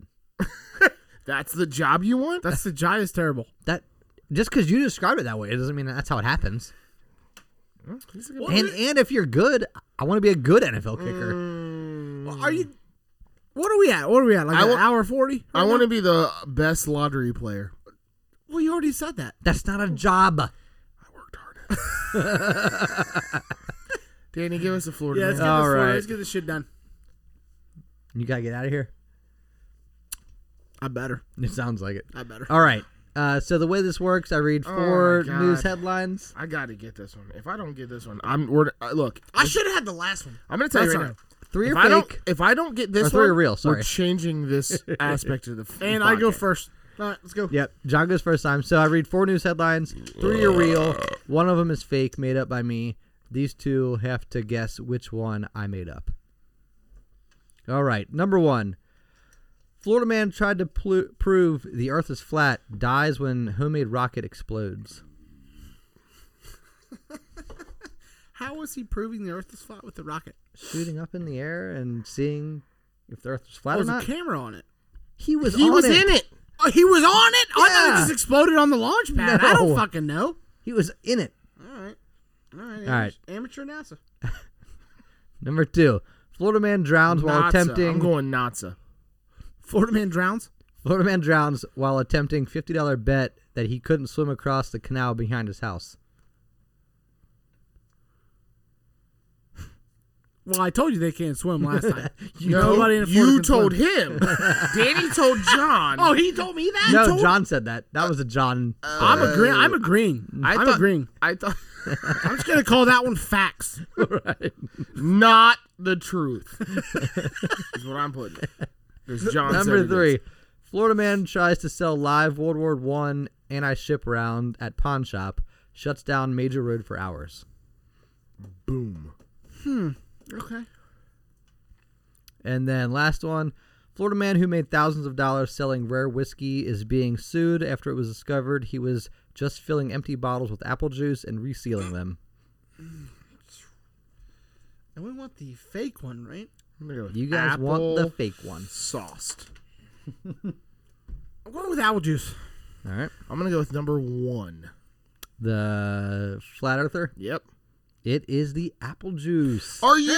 A: that's the job you want?
B: That's the giant is terrible.
C: That just because you described it that way, it doesn't mean that's how it happens.
A: He's a good-
C: And and if you're good, I want to be a good NFL kicker.
B: Mm. Are you? What are we at? What are we at? Like
A: I
B: an
A: wa-
B: hour forty?
A: I want to be the best lottery player.
B: Well, you already said that.
C: That's not a job.
A: Danny, give us a Florida
B: Yeah. Let's
A: man.
B: get,
C: All
B: this one-
C: right.
B: let's get this shit done.
C: You gotta get out of here.
B: I better.
C: It sounds like it.
B: I better.
C: All right. Uh, so the way this works, I read
A: Oh
C: four
A: my God.
C: news headlines.
A: I got to get this one. If I don't get this one, I'm we're, uh, look.
B: I should have had the last one.
A: I'm gonna tell you
B: That's
A: right
B: all
A: now.
C: Three
A: If
C: are
A: I don't,
C: fake.
A: if I don't get
C: Or
A: this
C: three
A: one,
C: are real,
A: we're
C: sorry.
A: changing this aspect of the. f-
B: And I go
A: podcast.
B: first. All right, let's go.
C: Yep. John goes first time. So I read four news headlines. Three are real. One of them is fake, made up by me. These two have to guess which one I made up. All right. Number one. Florida man tried to plu prove the Earth is flat. Dies when homemade rocket explodes.
B: How was he proving the Earth is flat with the rocket?
C: shooting up in the air and seeing if the Earth was flat
B: There
C: or
B: was Oh, a
C: not.
B: camera on it.
C: He was
A: He
C: on
A: was
C: it.
A: in it.
B: Oh, he was on it. I thought
C: Yeah.
B: it just exploded on the launch pad. I
C: No.
B: don't fucking know.
C: He was in it.
B: All right, all right,
C: All right.
B: amateur NASA.
C: Number two, Florida man drowns while
A: Natsa.
C: attempting.
A: I'm going Natsa.
B: Florida man drowns.
C: Florida man drowns while attempting fifty dollar bet that he couldn't swim across the canal behind his house.
B: Well, I told you they can't swim last time.
A: No,
B: Nobody in Florida
A: you
B: can swim.
A: told him. Danny told John.
B: Oh, he told me that.
C: no,
B: Told-
C: John said that. That was a John.
A: Uh,
B: I'm agreeing. I'm agreeing.
A: I
B: I am
A: thought-
B: agreeing.
A: I thought
B: I'm just gonna call that one facts.
C: right.
A: not the truth. is what I'm putting. Because John
C: Number
A: said it
C: three,
A: is.
C: Florida man tries to sell live World War One anti-ship round at pawn shop, shuts down major road for hours.
A: Boom.
B: Okay.
C: And then last one, Florida man who made thousands of dollars selling rare whiskey is being sued after it was discovered he was just filling empty bottles with apple juice and resealing them.
B: And we want the fake one, right?
A: I'm gonna go with
C: You guys want the
A: apple
C: fake one.
A: sauced.
B: I'm going with apple juice.
C: All right.
A: I'm gonna go with number one.
C: The flat earther.
A: Yep.
C: It is the apple juice.
A: Are you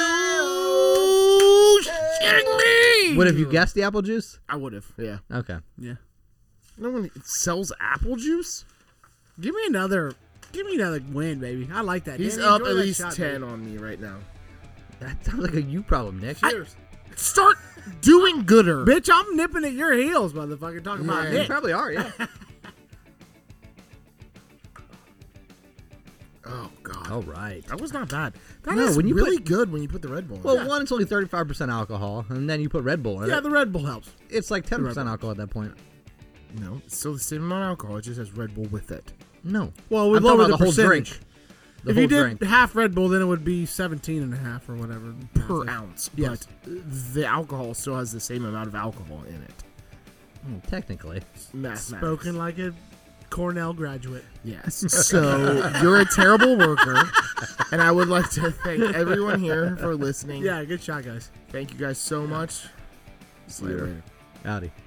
A: shitting me?
C: Would have you guessed the apple juice?
A: I would have. Yeah.
C: Okay.
B: Yeah.
A: No one sells apple juice.
B: Give me another. Give me another win, baby. I like that.
A: He's
B: Danny,
A: up
B: enjoy
A: at
B: that
A: least
B: shot,
A: ten
B: baby.
A: on me right now.
C: That sounds like a you problem, Nick.
B: Cheers.
A: Start doing gooder.
B: Bitch, I'm nipping at your heels, motherfucker. Talking about
A: Yeah.
B: Nick.
C: probably are, yeah.
A: Oh god.
C: All right.
A: That was not bad. That
C: No,
A: is
C: when you
A: really good when you put the Red Bull. in.
C: Well, one, it's only 35% alcohol, and then you put Red Bull in
B: Yeah,
C: it.
B: the Red Bull helps.
C: It's like 10% alcohol at that point.
A: No, it's still the same amount of alcohol. It just has Red Bull with it.
C: No.
B: Well, we
C: I'm talking
B: lowered the,
C: about the whole
B: percentage.
C: drink. The
B: if
C: whole
B: you did
C: drink.
B: half Red Bull, then it would be 17 and a half or whatever.
A: per ounce.
B: Yes.
A: But the alcohol still has the same amount of alcohol in it.
C: Hmm, Technically.
A: Mathematics.
B: Spoken like a Cornell graduate.
A: Yes. So you're a terrible worker. And I would like to thank everyone here for listening.
B: Yeah, good shot, guys.
A: Thank you guys so much. See you
C: Later.
A: later.
C: Howdy.